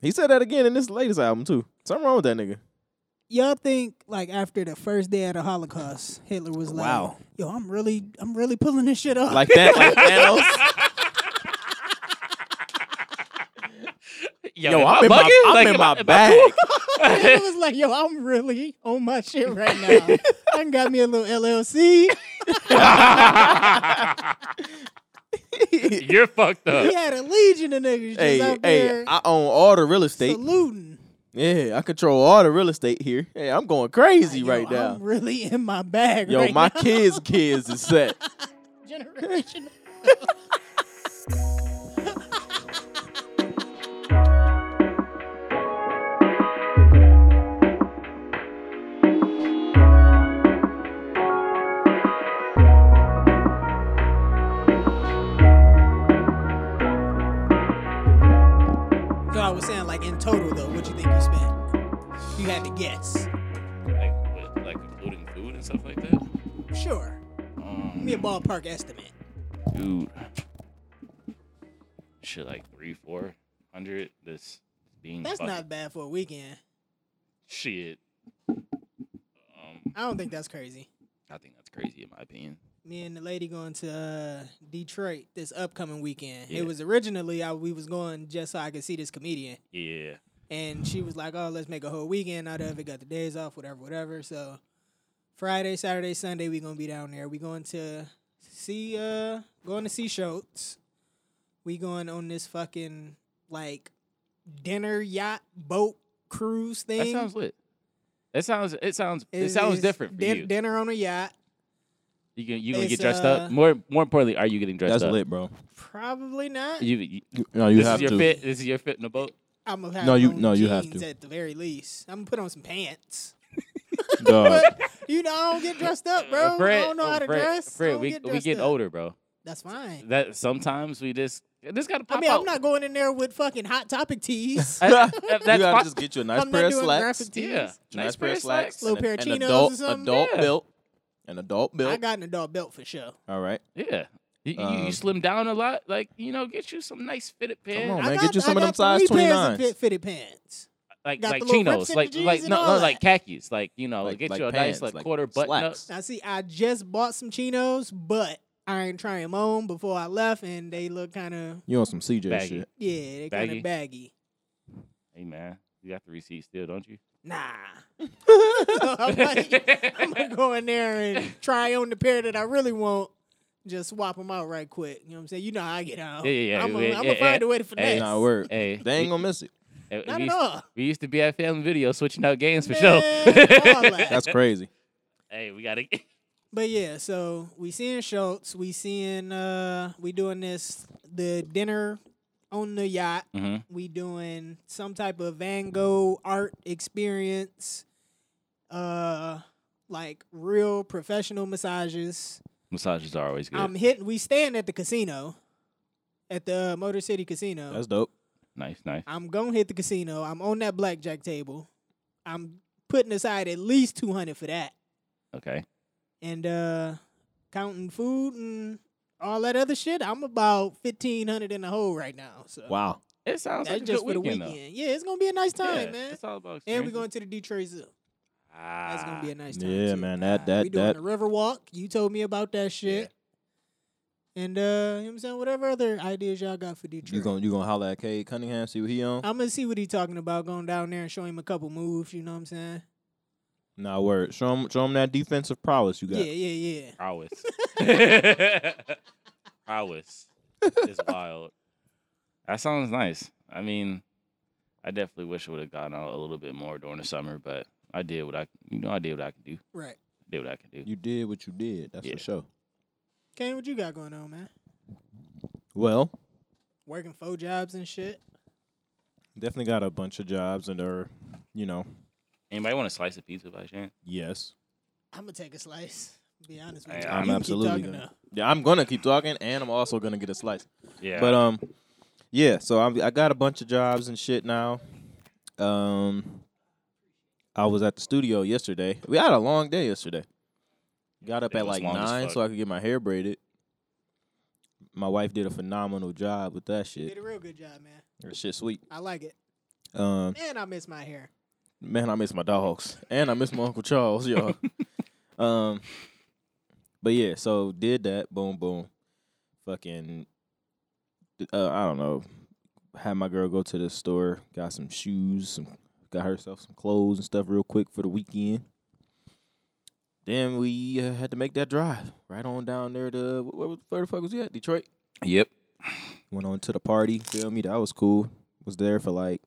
He said that again in this latest album too. Something wrong with that nigga. Y'all think like after the first day of the Holocaust, Hitler was like, Wow. "Yo, I'm really, I'm really pulling this shit up." Like that, like Thanos. Yo, Yo, am I'm I in my, bugging? I'm Like, in am my I- am I bag. it was like, "Yo, I'm really on my shit right now." I done got me a little LLC. You're fucked up. He had a legion of niggas hey, just out hey, there I own all the real estate. saluting. Yeah, I control all the real estate here. Hey, I'm going crazy Yo, right now. I'm really in my bag. Yo, right my now. kids' kids is set. generation. So I was saying, like in total, though, what you think you spent? You had to guess. Like, what, like including food and stuff like that. Um, Sure, give me a ballpark estimate. Dude, shit, like three, four hundred. This being That's fucking- not bad for a weekend. shit. Um, I don't think that's crazy. I think that's crazy in my opinion. me and the lady going to uh, Detroit this upcoming weekend. Yeah. It was originally I, we was going just so I could see this comedian, Yeah, and she was like, "Oh, let's make a whole weekend out of it. Got the days off, whatever, whatever." So Friday, Saturday, Sunday, we gonna be down there. We going to see uh going to see Schultz. We going on this fucking like dinner yacht boat cruise that thing. sounds lit. That sounds it sounds it, It's- sounds it's different for din- you. Dinner on a yacht, you can you gonna get it's, dressed uh, up. More more importantly, are you getting dressed That's up? lit, bro. probably not. You, you No, you this have is your to. fit. This is your fit in the boat. I'm gonna have No, you- on no, you have jeans to. at the very least. I'm gonna put on some pants. Dog. You know, I don't get dressed Uh, up, bro. Fred- I don't know oh, how to Fred- dress. I Fred, don't we get we dressed get up. older, bro. That's fine. That sometimes we just this gotta pop I mean, out. I'm not going in there with fucking hot topic tees. I- I- that- you that's gotta fine. just get you a nice I'm pair not of doing slacks. graphic yeah. tees. Nice, pair of slacks. Little pair of and chinos or adult, something. Adult Yeah. built. An adult I built. got an adult belt for sure. All right. Yeah. You, you- Um, you slim down a lot, like you know, get you some nice fitted pants, on, I man, got, get you some I of them got size three pairs 29s. of fit, fitted pants. like got like the little rips chinos, in the like jeans like and no, all no that. like khakis, like you know, Like- get like you a pants, nice like, like quarter button up. slacks. Now, see, I just bought some chinos, but I ain't trying them on before I left, and they look kind of You on some CJ Baggy. shit. yeah, they kind Baggy? of baggy. Hey man, you got the receipt still, don't you? Nah. So I'm like, I'm gonna go in there and try on the pair that I really want. Just swap them out right quick. You know what I'm saying? You know how I get out. Yeah, yeah, yeah, I'm gonna yeah, I'm yeah, gonna find yeah. a way to Hey, finesse. Nah, word. hey, They ain't gonna miss it. we, uh, Not we at used, all. we used to be at Family Video switching out games for Man, all sure. that. That's crazy. hey, we gotta. But yeah, so we seeing Schultz. We seeing uh we doing this the dinner on the yacht. Mm-hmm. hmm We doing some type of Van Gogh art experience. Uh like real professional massages. Massages are always good. I'm hitting. We staying at the casino, at the Motor City Casino. That's dope. nice, nice. I'm gonna hit the casino. I'm on that blackjack table. I'm putting aside at least two hundred for that, Okay. and uh counting food and all that other shit. I'm about fifteen hundred in the hole right now. So Wow. It sounds that's like a just good for the weekend, weekend. though. Yeah, it's gonna be a nice time, Yeah, man. It's all And about we're experiences. going to the Detroit Zoo. That's gonna be a nice time. Ah, Yeah, too. man. That we that doing that the river walk. You told me about that shit. And uh, you know what I'm saying whatever other ideas y'all got for Detroit. you gonna you gonna holler at Cade Cunningham, see what he on? I'm gonna see what he talking about. Going down there and show him a couple moves. You know what I'm saying? Nah, word. Show him show him that defensive prowess you got. Yeah, yeah, yeah. Ah, Prowess. Prowess is wild. That sounds nice. I mean, I definitely wish I would have gotten out a little bit more during the summer, but I did what I, you know, I did what I could do. Right. did what I could do. You did what you did, that's Yeah. for sure. Kane, what you got going on, man? Well, Working four jobs and shit. definitely got a bunch of jobs and are you know, Anybody want a slice of pizza by chance? yes. I'm gonna take a slice. Be honest Hey, with you. I'm You can absolutely Keep talking gonna- now. Yeah, I'm gonna keep talking and I'm also gonna get a slice. Yeah. uh, But um, yeah. So I I got a bunch of jobs and shit now. Um, I was at the studio yesterday. We had a long day yesterday. Got up It at was like long as nine so fuck. I could get my hair braided. My wife did a phenomenal job with that You Did shit. a real good job, man. That shit sweet. I like it. Um, Man, I miss my hair. man, I miss my dogs, and I miss my uncle Charles, y'all. um, but yeah, so did that. Boom, boom. Fucking, uh, I don't know. Had my girl go to the store, got some shoes, some got herself some clothes and stuff real quick for the weekend. Then we uh, had to make that drive right on down there to where, where, where the fuck was he at? Detroit. Yep. Went on to the party. Feel me? That was cool. Was there for like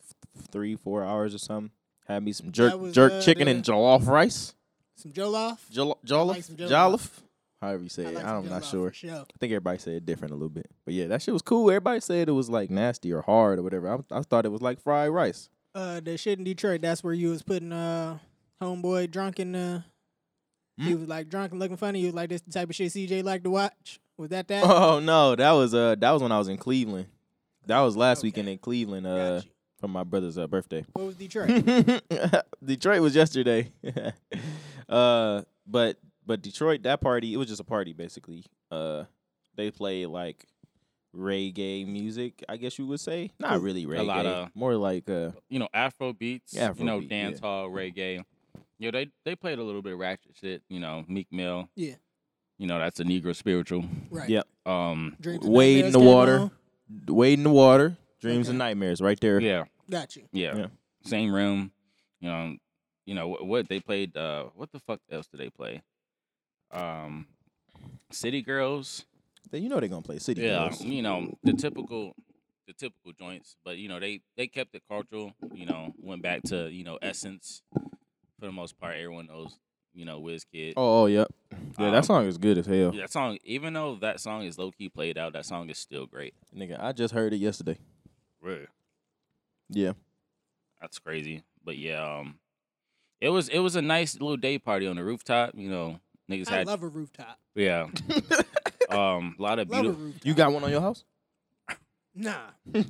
f- three, four hours or something. Had me some jerk That was, jerk uh, chicken the- and jollof rice. Some Joloff. Jollof, like some jollof, jollof. jollof. However you say I it, like some I'm not Joloff sure. for sure. I think everybody said it different a little bit, but yeah, that shit was cool. Everybody said it was like nasty or hard or whatever. I, I thought it was like fried rice. Uh, the shit in Detroit. That's where you was putting uh, homeboy drunk and uh, he Hmm? was like drunk and looking funny. You was like this the type of shit CJ liked to watch. Was that that? Oh no, that was uh that was when I was in Cleveland. That was last weekend Okay. in Cleveland Got uh you. for my brother's uh, birthday. What was Detroit? Detroit was yesterday. uh but but Detroit that party, it was just a party basically. Uh they played like reggae music, I guess you would say. Not really reggae. A lot of- more like uh You know, Afro beats. Yeah, you know, Afrobeat, yeah. dancehall, reggae. You know, they they played a little bit of ratchet shit. You know, Meek Mill. Yeah. You know, that's a Negro spiritual. right. Yeah. Um. Dreams and Wade in Nightmares the came water. on. Wade in the water, dreams Okay. and nightmares right there. Yeah. Got you. Yeah. Yeah. Same room. You know, you know what, what they played. Uh, what the fuck else did they play? Um, City Girls. Then you know they're gonna play City Yeah. Girls. You know the typical, the typical joints, but you know they they kept it cultural. You know, went back to you know essence. For the most part, everyone knows you know Wizkid. Oh, oh yep. Yeah, Um, that song is good as hell. That song, even though that song is low key played out, that song is still great. Nigga, I just heard it yesterday. Really? Yeah. That's crazy. But yeah, um, it was it was a nice little day party on the rooftop. You know, niggas I had love a rooftop. yeah, um, a lot of Love a beautiful. rooftop. You got one on your house? nah. We're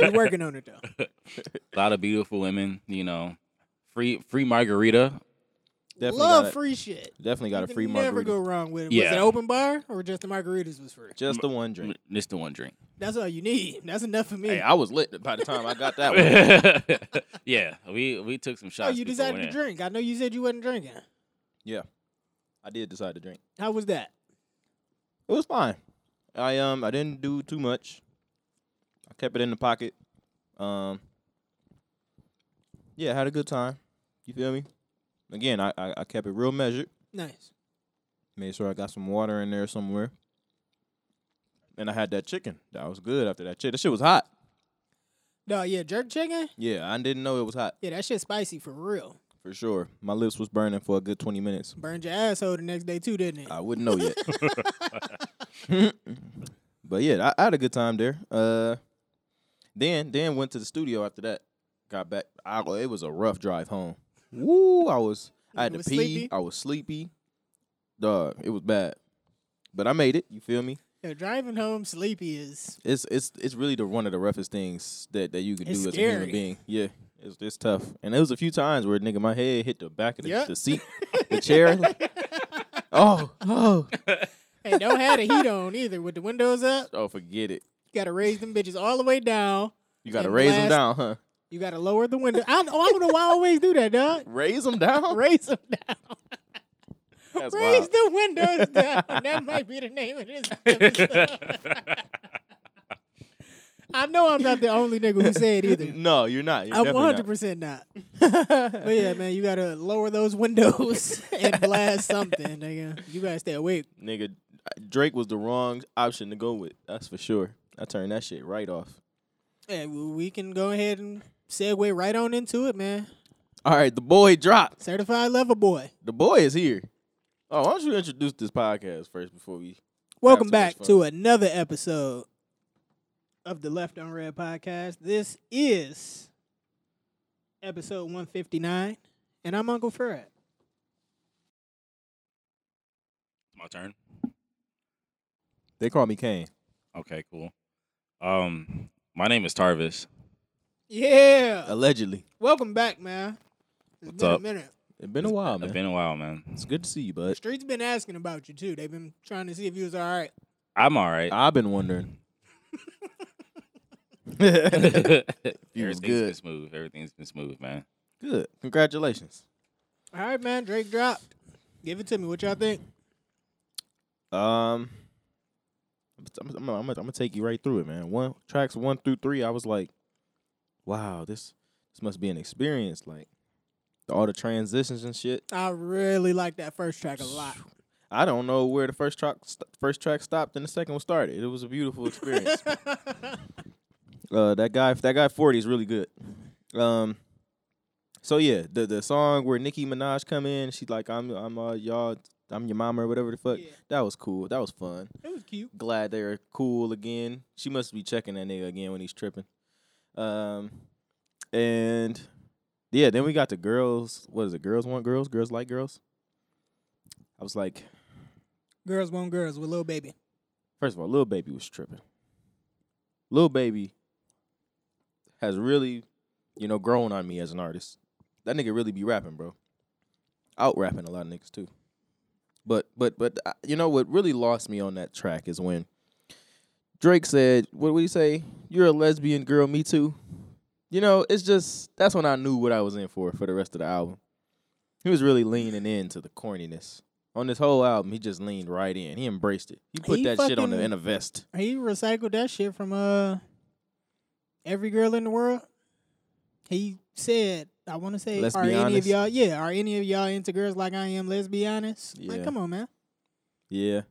a working on it though. lot of beautiful women. You know, free free margarita. Definitely Love got, free shit. definitely got You a can free never margarita. go wrong with it. Yeah. Was it open bar or just the margaritas was free? Just the one drink. This the one drink. That's all you need. That's enough for me. Oh, Hey, I was lit by the time I got that one. yeah, we we took some oh, shots. you before decided we to went. drink. I know you said you wasn't drinking. I did decide to drink. How was that? It was fine. I um I didn't do too much. I kept it in the pocket. Um Yeah, had a good time. You feel me? Again, I, I, I kept it real measured. Nice. Made sure I got some water in there somewhere. And I had that chicken. That was good after that shit. That shit was hot. No, yeah, jerk chicken. Yeah, I didn't know it was hot Yeah, that shit's spicy for real. for sure. My lips was burning for a good twenty minutes. Burned your asshole the next day too, didn't it? I wouldn't know yet. but yeah, I, I had a good time there. Uh, then then went to the studio after that. Got back. I, it was a rough drive home. Woo! I was I had You to was pee. sleepy? I was sleepy. Dog, it was bad. But I made it. You feel me? Yeah, driving home sleepy is It's it's it's really the one of the roughest things that that you can It's do as a scary. human being. Yeah. It's, it's tough, and there was a few times where nigga my head hit the back of the, Yeah. the seat, the chair. oh, oh, hey, don't have the heat on either. With the windows up, oh! Forget it. you gotta raise them bitches all the way down. You got to And raise them last- down, huh? You gotta lower the window. I, oh, I don't know why I always do that, dog. Raise them down. Raise them down. That's Raise wild. the windows down. That might be the name of this episode. I know I'm not the only nigga who said either. No, you're not. You're I'm 100 definitely percent not. but yeah, man, you gotta lower those windows and blast something. Nigga. You gotta stay awake. not. Nigga, uh, Drake was the wrong option to go with. That's for sure. I turned that shit right off. Yeah, well, we can go ahead and segue right on into it, man. All right, the boy dropped. Certified Lover Boy. The boy is here. Oh, why don't you introduce this podcast first before we? Welcome Absolutely back fun. to another episode of the Left on Red podcast. This is episode 159, and I'm Uncle Fred. My turn. They call me Kane. Okay, cool. Um, my name is Tarvis. Yeah. Allegedly, Welcome back, man. It's What's been up? a minute. it's been a while, man. It's been a while, man. It's good to see you, The bud. street's been asking about you, too. They've been trying to see if you was all right. I'm all right. I've been wondering. You was Everything's been good. smooth. Everything's been smooth, man. Good. Congratulations. All right, man. Drake dropped. Give it to me. What y'all think? Um, I'm, I'm, I'm, I'm gonna take you right through it, man. One tracks one through three, I was like, wow, this this must be an experience. Like all the transitions and shit. I really like that first track a lot. I don't know where the first track st- first track stopped and the second one started. It was a beautiful experience. uh, that guy that guy forty is really good. Um, so yeah, the the song where Nicki Minaj come in, she's like, I'm I'm uh, y'all, I'm your mama or whatever the fuck. Yeah. That was cool. That was fun. It was cute. glad they're cool again. She must be checking that nigga again when he's tripping. Um, and yeah, then we got the girls. What is it? Girls want girls. Girls like girls. I was like, Girls want girls with little baby. first of all, little baby was tripping. Little baby has really, you know, grown on me as an artist. That nigga really be rapping, bro. Out rapping a lot of niggas too. But but but uh, you know what really lost me on that track is when Drake said, "What would he say? You're a lesbian girl, me too." You know, it's just that's when I knew what I was in for for the rest of the album. He was really leaning into the corniness on this whole album. He just leaned right in. He embraced it. He put He that shit on the, fucking- in a vest. He recycled that shit from uh every girl in the world. He said, I want to say, Let's are be any of honest. y'all? Yeah, are any of y'all into girls like I am? Let's be honest. Like, Yeah. come on, man. Yeah.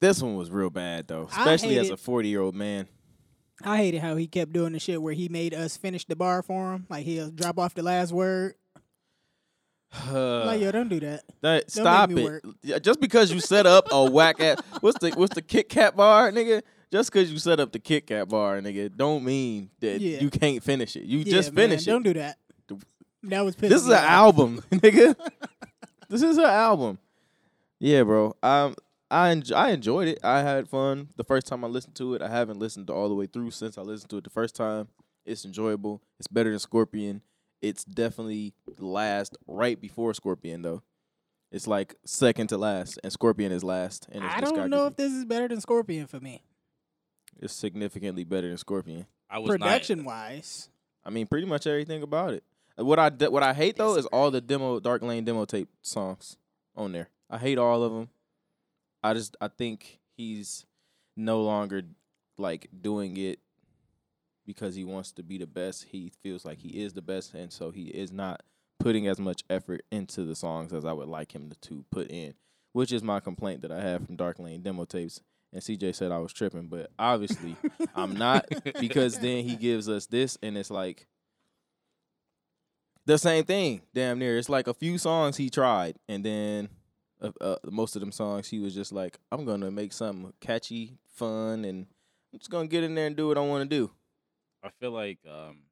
This one was real bad though, I especially hate as it. a 40 year old man. I hated how he kept doing the shit where he made us finish the bar for him. Like he'll drop off the last word. Uh, like yo, don't do that. That- stop make me it. work. Yeah, Just because you set up a whack ass what's the what's the Kit Kat bar, nigga? Just because you set up the Kit Kat bar, nigga, don't mean that Yeah. you can't finish it. You Yeah, just man, finish Don't it. do that. That was pissing This is me an off. album, nigga. this is an album. Yeah, bro. Um, I enj- I enjoyed it. I had fun the first time I listened to it. I haven't listened to all the way through since I listened to it the first time. It's enjoyable. It's better than Scorpion. It's definitely last right before Scorpion though. It's like second to last, and Scorpion is last. And I don't know if this is better than Scorpion for me, it's significantly better than Scorpion. I was production wise. I mean, pretty much everything about it. Uh, What I de- what I hate though is all the demo Dark Lane demo tape songs on there. I hate all of them. I just I think he's no longer like doing it because he wants to be the best. He feels like he is the best, and so he is not putting as much effort into the songs as I would like him to, to put in, which is my complaint that I have from Dark Lane demo tapes. And CJ said I was tripping, but obviously I'm not because then he gives us this, and it's like the same thing, damn near. It's like a few songs he tried, and then uh, uh, most of them songs he was just like, "I'm gonna make something catchy, fun, and I'm just gonna get in there and do what I want to do." I feel like, um,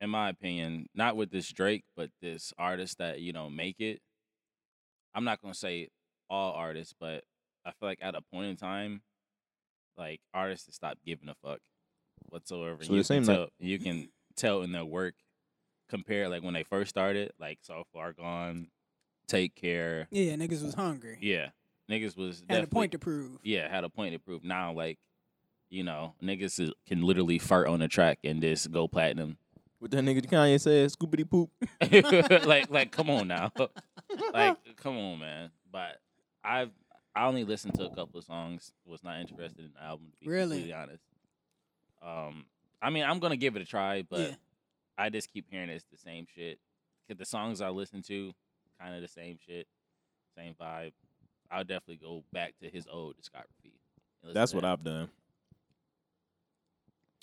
in my opinion, not with this Drake, but this artist that you know make it. I'm not gonna say all artists, but I feel like at a point in time, like artists have stopped giving a fuck whatsoever. So it you can seemed like- tell, you can tell in their work. Compare like when they first started, like so far gone, take care. Yeah, niggas was hungry. Yeah, niggas was Had a definitely- point to prove. yeah, had a point to prove. Now, like, you know, niggas is, can literally fart on a track and just go platinum. What that nigga Kanye said, "Scoopity poop." like, like, come on now, like, come on, man. But I've I only listened to a couple of songs. Was not interested in the album. To be Really? completely honest. Um, I mean, I'm gonna give it a try, but yeah. I just keep hearing it's the same shit. 'Cause the songs I listen to, kind of the same shit, same vibe. I'll definitely go back to his old discography. and listen That's to what that. I've done.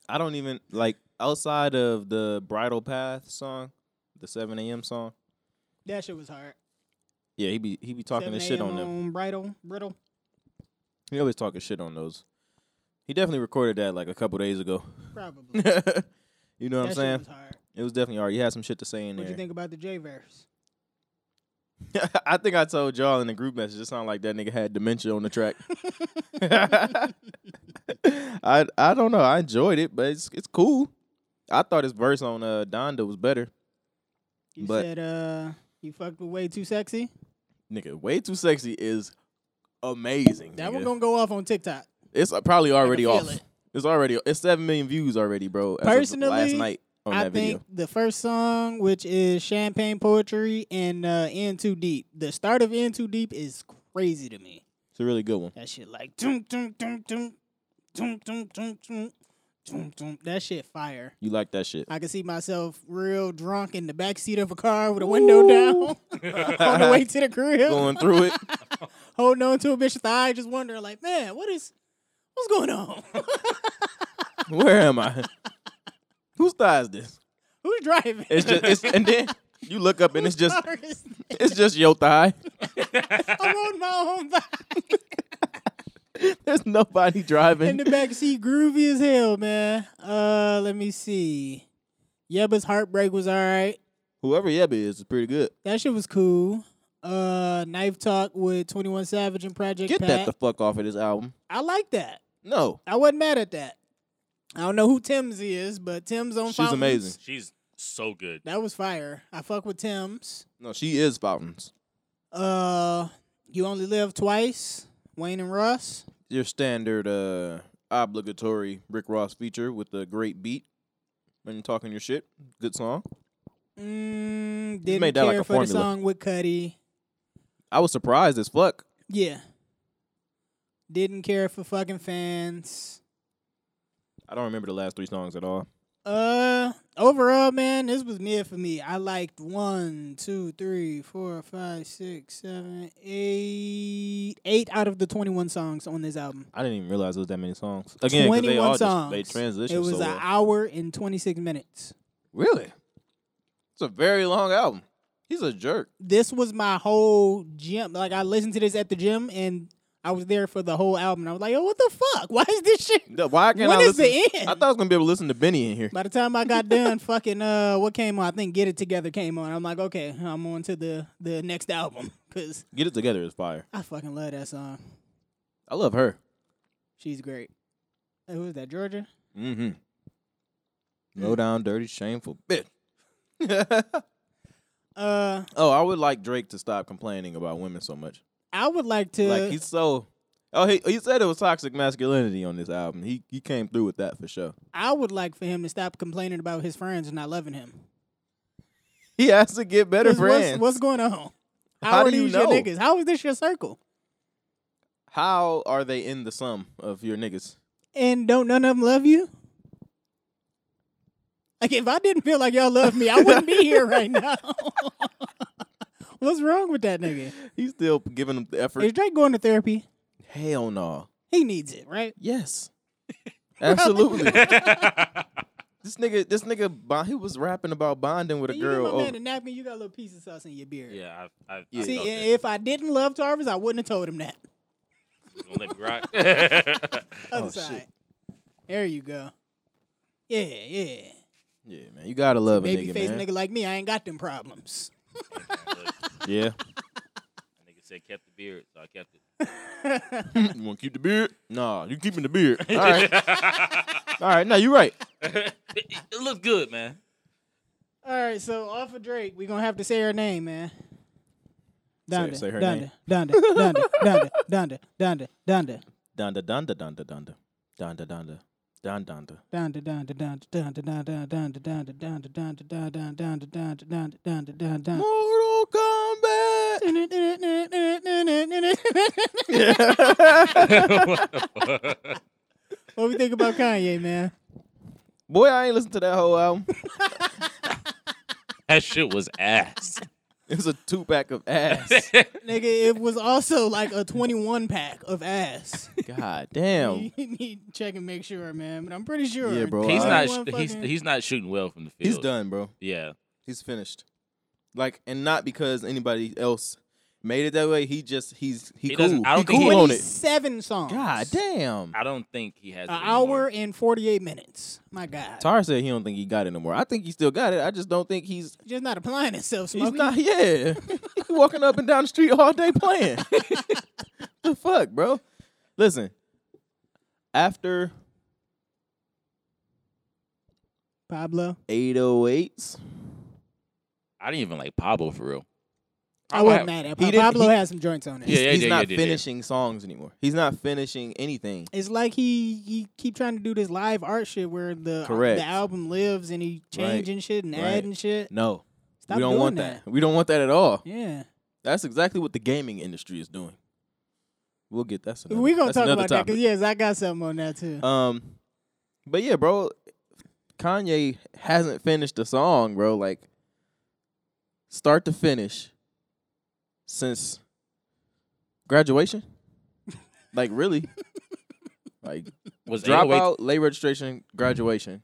I don't even like outside of the Bridal Path song, the 7 a.m. song. That shit was hard. Yeah, he be he be talking his shit on them. Brittle, brittle. He always talking shit on those. He definitely recorded that like a couple days ago. Probably. you that know what I'm shit saying? was hard. It was definitely hard. You had some shit to say in What you there. think about the J verse? I think I told y'all in the group message. It sounded like that nigga had dementia on the track. I I don't know. I enjoyed it, but it's it's cool. I thought his verse on uh, Donda was better. You But- said uh, you fucked with way too sexy. Nigga, way too sexy is amazing. That one nigga. gonna go off on TikTok. it's uh, probably already feel off. it. It's already it's seven million views already, bro. as of last Personally, night on I that think video. the first song, which is Champagne Poetry and uh, In Too Deep, the start of In Too Deep is crazy to me. It's a really good one. That shit like doom doom doom doom doom doom doom doom doom doom. That shit fire. You like that shit? I can see myself real drunk in the back seat of a car with a window down on the way to the crib, Going through it. holding on to a bitch's thigh, just wondering like, man, what is what's going on? Where am I? Whose thigh is this? Who's driving? It's just it's and then you look up and it's just Car is- it's just your thigh. I'm on my own thigh. There's nobody in driving. the back seat, groovy as hell, man. Uh, let me see. Yeba's heartbreak was all right. Whoever Yebby is is pretty good. That shit was cool. Uh, knife talk with Twenty One Savage and Project Get Pat. that the fuck off of this album. I like that. No, I wasn't mad at that. I don't know who Tim's is, but Tim's on. she's Fountains. amazing. She's so good. That was fire. I fuck with Tim's. No, she is Fountains. Uh, you only live twice. Wayne and Russ. Your standard uh obligatory Rick Ross feature with a great beat and talking your shit. Good song. Mm, didn't made that care like a for the formula. song with Cuddy. I was surprised as fuck. Yeah. Didn't care for fucking fans. I don't remember the last three songs at all. Uh, overall, man, this was mid for me. I liked one, two, three, four, five, six, seven, eight, eight out of the twenty-one songs on this album. I didn't even realize it was that many songs. Again, 'cause they 21 all songs. just they transitioned. It was so an well. hour and twenty-six minutes. really, it's a very long album. He's a jerk. This was my whole gym. Like I listened to this at the gym, and I was there for the whole album. I was like, "Yo, what the fuck? Why is this shit?" No, Why can't When I is listen? the end? I thought I was gonna be able to listen to Benny in here. By the time I got done, fucking uh, what came on? I think "Get It Together" came on. I'm like, okay, I'm on to the the next album because Get it together is fire. I fucking love that song. I love her. She's great. Hey, who is that? Georgia? Mm-hmm. Low down, dirty, shameful bitch. Uh, Oh, I would like Drake to stop complaining about women so much. I would like to. Like he's so. Oh, he he said it was toxic masculinity on this album. He he came through with that for sure. I would like for him to stop complaining about his friends and not loving him. He has to get better 'Cause What's, friends. what's going on? How, How are do you these know? your niggas? How is this your circle? How are they in the sum of your niggas? And don't none of them love you? Like if I didn't feel like y'all love me, I wouldn't be here right now. what's wrong with that nigga? He's still giving them the effort. Is Drake going to therapy? Hell no. He needs it, right? Yes. Absolutely. this nigga, this nigga, bond- he was rapping about bonding with a you girl. give my man over- a napkin, you got a little piece of sauce in your beard. yeah, I, I, Yeah. I See, felt and it. if I didn't love Tarvis, I wouldn't have told him that. You gonna let me rock. Oh, Other shit. side. There you go. Yeah, yeah. yeah, man, you gotta love a Baby nigga, face man. nigga like me, I ain't got them problems. Yeah, That nigga said kept the beard, so I kept it. you want to keep the beard? Nah, you keeping the beard. All right, all right. No, you're right. it, it looked good, man. All right, so off of Drake, we're gonna have to say her name, man. Donda, say her Donda, name. Donda, Donda, Donda, Donda, Donda, Donda, Donda, donda, donda, donda, donda, donda, don, donda. Donda, Donda, Donda, Donda, Donda, Donda, Donda, Donda, Donda, Donda, Donda, Donda, Donda, Donda, Donda, Donda. Mortal Kombat. what we think about Kanye, man? Boy, I ain't listened to that whole album. that shit was ass. It was a two pack of ass. Nigga, it was also like a 21 pack of ass. God damn. you need to check and make sure, man. But I'm pretty sure. Yeah, bro, He's I- not. 21 sh- He's fucking- he's not shooting well from the field. He's done, bro. Yeah, He's finished. Like, and not because anybody else made it that way. He just he's he, He cool. doesn't- I don't he think he- cool on it. 27 songs. God damn. I don't think he has it An anymore. hour and 48 minutes. My God. Tar said he don't think he got it no more. I think he still got it. I just don't think he's Just not applying himself, he's Smokey. not. Yeah, he walking up and down the street all day playing. the fuck, bro. Listen, after Pablo. 808s, I didn't even like Pablo for real. I Pablo wasn't had- mad at he Pablo. didn't- Pablo he- has some joints on it. He's, Yeah, yeah, he's yeah, not yeah, yeah, yeah. finishing songs anymore. He's not finishing anything. It's like he he keep trying to do this live art shit where the Correct. the album lives and he changing shit and Right. adding shit. No, Stop we don't doing want that. We don't want that at all. Yeah, That's exactly what the gaming industry is doing. We'll get that's another. we gonna that's talk another about that topic. because yes, I got something on that too. Um, but yeah, bro, Kanye hasn't finished a song, bro. Like, start to finish, since graduation. like, really? like, Was drop 808 out, late registration, graduation,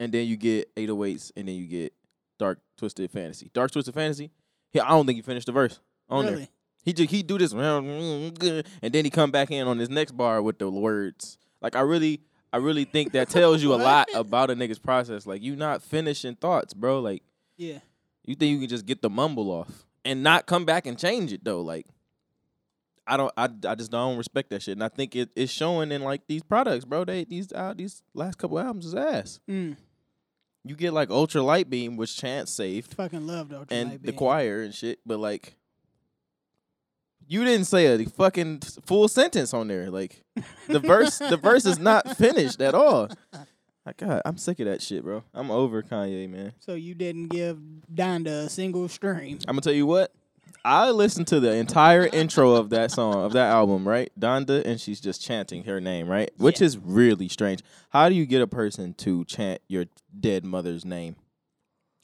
and then you get 808s, and then you get Dark Twisted Fantasy. Dark Twisted Fantasy. Yeah, I don't think he finished the verse on there. really, He just he do this and then he come back in on his next bar with the words. Like I really I really think that tells you a lot What? about a nigga's process. Like you not finishing thoughts, bro. Like yeah. you think you can just get the mumble off and not come back and change it though. Like I don't I, I just don't respect that shit. And I think it, it's showing in like these products, bro. They these uh, these last couple albums is ass. Mm, You get like Ultra Light Beam, which Chance saved fucking love though. and the choir and shit, but like you didn't say a fucking full sentence on there. Like the verse the verse is not finished at all. Like God, I'm sick of that shit, bro. I'm over Kanye, man. So you didn't give Donda a single stream. I'm gonna tell you what. I listened to the entire intro of that song of that album, right? Donda, and she's just chanting her name, right? Which Yeah. is really strange. How do you get a person to chant your dead mother's name?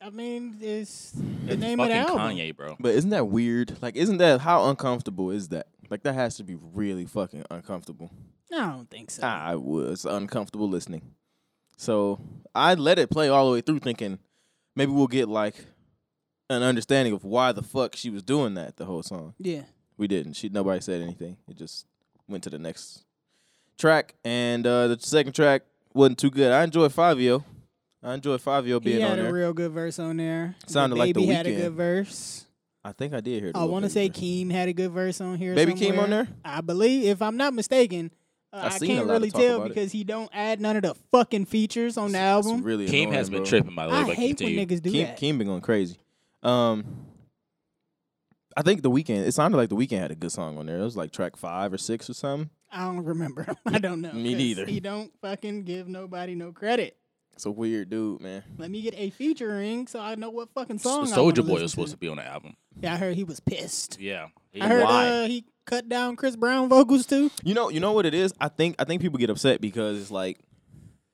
I mean, it's the It's name of fucking the album. Kanye, bro. But isn't that weird? Like, isn't that how uncomfortable is that? Like, that has to be really fucking uncomfortable. I don't think so. I was uncomfortable listening. So I let it play all the way through, thinking maybe we'll get like an understanding of why the fuck she was doing that the whole song. Yeah. We didn't. She nobody said anything. It just went to the next track, and uh, the second track wasn't too good. I enjoyed Fabio. I enjoyed Fabio He being on had a there. real good verse on there. Sounded the like The baby had a Weeknd. good verse. I think I did hear. the I little want to baby say verse. Keem had a good verse on here. Baby somewhere. Keem on there. I believe, if I'm not mistaken, I uh, I, seen a can't lot of really talk tell about it. because he don't add none of the fucking features on the It's- it's album. Really, Keem annoying, has been bro. tripping, by the way. I But hate when continue. niggas do Keem, that. Keem been going crazy. Um, I think the weekend. It sounded like the weekend had a good song on there. It was like track five or six or something. I don't remember. I don't know. Me 'cause neither. He don't fucking give nobody no credit. It's a weird dude, man. Let me get a featuring so I know what fucking song. Soldier Boy was supposed to be on the album. Yeah, I heard he was pissed. Yeah. I heard Why? uh, he cut down Chris Brown vocals too. You know, you know what it is. I think I think people get upset because it's like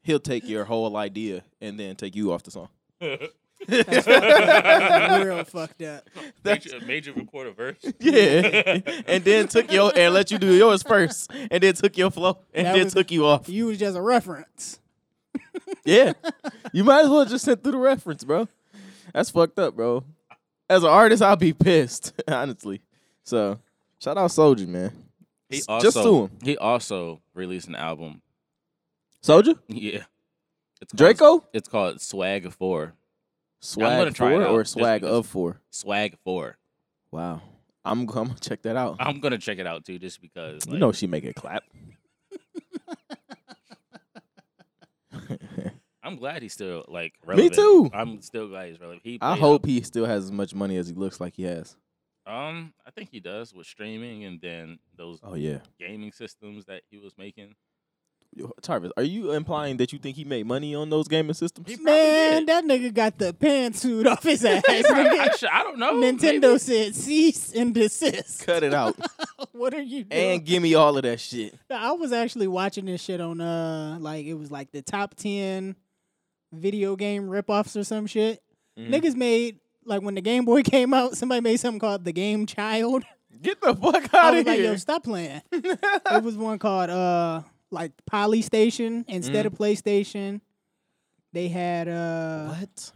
he'll take your whole idea and then take you off the song. Real fucked up. major, major record a verse. Yeah, and then took your and let you do yours first, and then took your flow, and That then was- took you off. You was just a reference. Yeah. You might as well just send through the reference, bro. That's fucked up, bro. As an artist, I'll be pissed, honestly. So, shout out Soldier, man. He S- also, just sue him. He also released an album. Soldier? Yeah. It's called- Draco? It's called Swag Four. I'm gonna Swag try it 4 out or this Swag week. of 4? Swag Four. Wow. I'm, I'm going to check that out. I'm gonna check it out too, just because. Like, you know she make it clap. I'm glad he's still like relevant. too. I'm still glad he's relevant. He I played hope he still has as much money as he looks like he has. a- Um, I think he does with streaming and then those Oh, yeah. gaming systems that he was making. Yo, Tarvis, are you implying that you think he made money on those gaming systems? He probably Man, did. that nigga got the pantsuit off his ass. I, nigga. sh- I don't know. Nintendo maybe. said cease and desist. Cut it out what are you doing? and give me all of that shit. I was actually watching this shit on uh like it was like the top ten video game ripoffs or some shit. Mm-hmm. Mhm. Niggas made like when the Game Boy came out, somebody made something called the Game Child. Get the fuck I out was of like, here. yo, stop playing. it was one called uh like Poly Station instead Mm-hmm. of PlayStation. They had uh what?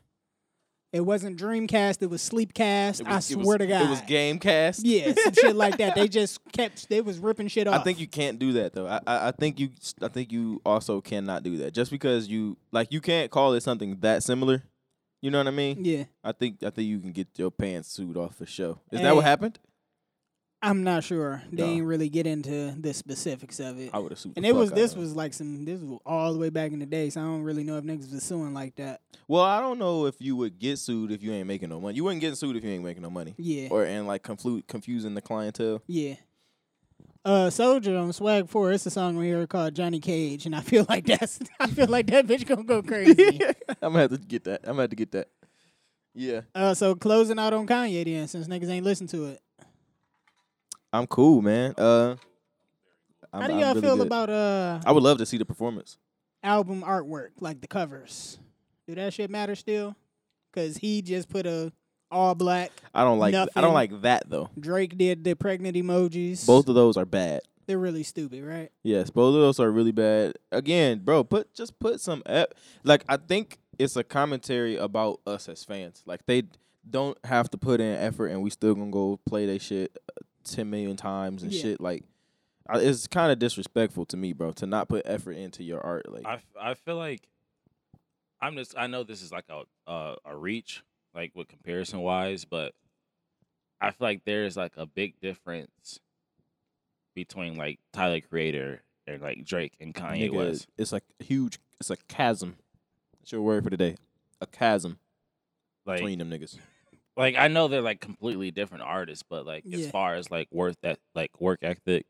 it wasn't Dreamcast, it was Sleepcast. I it swear was, to God. It was Gamecast. Yeah, some shit like that. They just kept they was ripping shit I off. think you can't do that though. I, I I think you I think you also cannot do that just because you like you can't call it something that similar. You know what I mean? Yeah. I think I think you can get your pants sued off the show. Is that what Hey. happened? I'm not sure. They No. ain't really get into the specifics of it. I would have sued. the and it fuck was out this of him. was like some this was all the way back in the day, so I don't really know if niggas was suing like that. Well, I don't know if you would get sued if you ain't making no money. You wouldn't get sued if you ain't making no money, Yeah. or and like conflu- confusing the clientele. yeah. Uh Soldier on Swag 4, it's a song on here called Johnny Cage, and I feel like that's I feel like that bitch gonna go crazy. I'm gonna have to get that. I'm gonna have to get that. Yeah, uh so closing out on Kanye then since niggas ain't listen to it. I'm cool, man. Uh, I'm, How do I'm y'all really feel good. about uh I would love to see the performance. album artwork, like the covers? Do that shit matter still? Cause he just put a all black I don't like. I Nothing. don't like that though. Drake did the pregnant emojis. Both of those are bad. they're really stupid, right? Yes, both of those are really bad. Again, bro, put just put some ep- like I think it's a commentary about us as fans. Like they don't have to put in effort, and we still gonna go play they shit uh, ten million times and Yeah. shit. Like I, it's kind of disrespectful to me, bro, to not put effort into your art. Like I, f- I feel like I'm just I know this is like a uh, a reach like with comparison wise, but I feel like there's like a big difference between like Tyler Creator and like Drake and Kanye nigga, West. it's like a huge. It's a chasm. That's your word for today. A chasm Like between them niggas. like I know they're like completely different artists, but like as Yeah. far as like worth that like work ethic,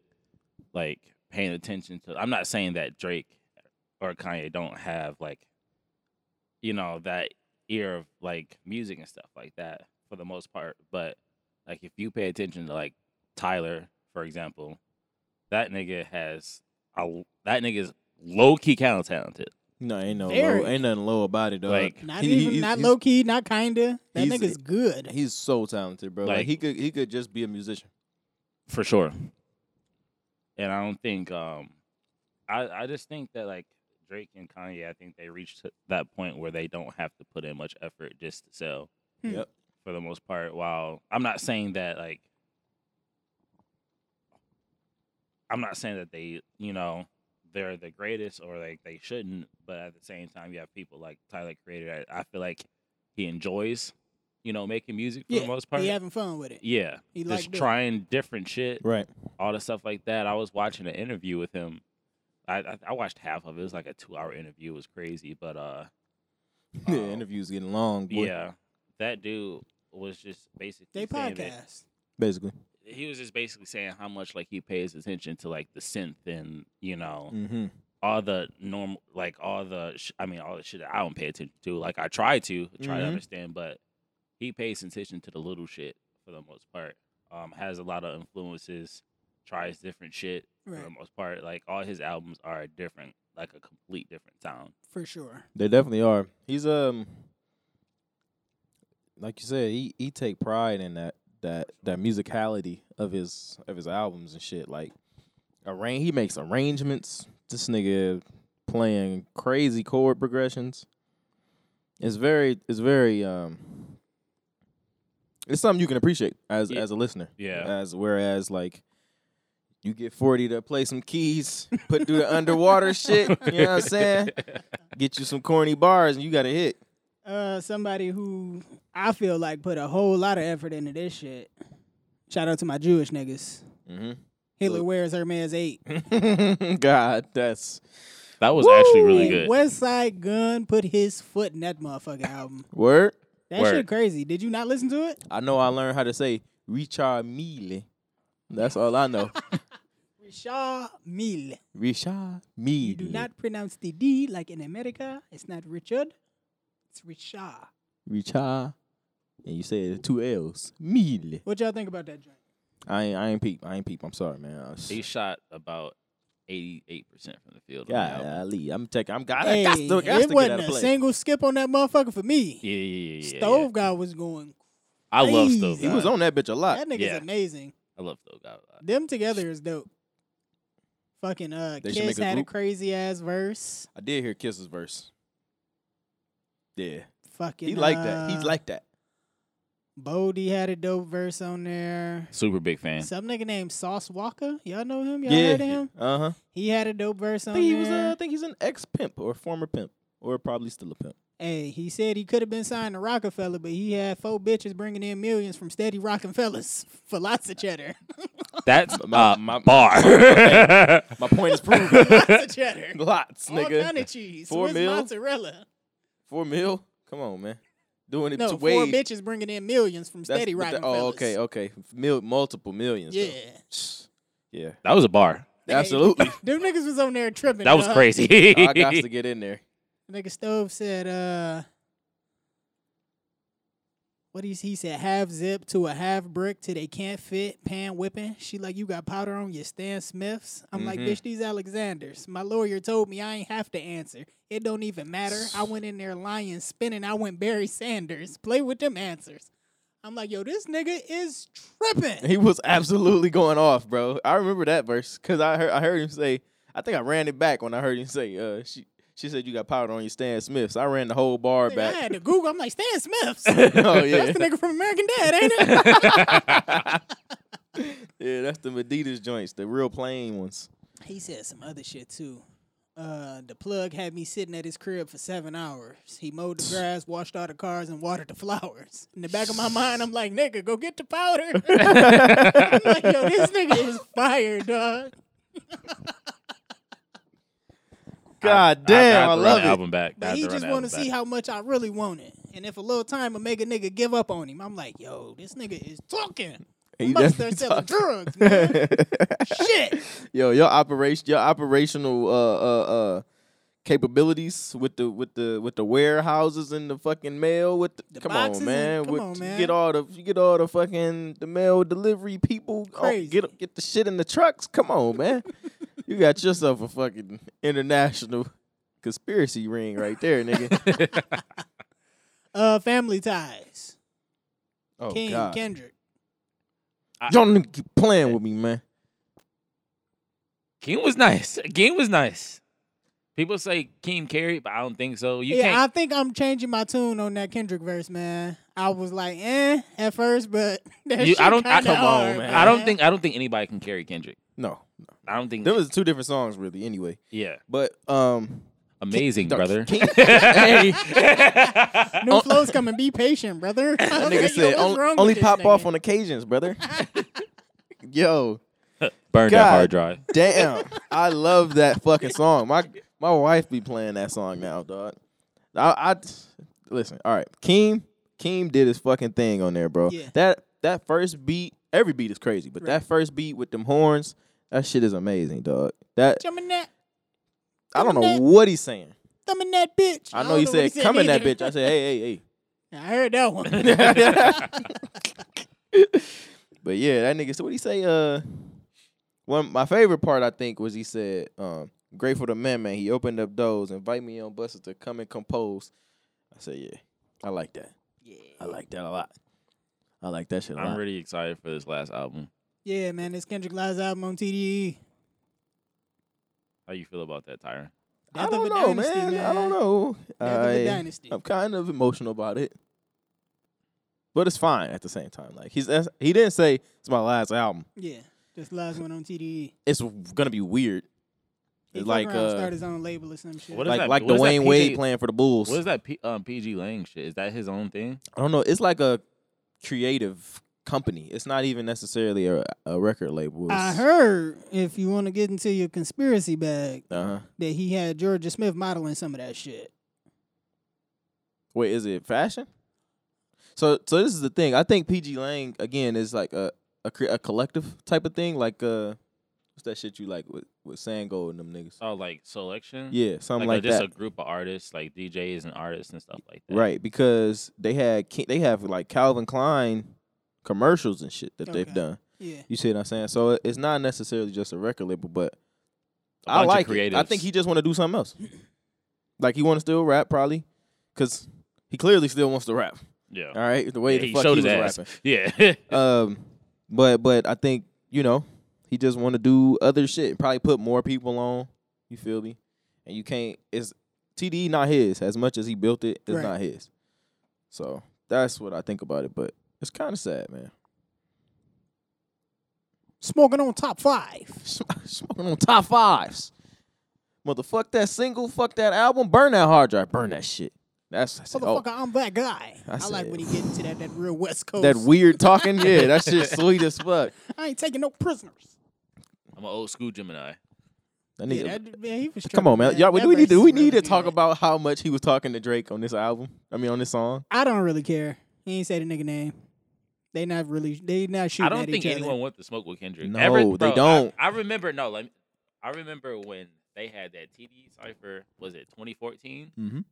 like paying attention to I'm not saying that Drake or Kanye don't have like you know that ear of like music and stuff like that for the most part, but like if you pay attention to like Tyler, for example, that nigga has a, l- that nigga is low key kind of talented. No, ain't no Very. low, ain't nothing low about it, dog. Like- Not He- he- even, he's- not he's- low key, not kinda. That he's- nigga's good. He's so talented, bro. Like, Like- he could he could just be a musician. for sure. And I don't think um, I I just think that like Drake and Kanye, I think they reached that point where they don't have to put in much effort just to sell. Hmm. Yep. For the most part, while I'm not saying that like I'm not saying that they you know they're the greatest or like they shouldn't, but at the same time, you have people like Tyler Creator. I, I feel like he enjoys you know making music for Yeah, the most part. He having fun with it. yeah, He like just doing it. trying different shit Right. all the stuff like that. I was watching an interview with him. I I, I watched half of it. It was like a two hour interview. It was crazy, but uh, Yeah, um, interviews getting long. Boy, yeah, that dude was just basically They saying that- podcast. Basically. He was just basically saying how much like he pays attention to like the synth and you know Mm-hmm. all the normal like all the sh- I mean all the shit that I don't pay attention to. Like I try to try to Mhm. understand, but he pays attention to the little shit for the most part. Um, has a lot of influences, tries different shit for the Right. most part. Like all his albums are a different, like a complete different sound. For sure. They definitely are. He's um, like you said, he he take pride in that that that musicality of his of his albums and shit. Like arrange, he makes arrangements. This nigga playing crazy chord progressions. It's very it's very um. It's something you can appreciate as Yeah. as a listener. Yeah. As whereas like. You get forty to play some keys, put through the underwater shit. You know what I'm saying? get you some corny bars and you got a hit. Uh somebody who I feel like put a whole lot of effort into this shit. Shout out to my Jewish niggas. Mm-hmm. Hitler Look. wears Hermes eight. Mm-hmm. God, that's that was actually really Woo! good. Westside Gun put his foot in that motherfucking album. word. That Word. shit crazy. Did you not listen to it? I know I learned how to say Richard Mille. That's all I know. Richard Mille. Richard Mille. You do not pronounce the D like in America. It's not Richard. It's Richard. Richard. And you said two L's. Mille. What y'all think about that joint? I ain't, I ain't peep. I ain't peep. I'm sorry, man. I was, He shot about eighty-eight percent from the field. on the album. golly, I'm taking. I'm got. Hey, I got to, gots it to get wasn't out a of play. single skip on that motherfucker for me. Yeah, yeah, yeah, yeah. yeah. Stove guy was going. I love crazy. Stove. He was God. on that bitch a lot. That nigga's yeah. amazing. I love Stove. God a lot. Them together is dope. Fucking uh, They should Kiss make a had a group. crazy ass verse. I did hear Kiss's verse. Yeah, Fucking he like that. He's uh, like that. Bodie had a dope verse on there. Super big fan. Some nigga named Sauce Walker. Y'all know him? Y'all yeah. heard of him? Uh huh. He had a dope verse on I think he there. was. Uh, I think he's an ex pimp or former pimp or probably still a pimp. Hey, he said he could have been signed to Rockefeller, but he had four bitches bringing in millions from steady rocking fellas for lots of cheddar. That's My- a my- bar. My point is proven. Lots of cheddar. Lots, All nigga. kind of cheese. Four Swiss mil? mozzarella. Four mil? Come on, man. Doing it No, to four way. bitches bringing in millions from that's- Steady but that- Rocking Oh, Fellas. okay, okay. Mil- multiple millions. though. Yeah. Yeah. that was a bar. Absolutely. Them niggas was on there tripping. That was dawg. crazy. Oh, I got to get in there. Nigga Stove said, uh, what he, he said, half zip to a half brick till they can't fit, pan whipping. She like, you got powder on your Stan Smiths. I'm like, Mhm. bitch, these Alexanders. My lawyer told me I ain't have to answer. It don't even matter. I went in there lying, spinning. I went Barry Sanders. Play with them answers. I'm like, yo, this nigga is tripping. He was absolutely going off, bro. I remember that verse because I heard I heard him say. I think I ran it back when I heard him say. Uh, she she said you got powder on your Stan Smiths. I ran the whole bar Nigga, I back. had to Google. I'm like, Stan Smiths. oh yeah, That's the nigga from American Dad, ain't it? yeah. That's the Medidas joints, the real plain ones. He said some other shit too. Uh, the plug had me sitting at his crib for seven hours. He mowed the grass, washed all the cars, and watered the flowers. In the back of my mind, I'm like, nigga, go get the powder. I'm like, yo, this nigga is fire, dog. God I, damn, I, have to run love the it. Album back. I But have he to run just the want to album see back. how much I really want it. And if a little time would make a nigga give up on him, I'm like, yo, this nigga is talking. He I'm about to definitely start selling drugs, man. shit. Yo, your operation, your operational uh uh uh capabilities with the with the with the warehouses and the fucking mail with the, The come boxes on and- man, come with, on, you man. get all the you get all the fucking the mail delivery people oh, Crazy. get get the shit in the trucks. Come on, man, you got yourself a fucking international conspiracy ring right there, nigga. Uh, family ties. oh King god, Kendrick. y'all niggas keep playing with me, man. King was nice. King was nice. People say King carry, but I don't think so. You yeah, can't. I think I'm changing my tune on that Kendrick verse, man. I was like, eh, at first, but that You- shit I don't- I- kinda come on, hard, man. I don't think. I don't think anybody can carry Kendrick. No, I don't think. there was two different songs really. Anyway, yeah, but um, amazing, King- brother. King- hey. New flows coming. Be patient, brother. That nigga said only, only pop off on occasions, brother. Yo, God. Burn that hard drive. damn. I love that fucking song. My my wife be playing that song now, dog. I, I listen, all right. Keem, Keem did his fucking thing on there, bro. Yeah. That that first beat, every beat is crazy, but that first beat with them horns, that shit is amazing, dog. That Coming that, I don't know Coming what he's saying. thumbing that bitch. I don't know you what he said coming that either. bitch. I said, hey, hey, hey. I heard that one. But yeah, that nigga. So what he say? Uh, one my favorite part I think was he said, um, "Grateful to man, man." He opened up doors, invite me on buses to come and compose. I said, "Yeah, I like that. I like that a lot. I like that shit a I'm lot." really excited for this last album. yeah, man, this Kendrick Live's album on E. TDE. How you feel about that, Tyron? I Death don't of a know, Dynasty, man. I don't know. Death of a I, Dynasty. I'm kind of emotional about it, but it's fine at the same time. Like he's that's- he didn't say it's my last album. Yeah, this last one on TDE. It's gonna be weird. He It's like like start uh, his own label or some shit. What is like that- like what is that Dwayne Wade PJ playing for the Bulls. What is that P, um, PG Lang shit? Is that his own thing? I don't know. It's like a creative company. It's not even necessarily a, a record label. I heard if you want to get into your conspiracy bag, Uh huh. that he had Georgia Smith modeling some of that shit. Wait, is it fashion? So, so this is the thing. I think PG Lang again is like a a, cre- a collective type of thing. Like uh, what's that shit you like with with Sango and them niggas? Oh, like selection. Yeah, something like, like, a- just that. a group of artists, like DJs and artists and stuff like that. Right, because they had Ki- they have like Calvin Klein commercials and shit that Okay. they've done. Yeah. You see what I'm saying? So it- it's not necessarily just a record label, but A I bunch like of it. I think creatives. he just want to do something else. Like he want to still rap probably, because he clearly still wants to rap. Yeah. All right, the way Yeah, the he fuck showed he his was ass. rapping. Yeah. Um, but but I think you know he just want to do other shit. Probably put more people on. You feel me? And you can't. It's TDE not his as much as he built it. It's Right. not his. So that's what I think about it. But it's kind of sad, man. Smoking on top five. Sm- smoking on top fives. Motherfuck that single, fuck that album, burn that hard drive, burn that shit. That's, that's it. Oh, Motherfucker, I'm that guy. I, I like said- when he get into that, that real West Coast. that weird talking. Yeah, that shit's sweet as fuck. I ain't taking no prisoners. I'm an old school Gemini. That Yeah, nigga, that, man, he was come on, tripping, man. Y'all, we, That we need verse to we really need to good. talk about how much he was talking to Drake on this album. I mean, on this song. I don't really care. He ain't say the nigga name. They not really. They not shooting. I don't at think each anyone Other. wants to smoke with Kendrick. No, Every- they bro, I- don't. I, remember no, like I remember when they had that TD cipher. Was it 2014? Mhm.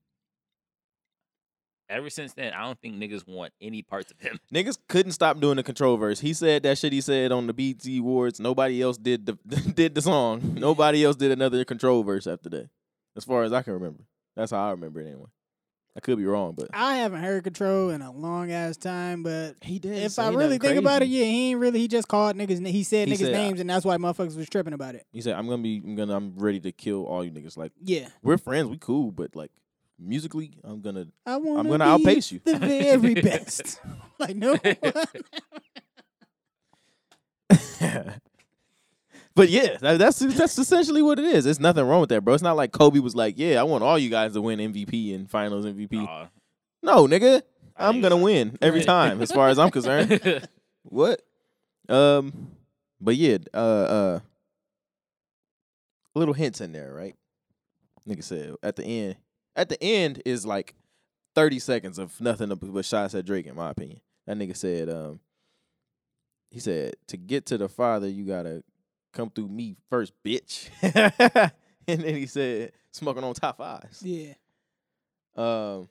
Ever since then, I don't think niggas want any parts of him. Niggas couldn't stop doing the control verse. He said that shit he said on the BT Awards. Nobody else did the did the song. Nobody else did another control verse after that. As far as I can remember. That's how I remember it anyway. I could be wrong, but I haven't heard control in a long ass time, but he did. if I really think about it, yeah, he ain't really. He just called niggas. na- He said He niggas said, uh, names, and that's why motherfuckers was tripping about it. He said, I'm gonna be I'm gonna I'm ready to kill all you niggas. Like Yeah, we're friends, we cool, but like musically, I'm gonna I want. I'm gonna outpace you. the very best. like no, but yeah, that, that's that's essentially what it is. There's nothing wrong with that, bro. It's not like Kobe was like, "Yeah, I want all you guys to win MVP and Finals MVP." Aw. No, nigga, I I'm think gonna so. win every Right. time, as far as I'm concerned. what? Um, but yeah, uh, uh, little hints in there, right? Nigga said at the end. At the end is like 30 seconds of nothing but but shots at Drake, in my opinion. That nigga said, um, he said, to get to the father, you gotta come through me first, bitch. and then he said, smoking on top fives. yeah, Um,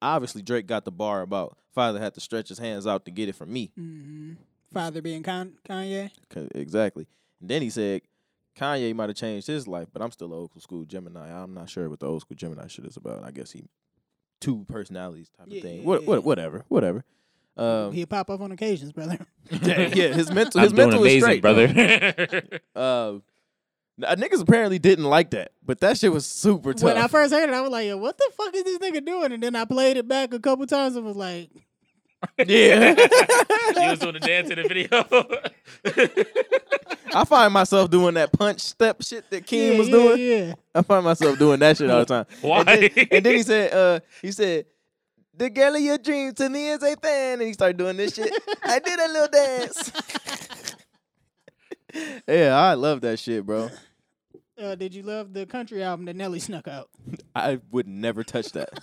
obviously Drake got the bar about father had to stretch his hands out to get it from me. hmm father being Con- Kanye. 'Cause- Exactly. And then he said Kanye might have changed his life, but I'm still a old school Gemini. I'm not sure what the old school Gemini shit is about. I guess he two personalities type Yeah, of thing. yeah, what, yeah, what, yeah. whatever, whatever. Um, He'll pop up on occasions, brother. yeah, yeah, his mental, I'm his doing mental amazing, is straight, though. brother. Uh, n- niggas apparently didn't like that, but that shit was super tough. When I first heard it, I was like, "Yo, what the fuck is this nigga doing?" And then I played it back a couple times and was like, she was doing the dance in the video. I find myself doing that punch step shit that Kim yeah, was yeah, doing. Yeah, I find myself doing that shit all the time. Why? And then, and then he said, uh, he said, the girl of your dreams to me is a fan. And he started doing this shit. I did a little dance. yeah, I love that shit, bro. Uh, did you love the country album that Nelly snuck out? I would never touch that.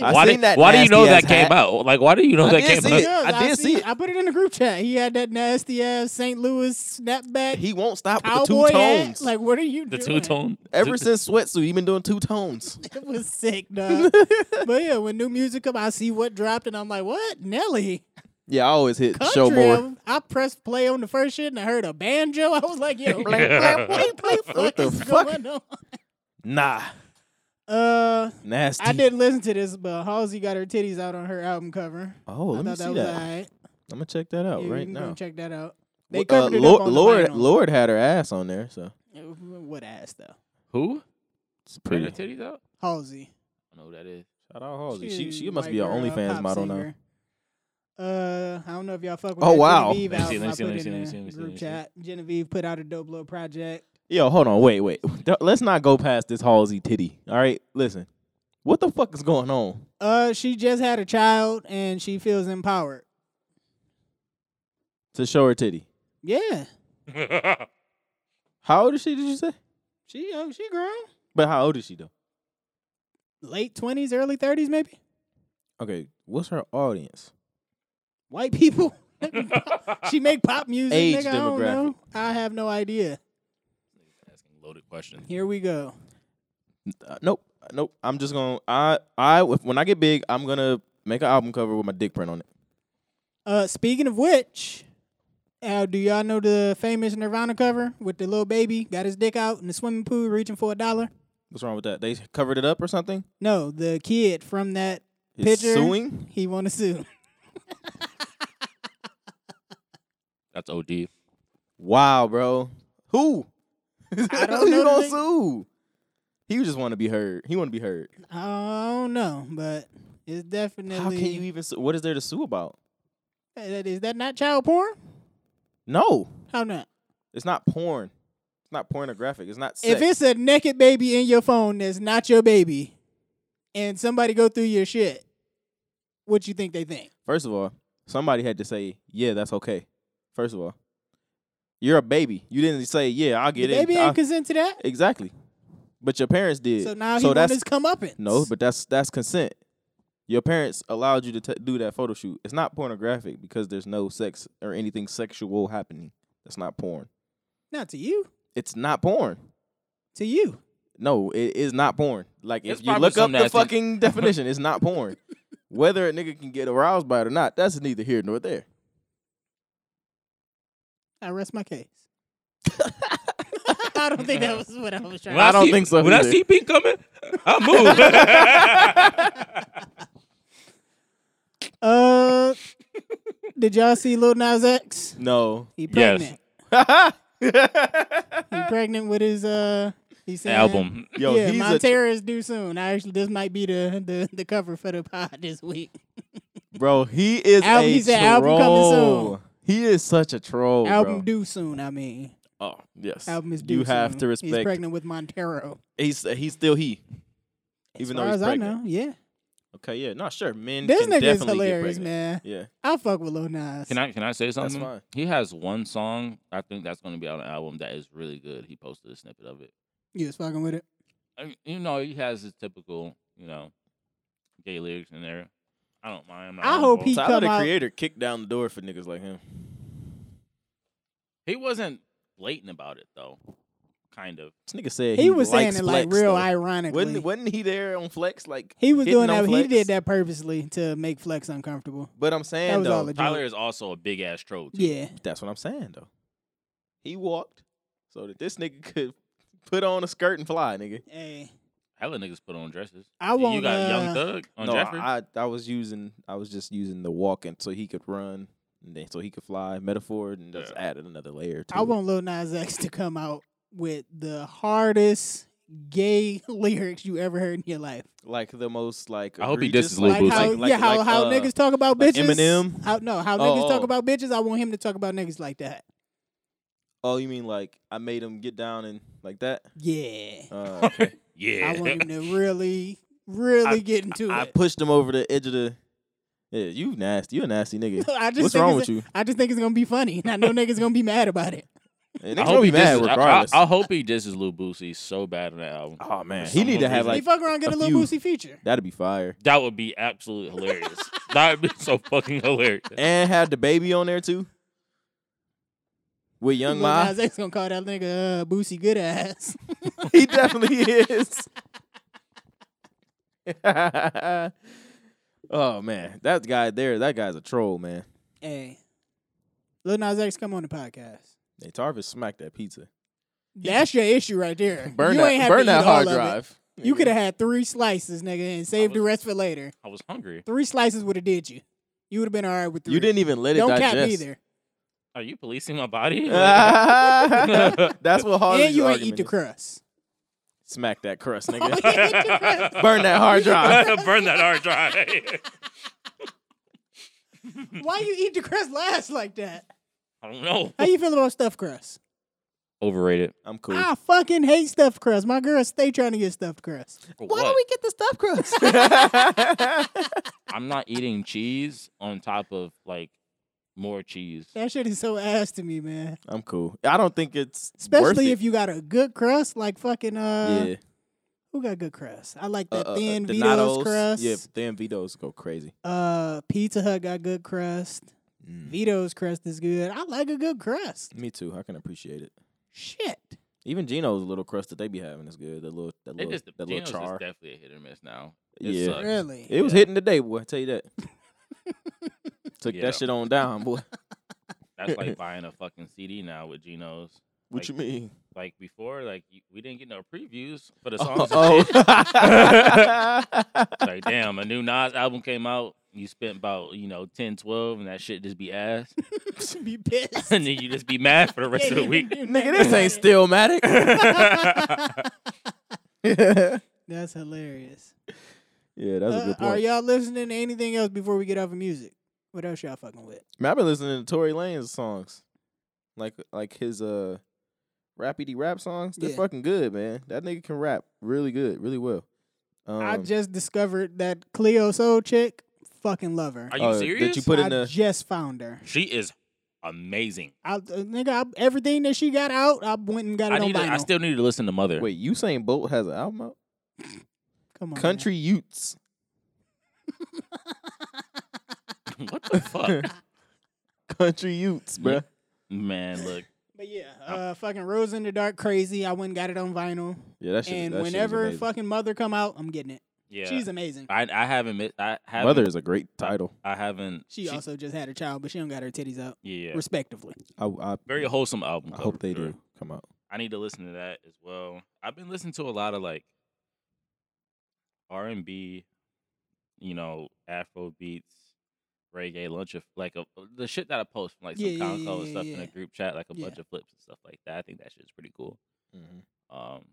I why seen did, that why do you know nasty-ass that came hat. out? Like, why do you know I that did came see out? it. I did see seen- it. I put it in the group chat. He had that nasty ass St. Louis snapback He won't stop with the cowboy two hat. tones. Like, what are you The two doing? tone. Ever since Sweatsuit, he been doing two tones. It was sick, dog. but yeah, when new music come, I see what dropped, and I'm like, what Nelly? Yeah, I always hit Country show more. album? I pressed play on the first shit, and I heard a banjo. I was like, yo, Blink, blink, blink. what the the fuck? fuck? is going on? Nah, Uh, nasty. I didn't listen to this, but Halsey got her titties out on her album cover. Oh, I let me thought see that that. was alright. I'm gonna check that out Yeah, right you can go now. and check that out. They Well, covered it Lord, up on Lord, the vinyl. Lord had her ass on there, so Uh, What ass though? Who? it's Pretty. titties out? Halsey. I don't know who that is. Shout out Halsey. She's She a she must white be an girl, OnlyFans pop model now. singer. Uh, I don't know if y'all fuck with Oh, that wow. Genevieve Let me see, album. I let me put see, let me in see, the let me see, let me group see. chat. Genevieve put out a dope little project. Yo, hold on, wait, wait. Don't- Let's not go past this Halsey titty. All right, listen. What the fuck is going on? Uh, she just had a child and she feels empowered. To show her titty. Yeah, How old is she? Did you say? she oh she grown, But how old is she though? late twenties, early thirties, maybe. Okay, what's her audience? White people. she make pop music. Age nigga, I don't demographic. know. I have no idea. Asking loaded questions. Here we go. Uh, nope, uh, nope. I'm just gonna. I I if- when I get big, I'm gonna make an album cover with my dick print on it. Uh, speaking of which, uh, do y'all know the famous Nirvana cover with the little baby got his dick out in the swimming pool reaching for a dollar? What's wrong with that? They covered it up or something? No, the kid from that It's picture suing. he want to sue. That's OD. Wow, bro. Who? I don't Who you know gonna the nigga. sue? He just want to be heard. He want to be heard. I don't know, but it's definitely. How can you e- even? Sue? What is there to sue about? Uh, Is that not child porn? No, How not? it's not porn. It's not pornographic. It's not. Sex. If it's a naked baby in your phone that's not your baby, and somebody go through your shit, what you think they think? First of all, somebody had to say, "Yeah, that's okay." First of all, you're a baby. You didn't say, "Yeah, I'll get the in." baby I'll-" ain't consent to that. exactly, but your parents did. So now he so want that's his comeuppance. no, but that's that's consent. Your parents allowed you to t- do that photo shoot. It's not pornographic because there's no sex or anything sexual happening. That's not porn. not to you. It's not porn. To you. No, it is not porn. Like It's if you probably look up something the that's in- fucking definition, it's not porn. Whether a nigga can get aroused by it or not, that's neither here nor there. I rest my case. I don't think that was what I was trying. When I to don't see- think so When I either. see pink coming, I Uh, did y'all see Lil Nas X? No. He Yes. pregnant. Yo, He pregnant with his uh. He move. said Album. yeah, he's my a terror is due soon. I actually, this might be the the, the cover for the pod this week. bro. He is Album- a he said album troll. coming He is such a troll, album bro. due soon. I mean, Oh yes, album is due. you have soon. to He's respect. pregnant with Montero. He's uh, he's still he. Even though as far he's as pregnant. I know, yeah. Okay, yeah, not sure. Men This can nigga is definitely hilarious, get pregnant. man. Yeah, I fuck with Lil Nas. Can I can I say something? fine. He has one song. I think that's going to be on an album that is really good. He posted a snippet of it. You was fucking with it. I, you know, he has his typical, you know, gay lyrics in there. I don't mind. I'm not I on hope board. He Tyler come the out- Creator kicked down the door for niggas like him. he wasn't blatant about it though. Kind of. This nigga said He, he, was saying likes it like flex, real though. ironically. Wasn't wasn't he there on flex? Like he was hitting doing on that. He Flex? did that purposely to make Flex uncomfortable. But I'm saying that was though, all a joke. Tyler is also a big ass troll. Too. Yeah, that's what I'm saying though. He walked so that this nigga could put on a skirt and fly, nigga. hey, Hella niggas put on dresses. I You- won't. You got uh, Young Thug on no, Jeffrey. I I was using I was just using the walking so he could run and then so he could fly metaphor and just Yeah. added another layer to I it. want Lil Nas X to come out with the hardest gay lyrics you ever heard in your life. like the most like I hope he egregious, disses Lil Like Boosie. how, like- yeah, how, like, how uh, niggas talk about like bitches. Eminem? How, no, how Oh, niggas talk oh. about bitches. I want him to talk about niggas like that. Oh, you mean like I made him get down and like that? Yeah, Uh, okay. yeah. I want him to really, really get into I it. pushed him over the edge of the. Yeah, you nasty. You a nasty nigga. I just What's think wrong it's with you? I just think it's gonna be funny. And I know niggas gonna be mad about it. And I niggas hope gonna he be mad disses. I- I, regardless. I hope he disses Lil Boosie so bad on that album. oh man, For he need some to have reason. he like fuck around get a a little few. Boosie feature. that'd be fire. That would be absolutely hilarious. that would be so fucking hilarious. and have the baby on there too. With Young Lil Ma, Nas X gonna call that nigga uh, Boosie good ass. he definitely is. oh man, that guy there, that guy's a troll, man. hey, Lil Nas X, come on the podcast. Hey, Tarvis smacked that pizza. That's your issue right there. Burn you that, ain't have burn to that eat all hard of it. drive. You could have had three slices, nigga, and saved the was- rest for later. I was hungry. Three slices would have did you. You would have been all right with three. You didn't even let it Don't digest. cap either. Are you policing my body? That's what hard. and you ain't eat the crust. Smack that crust, Oh, nigga. you ain't eat the crust. Burn that hard drive. Burn that hard drive. Why you eat the crust last like that? I don't know. How you feel about stuffed crust? Overrated. I'm cool. I fucking hate stuffed crust. My girl stay trying to get stuffed crust. Why For what? don't we get the stuffed crust? I'm not eating cheese on top of like more cheese. That shit is so ass to me, man. I'm cool. I don't think it's Especially worth if you got a good crust, like fucking uh, it. yeah. who got good crust? I like Uh, that uh, uh, thin Vito's Donato's. crust. Yeah, thin Vito's go crazy. Mm. Uh, Pizza Hut got good crust. Mm-hmm. Vito's crust is good. I like a good crust. Me too. I can appreciate it. Shit. Even Gino's little crust that they be having is good. That little that They little just that little Gino's is char. definitely a hit or miss now. It yeah, sucks. Really? it was Yeah. hitting today, boy. I tell you that. Took Yeah. that shit on down, boy. That's like buying a fucking CD now with Geno's. What Like- you mean? Like before, like you- we didn't get no previews for the Oh, songs. and shit. oh. Like damn, a new Nas album came out. You spent about you know 10, 12, and that shit just be ass, should be pissed. and then you just be mad for the rest of the week. nigga, this ain't stillmatic. yeah, That's hilarious. that's a Uh, good Are point. y'all listening to anything else before we get off of music? What else y'all fucking with? Man, I've been listening to Tory Lane's songs, like like his uh, rappity rap songs. They're Yeah. fucking good, man. That nigga can rap really good, really well. Um, I just discovered that Cleo Soul Chick, fucking love her. Are you uh, serious? That you put in I the just found her. she is amazing. I, uh, nigga, I, everything that she got out, I went and got it I on need. To, vinyl. I still need to listen to Mother. wait. Usain Bolt has an album out. Come on, man. Country Utes. what the fuck, Country Utes, bruh. man? Look, But yeah, uh, fucking Rose in the Dark, crazy. I went and got it on vinyl. Yeah, that shit. and that shit is whenever amazing. fucking Mother come out, I'm getting it. yeah. She's amazing. I I haven't. mi- I haven't. Mother is a great title. I haven't. She, also just had a child, but she don't got her titties out, Yeah. respectively. I, I, Very wholesome album. I cover, hope they Oh, sure. do come out. I need to listen to that as well. I've been listening to a lot of like R and B, you know, Afro beats, reggae, lunch of like a, uh, the shit that I post from like some Yeah, yeah, Conco yeah, and yeah, stuff in yeah. a group chat, like a Yeah. bunch of flips and stuff like that. I think that shit's pretty cool. Um,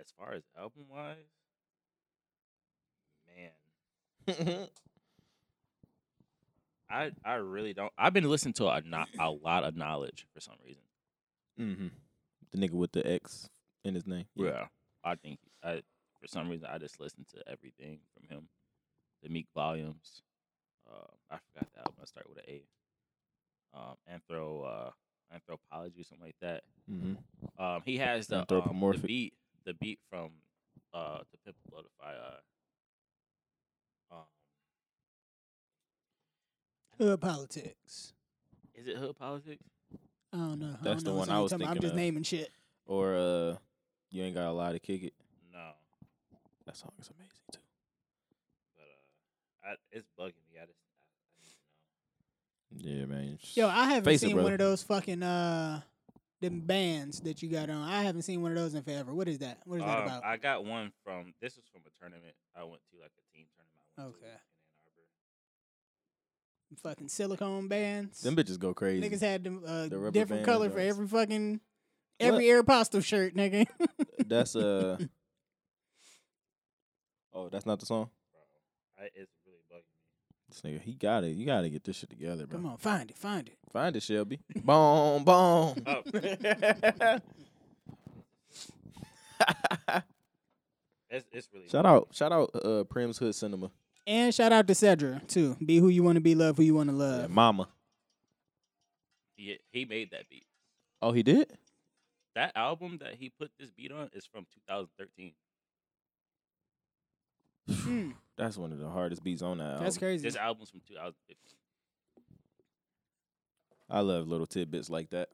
as far as album wise, man, Mm-hmm. I I really don't. I've been listening to a no- a lot of knowledge for some reason. Mm-hmm. The nigga with the X in his name. Yeah. I think I for some reason I just listened to everything from him. The Meek volumes. Uh, I forgot the album. I start with an A. Um, Anthro uh, Anthropology or something like that. Mm-hmm. Um, he has the, um, Anthropomorphic. the beat the beat from uh the Pimp a Butterfly uh, um, Hood politics. is it Hood Politics? I don't know. I That's don't the know one what I song was you're talking about. thinking I'm just of. naming shit. Or uh, you ain't got a lot to kick it. No. That song is amazing too. But uh I, it's bugging me. I just I, Yeah, man. it's- Yo, I haven't Face it, seen one brother. of those fucking uh them bands that you got on. I haven't seen one of those in forever. What is that? What is don't know. that Um, about? I got one from this was from a tournament I went to, like a team tournament I went to Okay. in Ann Arbor. fucking silicone bands. Them bitches go crazy. Niggas had them uh, The rubber different band color for joints. every fucking every Aeropostale shirt, nigga. That's uh. oh, that's not the song. bro. I, it's really bugging me. This nigga, he got it. You gotta get this shit together, bro. Come on, find it, find it. Find it, Shelby. boom, boom. Oh. Oh. It's, it's really shout out, shout out, uh, Prim's Hood Cinema. And shout out to Cedra too. Be who you want to be, love who you want to Yeah, love. mama. He, he made that beat. Oh, he did. That album that he put this beat on is from 2013. Mm, That's one of the hardest beats on that. Oh. that's album. crazy. This album's from 2015. I love little tidbits like that.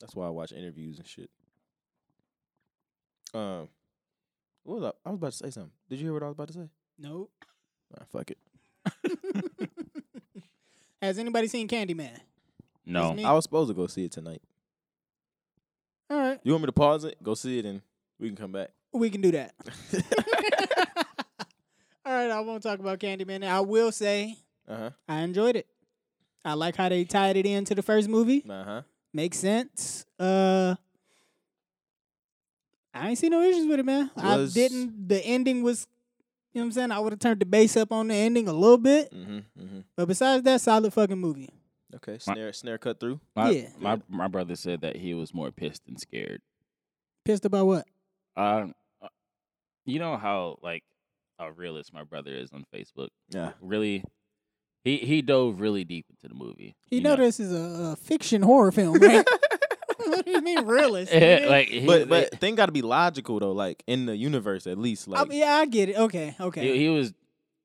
That's why I watch interviews and shit. Um, what was I? I was about to say something. Did you hear what I was about to say? Nope. Nah, fuck it. Has anybody seen Candyman? No, It's me. I was supposed to go see it tonight. All right, You want me to pause it? Go see it, and we can come back. we can do that. All right, I won't talk about Candyman. I will say Uh huh. I enjoyed it. I like how they tied it into the first movie. Uh huh. Makes sense. Uh I ain't see no issues with it, man. Was- I didn't the ending was you know what I'm saying? I would have turned the bass up on the ending a little Mm. bit. Mhm. Mhm. But besides that, solid fucking movie. Okay. Snare. Snare cut through. my, yeah. my my brother said that he was more pissed than scared. Pissed about what? Uh, uh, you know how like a realist my brother is on Facebook. Yeah. Really, he he dove really deep into the movie. You, you know, this is a, a fiction horror film, right? what do you mean realist? nigga? like, he, But but thing got to be logical though. Like in the universe, at least. I- Like yeah, I get it. Okay, okay. he, he was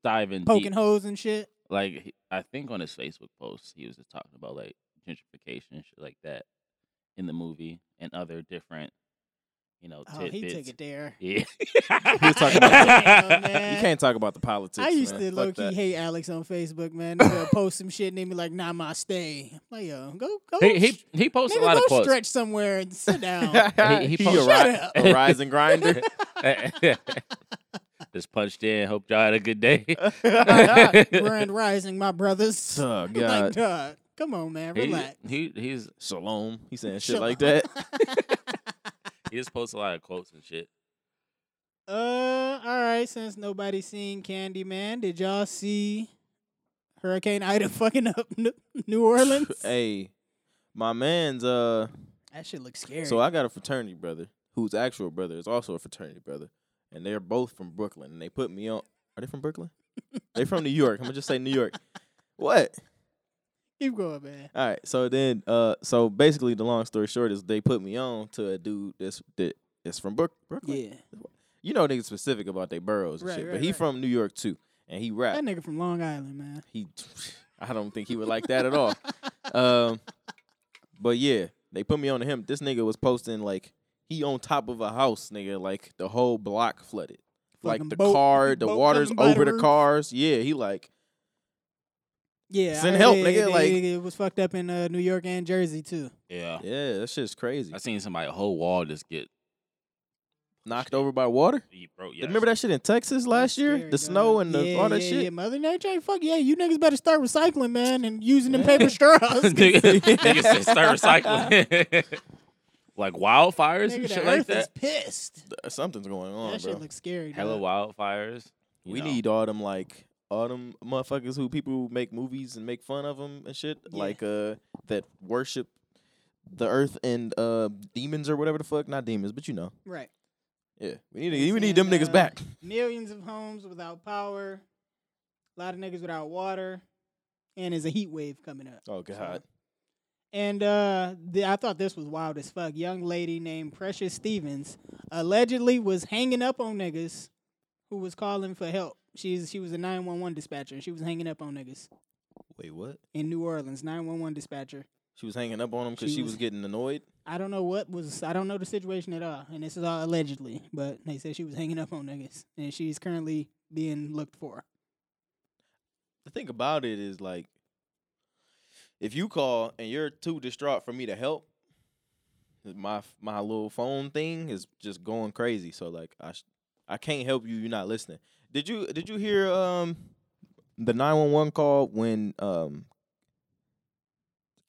diving deep. Poking holes and shit. like he- I think on his Facebook post, he was just talking about like gentrification and shit like that in the movie and other different, you know, Oh, tidbits. he took it there. Yeah, He was talking about- Damn, you man. can't talk about the politics. I used man. to Fuck low key that. hate Alex on Facebook, man. Nigga post some shit and they be like, Namaste. I'm Like, yo, go, go. He he, sh- he posted nigga, a lot go of quotes. stretch somewhere and sit down. He- he a, posted- Shut ri- up. a rising grinder. just punched in. Hope y'all had a good day. Grand Rising, my brothers. oh Like, God, dog, come on, man, he, relax. he he's Shalom. He saying shit Shut like up. that. he just posts a lot of quotes and shit. uh, all right. Since nobody's seen Candyman, did y'all see Hurricane Ida fucking up N- New Orleans? hey, my man's uh. that shit looks scary. So I got a fraternity brother whose actual brother is also a fraternity brother, and they're both from Brooklyn. And they put me on. Are they from Brooklyn? they from New York. I'm gonna just say New York. What? Keep going, man. All right. So then, uh, so basically, the long story short is they put me on to a dude that's that is from Brook Brooklyn. Yeah. You know, they specific about their boroughs and Right, shit, right, but he right. from New York too, and he rap. That nigga from Long Island, man. he I don't think he would like that at all. Um but yeah, they put me on to him. This nigga was posting like he on top of a house, nigga, like the whole block flooded. Fucking like the boat- car, the boat water's coming by over the, roof. cars. Yeah, he like Yeah. I Send heard help, it- nigga, it- like- it, it was fucked up in uh, New York and Jersey too. Yeah. yeah, that shit's crazy. I seen somebody whole wall just get Knocked over by water. he broke. Yes. Remember that shit in Texas last That's year? scary, the dog. snow and the, Yeah, all that yeah, shit. Yeah, Mother Nature ain't fuck. Yeah, you niggas better start recycling, man, and using them Yeah. paper straws. nigga, nigga said start recycling. like wildfires Nigga, and the shit earth like is that. pissed. Th- Something's going on, that bro. shit looks scary. Hella dog. wildfires. you we know. need all them like all them motherfuckers who people who make movies and make fun of them and shit Yeah. like uh that worship the earth and uh demons or whatever the fuck not demons but you know Right. yeah we need Yes, we need them and, niggas uh, back Millions of homes without power. A lot of niggas without water. And there's a heat wave coming up. oh god And uh, the, I thought this was wild as fuck. Young lady named Precious Stevens allegedly was hanging up on niggas who was calling for help. She's she was a 911 dispatcher. and She was hanging up on niggas wait what in New Orleans. 911 dispatcher. she was hanging up on them because She she was- was getting annoyed I don't know what was I don't know the situation at all. And this is all allegedly, but they said she was hanging up on niggas and she's currently being looked for. the thing about it is like if you call and you're too distraught for me to help my my little phone thing is just going crazy so like i sh- i can't help you you're not listening did you did you hear um the 911 call when um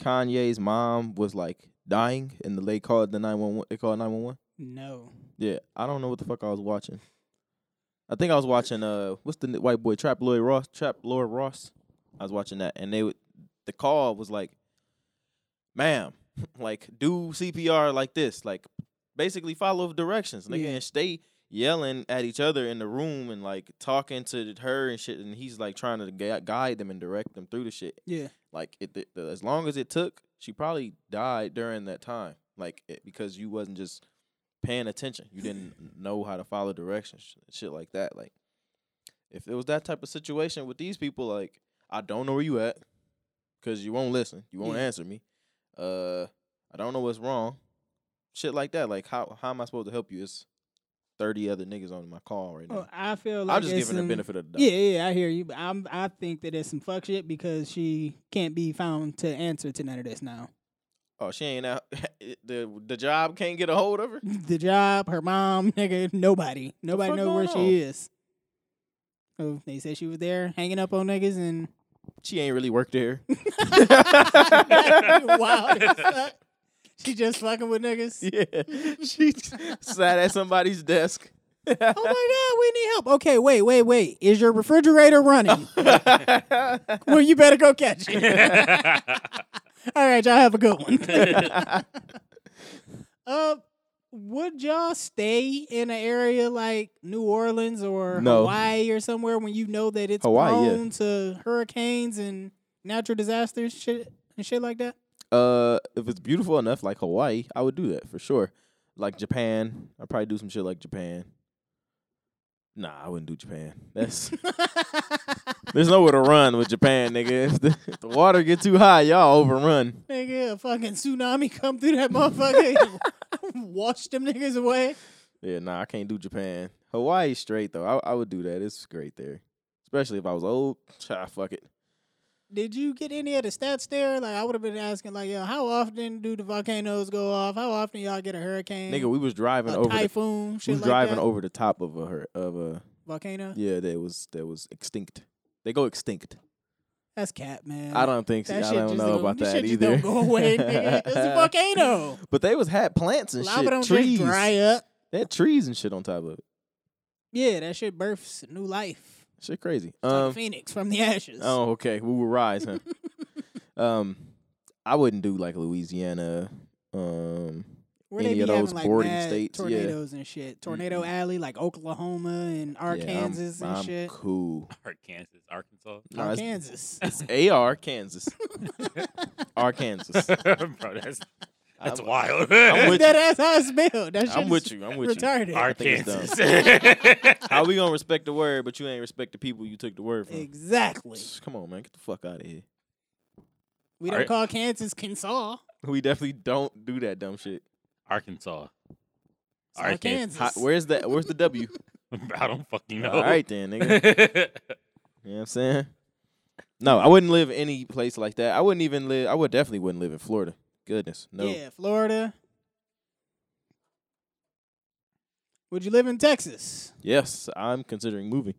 kanye's mom was like dying and they called the 911 they called 911 No. yeah i don't know what the fuck i was watching i think i was watching uh what's the n- white boy trap lloyd ross trap lloyd ross I was watching that, and they would the call was like, "Ma'am, like do CPR like this, like basically follow directions, nigga, Yeah. and stay yelling at each other in the room and like talking to her and shit." And he's like trying to gu- guide them and direct them through the shit. Yeah. Like it, the, the, as long as it took, she probably died during that time, like it, because you wasn't just paying attention, you didn't know how to follow directions, shit like that, like. If it was that type of situation with these people, like I don't know where you at because you won't listen. You won't Yeah. answer me. Uh, I don't know what's wrong. Shit like that. Like how how am I supposed to help you? It's thirty other niggas on my call right now. Well, Oh, I feel like I'm just it's giving some- the benefit of the doubt. Yeah, yeah, I hear you. But I'm I think that it's some fuck shit because she can't be found to answer to none of this now. Oh, she ain't out. the the job can't get a hold of her. The job, her mom, nigga, nobody. Nobody fuck know where going she is. So they said she was there hanging up on niggas and She ain't really worked there. wild as fuck. She just fucking with niggas. yeah, she sat at somebody's desk. Uh, Oh my god, we need help. Okay, wait, wait, wait. Is your refrigerator running? well, you better go catch it. All right, y'all have a good one. uh, would y'all stay in an area like New Orleans or No. Hawaii or somewhere when you know that it's Hawaii, yeah. prone to hurricanes and natural disasters, shit and shit like that? Uh, if it's beautiful enough, like Hawaii, I would do that for sure. Like Japan, I'd probably do some shit like Japan. Nah, I wouldn't do Japan. That's there's nowhere to run with Japan, nigga. If the, if the water get too high, y'all overrun. Nigga, a fucking tsunami come through that motherfucker, and wash them niggas away. Yeah, nah, I can't do Japan. Hawaii straight though. I I would do that. It's great there, especially if I was old. Ah, fuck it. Did you get any of the stats there? Like I would have been asking, like, yo, how often do the volcanoes go off? How often y'all get a hurricane? Nigga, we was driving a over. The, typhoon, we shit was like driving that. over the top of a hur- of a volcano. yeah. That was that was extinct. They go extinct. That's cap, man. I don't think so. That I shit don't just know don't- about this that shit just either. don't go away, nigga. It's a volcano. But they was had plants and Lava shit, don't trees. just dry up. They had trees and shit on top of it. Yeah, that shit births new life. Shit crazy. It's like Um. Phoenix from the ashes. Oh, okay. We will rise, huh? um, I wouldn't do like Louisiana, um, Where they any be of having those like boarding mad states, yeah. tornadoes and shit. Tornado Alley, like Oklahoma and yeah, Arkansas I'm, and I'm shit. Cool. Arkansas, Arkansas. No, it's- Arkansas. it's AR Kansas. Arkansas. Bro, that's that's I'm- wild. I'm with that ass how it's spelled. That shit I'm with is you. I'm with you. retarded. think it's Arkansas. How we gonna respect the word, but you ain't respect the people you took the word from? Exactly. Come on, man, get the fuck out of here. We don't Alright. call Kansas Kansas. We definitely don't do that dumb shit. Arkansas. It's Alright, Kansas. Arkansas. Hi- where's that? Where's the W? I don't fucking know. All right then, nigga. That's You know what I'm saying? No, I wouldn't live any place like that. I wouldn't even live. I would definitely wouldn't live in Florida. Goodness, no. Yeah, Florida. Would you live in Texas? Yes, I'm considering moving.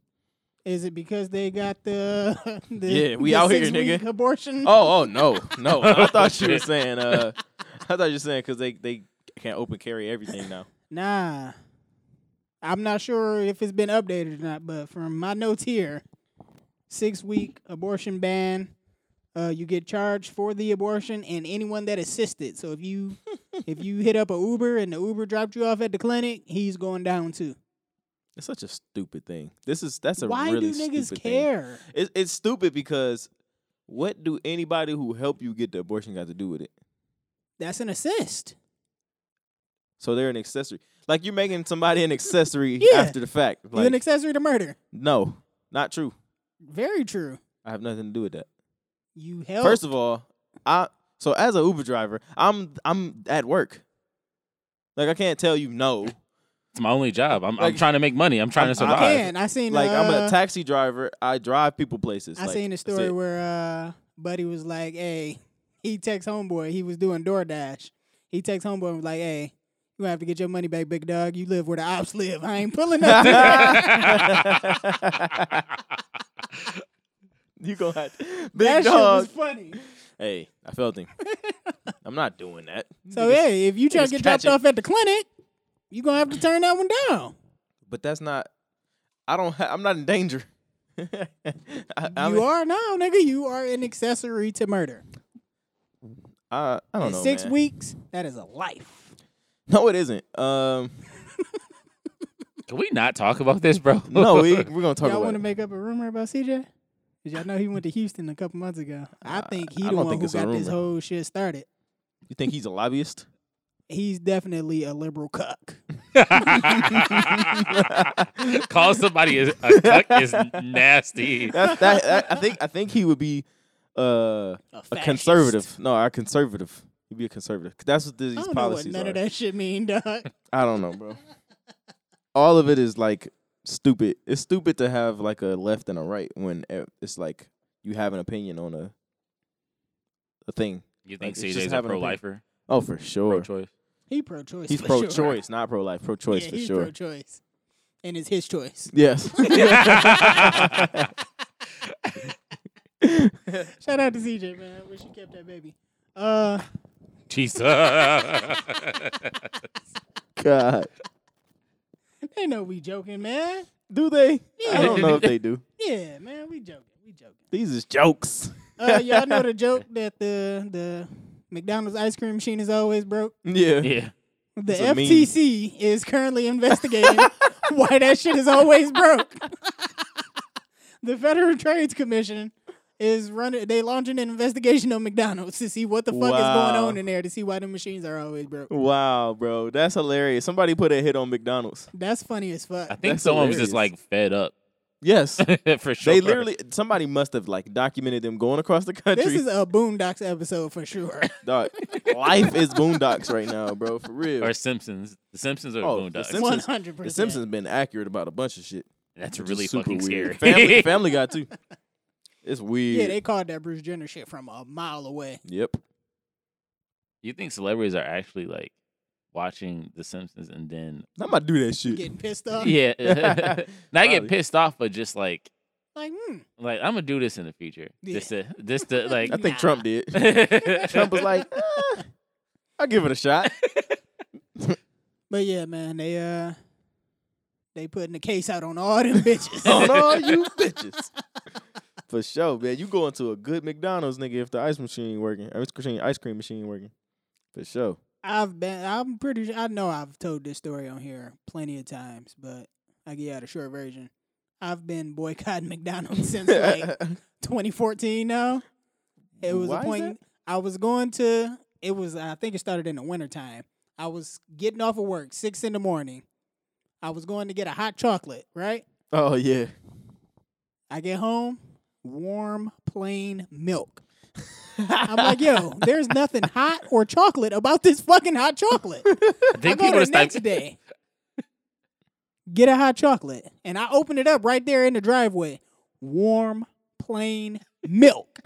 Is it because they got the, the Yeah, we the out here, six-week nigga. Abortion. Oh, oh no, no. I thought you were Shit. saying. Uh, I thought you were saying because they they can't open carry everything now. Nah. I'm not sure if it's been updated or not, but from my notes here, six week abortion ban. Uh, you get charged for the abortion and anyone that assisted. So if you if you hit up a Uber and the Uber dropped you off at the clinic, he's going down too. It's such a stupid thing. This is that's a Why really do niggas stupid thing. care? It's it's stupid because what do anybody who help you get the abortion got to do with it? That's an assist. So they're an accessory. Like you're making somebody an accessory Yeah. after the fact. You're Like an accessory to murder. no, not true. Very true. I have nothing to do with that. You help. First of all, I so as a Uber driver, I'm I'm at work. Like I can't tell you no. my only job. I'm, I'm Like- trying to make money. I'm trying I'm- to I'm- survive. I- and I seen Like I'm uh, a taxi driver. I drive people places. I like, seen a that's story it. where uh Buddy was like, "Hey," he texts homeboy. He was doing DoorDash. He texts homeboy and was like, "Hey, you gonna have to get your money back, big dog. You live where the ops live. I ain't pulling up." to that." you gonna have to, big that shit dog. was funny. hey, I felt him. I'm not doing that. So hey, if you try to niggas get dropped catching- off at the clinic, you gonna have to turn that one down. but that's not. I don't. Ha- I'm not in danger. I, I'm- you are now, nigga. You are an accessory to murder. I, I don't In know. six man. weeks, that is a life. No, it isn't. Um, Can we not talk about this, bro? no, we, we're gonna talk y'all about. want to it. make up a rumor about CJ? Cause y'all know he went to Houston a couple months ago. I think he Uh, I the don't one think who it's a got this rumor. whole shit started. You think he's a lobbyist? he's definitely a liberal cuck. Call somebody a, a cuck is nasty. That's that, that. I think. I think he would be uh, A, a fascist. conservative. No, a conservative. He'd be a conservative. 'Cause That's what I these don't know what policies none are. of that shit mean, dog. I don't know, bro. All of it is like stupid. It's stupid to have like a left and a right when e- it's like you have an opinion on a a thing. You Like, think it's just CJ's a having a pro thing. lifer? Oh, for sure. choice. He pro-choice. He's for pro-choice, sure. not pro-life. Pro-choice yeah, for he's sure. pro-choice, and it's his choice. yes. Shout out to CJ, man. I wish you kept that baby. Uh, Jesus. God. they know we joking, man. Do they? I don't know if they do. Yeah, man, we joking. We joking. These is jokes. Uh, y'all know the joke that the the McDonald's ice cream machine is always broke. Yeah. yeah. The It's a meme. FTC is currently investigating why that shit is always broke. the Federal Trade Commission is running they launching an investigation on McDonald's to see what the fuck is going Wow. on in there to see why the machines are always broke. Wow, bro. That's hilarious. Somebody put a hit on McDonald's. That's funny as fuck. I think That's someone was hilarious. just like fed up Yes. for sure. They literally somebody must have like documented them going across the country. This is a Boondocks episode for sure. Dog, life is boondocks right now, bro. For real. or Simpsons. The Simpsons Oh, are oh, The boondocks. Simpsons. One hundred the percent. Simpsons been accurate about a bunch of shit. That's which is really super fucking weird. scary. Family, family Guy too. It's weird. Yeah, they called that Bruce Jenner shit from a mile away. yep. you think celebrities are actually like watching The Simpsons and then I'm about to do that shit. Getting pissed off. yeah, not Probably. get pissed off, but just like Like, hmm. like I'm gonna do this in the future. Yeah. Just to just to like I think Trump did. Trump Trump was like, "Ah, I'll give it a shot. But yeah, man, they uh they putting the case out on all them bitches. on all you bitches. For sure, man. You going to a good McDonald's, nigga, if the ice machine ain't working. Ice cream, ice cream machine ain't working. For sure. I've been. I'm pretty. sure I know I've told this story on here plenty of times, but I give you the short version. I've been boycotting McDonald's since like 2014. Now it was Why a is point. I was going to. It was. I think it started in the wintertime. I was getting off of work six in the morning. I was going to get a hot chocolate. Right. that? Oh yeah. I get home, warm plain milk. I'm like, yo, there's nothing hot or chocolate about this fucking hot chocolate. I I think go people the just like, next day, get a hot chocolate, and I open it up right there in the driveway. Warm, plain milk.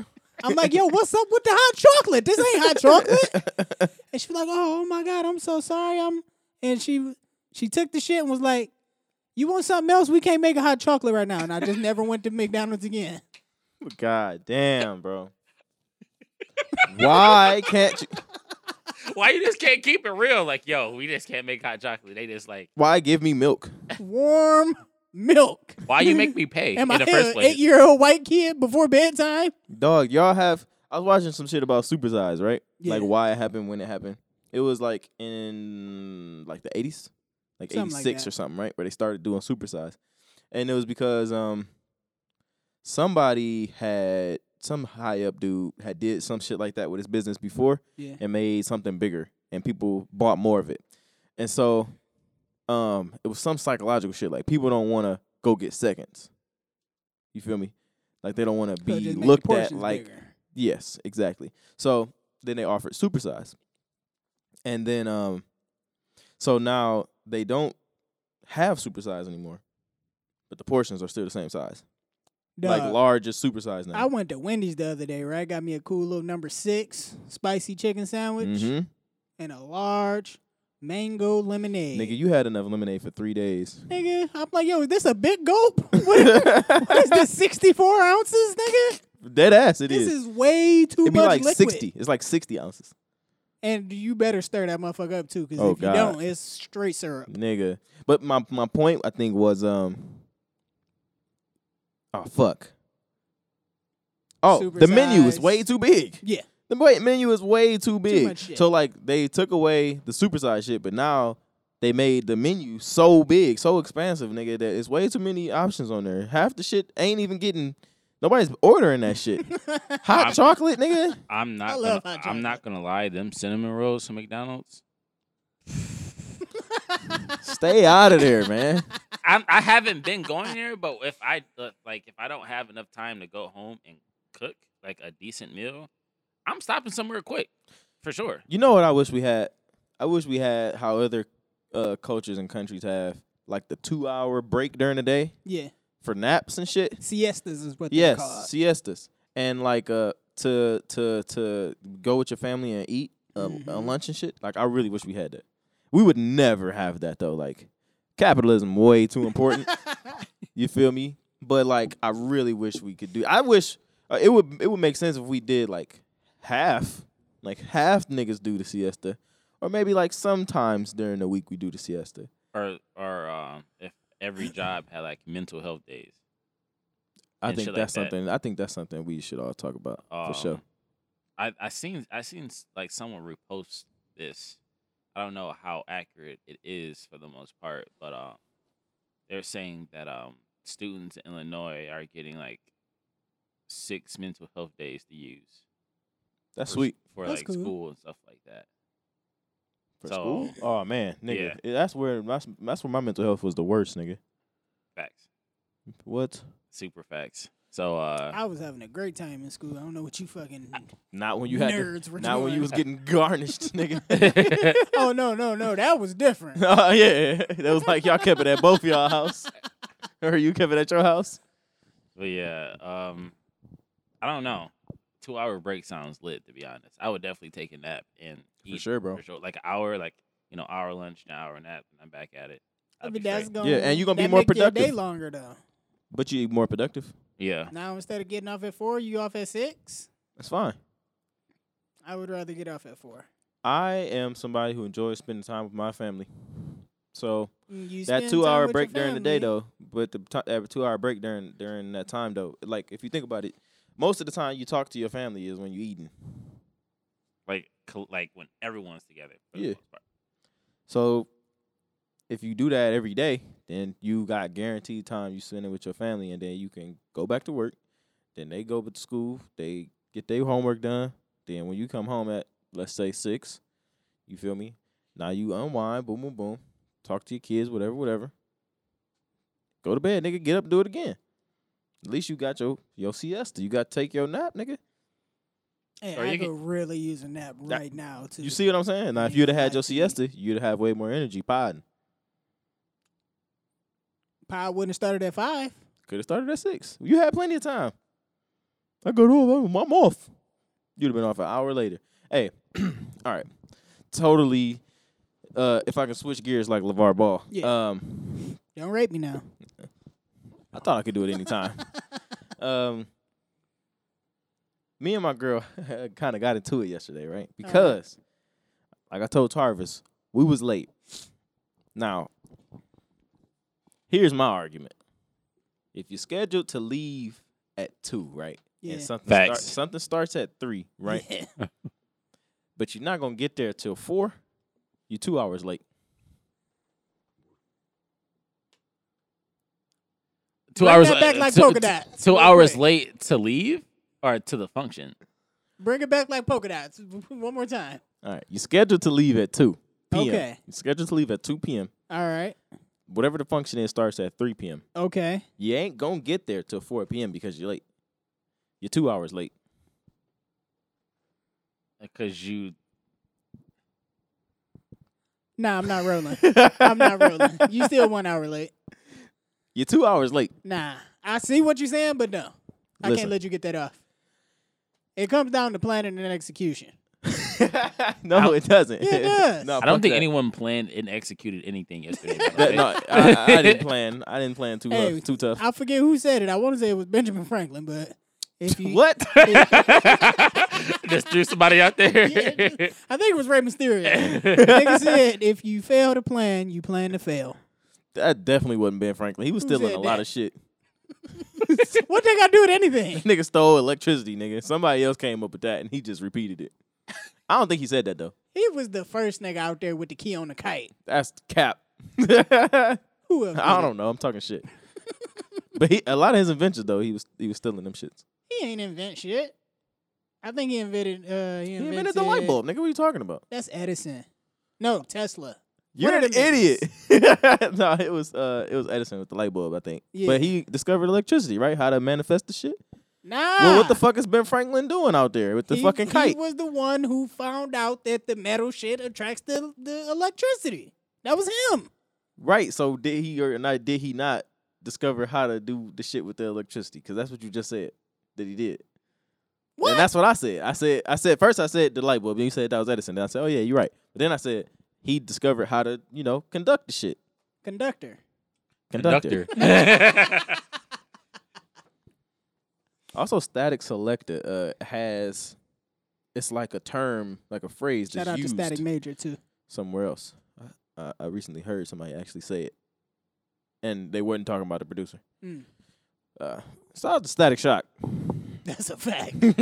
I'm like, yo, what's up with the hot chocolate? This ain't hot chocolate. And she's like, oh, oh my god, I'm so sorry. I'm and she she took the shit and was like, you want something else? We can't make a hot chocolate right now. And I just never went to McDonald's again. God damn, bro. Why can't you? why you just can't keep it real? Like, yo, we just can't make hot chocolate. They just like, Why give me milk? Warm milk. why you make me pay Am in I the first an place? eight year old white kid before bedtime? Dog, y'all have. I was watching some shit about supersize, right? Like Yeah. why it happened when it happened. It was like in like the eighties, like eighty Something like six that. or something, right? Where they started doing supersize, and it was because um somebody had some high up dude had did some shit like that with his business before, Yeah. and made something bigger, and people bought more of it, and so um it was some psychological shit like people don't want to go get seconds. You feel me? Like they don't want to So be just make the looked at portions like bigger. Yes, exactly. So then they offered supersize. And then um so now they don't have supersize anymore. But the portions are still the same size. Like Dog, large is supersize I now. went to Wendy's the other day, right? Got me a cool little number six spicy chicken sandwich Mhm. and a large mango lemonade. Nigga, you had enough lemonade for three days. Nigga, I'm like, yo, is this a big gulp? What, what is this? 64 ounces, nigga? Dead ass it This is. is way too It'd be much like liquid. sixty. It's like sixty ounces. And you better stir that motherfucker up too, because Oh, if God. you don't, it's straight syrup. Nigga. But my my point I think was um Oh fuck. Oh, the menu is Supersize. way too big. Yeah. The boy- menu is way too big. much shit. So like they took away the supersize shit, but now they made the menu so big, so expansive, nigga, that it's way too many options on there. Half the shit ain't even getting nobody's ordering that shit. Hot I'm- chocolate, nigga. I'm not. Gonna, love hot I'm not gonna lie. Them cinnamon rolls from McDonald's. Stay out of there, man. I'm, I haven't been going there, but if I uh, like, if I don't have enough time to go home and cook like a decent meal, I'm stopping somewhere quick, for sure. You know what I wish we had? I wish we had how other uh, cultures and countries have like the two hour break during the day Yeah. for naps and shit. Siestas is what they're Yes, called. siestas, and like uh to to to go with your family and eat uh, a Mhm. lunch and shit. Like I really wish we had that. We would never have that though. Like capitalism way too important. you feel me? But like I really wish we could do. I wish uh, it would it would make sense if we did like half, like half niggas do the siesta, or maybe like sometimes during the week we do the siesta. Or, or um, if every job had like mental health days, I And think shit like that's that. something. I think that's something we should all talk about Um, for sure. I I seen I seen s- like someone repost this. I don't know how accurate it is for the most part, but um, they're saying that um, students in Illinois are getting like six mental health days to use. That's for, s- sweet. for That's like cool. school and stuff like that. For So- school? Oh man, nigga, that's where my, that's where my mental health was the worst, nigga. Facts, What? super facts. So uh, I was having a great time in school. I don't know what you fucking Not when you had, to, nerds were not when you was doing. getting garnished, nigga. Oh no, no, no, that was different. oh yeah, that was like y'all kept it at both y'all house, or you kept it at your house. but yeah, um, I don't know. Two hour break sounds lit to be honest. I would definitely take a nap and eat sure, bro. for sure. Like an hour, like you know, hour lunch, an hour nap, and I'm back at it. I That'd mean, be that's straight. gonna Yeah, and you gonna be that more make your Day productive. longer though. But you more productive. yeah. Now instead of getting off at four, you off at six. That's fine. I would rather get off at four. I am somebody who enjoys spending time with my family. So Mm, You that spend two time hour with your break during the day family. though, but the t- that two hour break during during that time though, like if you think about it, most of the time you talk to your family is when you eating. Like col- like when everyone's together. For Yeah. The most part. So if you do that every day, then you got guaranteed time you spending with your family, and then you can go back to work. Then they go to school, they get their homework done. Then when you come home at let's say six, you feel me? Now you unwind, boom, boom, boom. Talk to your kids, whatever, whatever. Go to bed, nigga. Get up, do it again. At least you got your your siesta. You got to take your nap, nigga. Hey, Or I you could can- really use a nap That- right now too. You see what I'm saying? Now, if Yeah, you'd have had I your see. siesta, you'd have way more energy podding. Pod wouldn't have started at five. Could have started at six. You had plenty of time. I go to I'm off. You'd have been off an hour later. Hey, all right. Totally. Uh, if I can switch gears like LeVar Ball. Yeah. Um, Don't rape me now. I thought I could do it anytime. um, me and my girl kind of got into it yesterday, right? Because, like I told Tarvis, we was late. Now, here's my argument: if you're scheduled to leave at two, right, Yeah. and something start, Facts. something starts at three, right, Yeah. but you're not gonna get there till four, you're two hours late. Two Bring hours that back uh, like two, polka two- dots. Two Real hours quick. late to leave or to the function. Bring it back like polka dots. One more time. All right, you're scheduled to leave at two p.m. Okay. You're scheduled to leave at two p.m. All right. Whatever the function is starts at three p.m. Okay. You ain't gonna get there till 4 p.m. because you're late. You're two hours late. Because you Nah, I'm not rolling. I'm not rolling. You still one hour late. You're two hours late. Nah, I see what you're saying, but no, I Listen. can't let you get that off. It comes down to planning and execution. no, it doesn't. Yeah, it does. no, I don't fuck think that. anyone planned and executed anything yesterday. by the That- way. no, I, I didn't plan. I didn't plan too Hey, rough, too tough. I forget who said it. I want to say it was Benjamin Franklin, but if you, what? Just threw somebody out there. Yeah, I think it was Ray Mysterio. Nigga said, if you fail to plan, you plan to fail. that definitely wasn't Ben Franklin. He was Who stealing a said lot that? of shit. What they got to do with anything? Nigga stole electricity, nigga. Somebody else came up with that and he just repeated it. I don't think he said that though. He was the first nigga out there with the key on the kite. That's cap. I Who else? did it? don't know. I'm talking shit. but he, a lot of his inventions though, he was he was stealing them shits. He ain't invent shit. I think he invented. Uh, he invented, He invented the light bulb, nigga. What are you talking about? That's Edison. No, Tesla. You're One an of them idiot. no, it was uh, it was Edison with the light bulb, I think. Yeah. But he discovered electricity, right? How to manifest the shit. Nah. Well, what the fuck is Ben Franklin doing out there with the Ah. he, fucking he kite? was the one who found out that the metal shit attracts the, the electricity. That was him. Right. So did he or not? Did he not discover how to do the shit with the electricity? Because that's what you just said that he did. What? And that's what I said. I said. I said first. I said the light bulb. Then you said that was Edison. Then I said, oh yeah, you're right. But then I said he discovered how to, you know, conduct the shit. Conductor. Conductor. Also, static selector uh, has it's like a term, like a phrase Shout that's out to used Static Major too. somewhere else. I- I, I recently heard somebody actually say it, and they weren't talking about the producer. Mm. Uh, shout out to Static Shock. That's a fact. what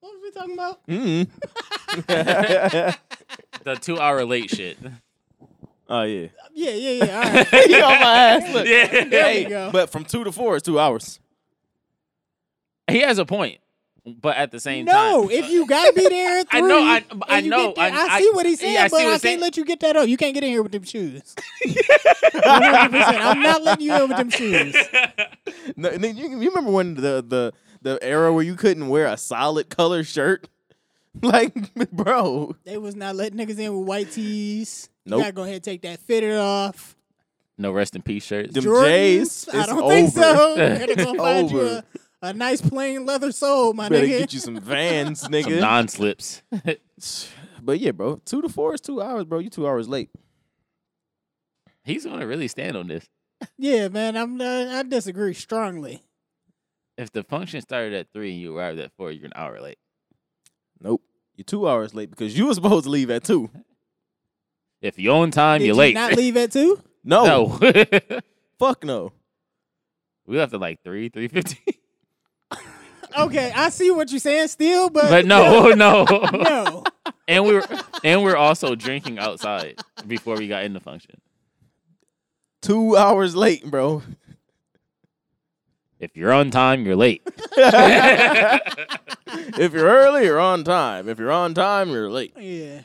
was we talking about? Hmm? Mm. the two hour late shit. oh yeah, Uh, Yeah, yeah, yeah. All right. he on my ass. Look, Yeah. There Hey, we go. but from two to four is two hours. He has a point. But at the same no, time. if you gotta be there at three, I know, I- and I you know, get there- I- I, I- see what he's saying, yeah, I but see what I he's can't saying. let you get that up. You can't get in here with them shoes. 100%. I'm not letting you in with them shoes. No, and then you, you remember when the, the the era where you couldn't wear a solid color shirt? Like, bro, They was not letting niggas in with white tees. You Nope. gotta go ahead and take that fitted off. No rest in peace shirts. Them Jordans? J's, I it's don't think over. so. They're gonna find you Over. a, a nice plain leather sole, my better nigga. get you some Vans, Some nigga. non slips. But yeah, bro, two to four is two hours, bro. You two hours late. He's going to really stand on this. Yeah, man, I'm uh, I disagree strongly. If the function started at three and you arrived at four, you're an hour late. Nope, you're two hours late because you were supposed to leave at two. If you're on time, Did you're you late. not leave at two? No, no. fuck no. we left at like three, three fifteen. okay, I see what you're saying still, but But no, no. no. and we were and we were also drinking outside before we got in the function. Two hours late, bro. If you're on time, you're late. if you're early, you're on time. If you're on time, you're late. Yeah.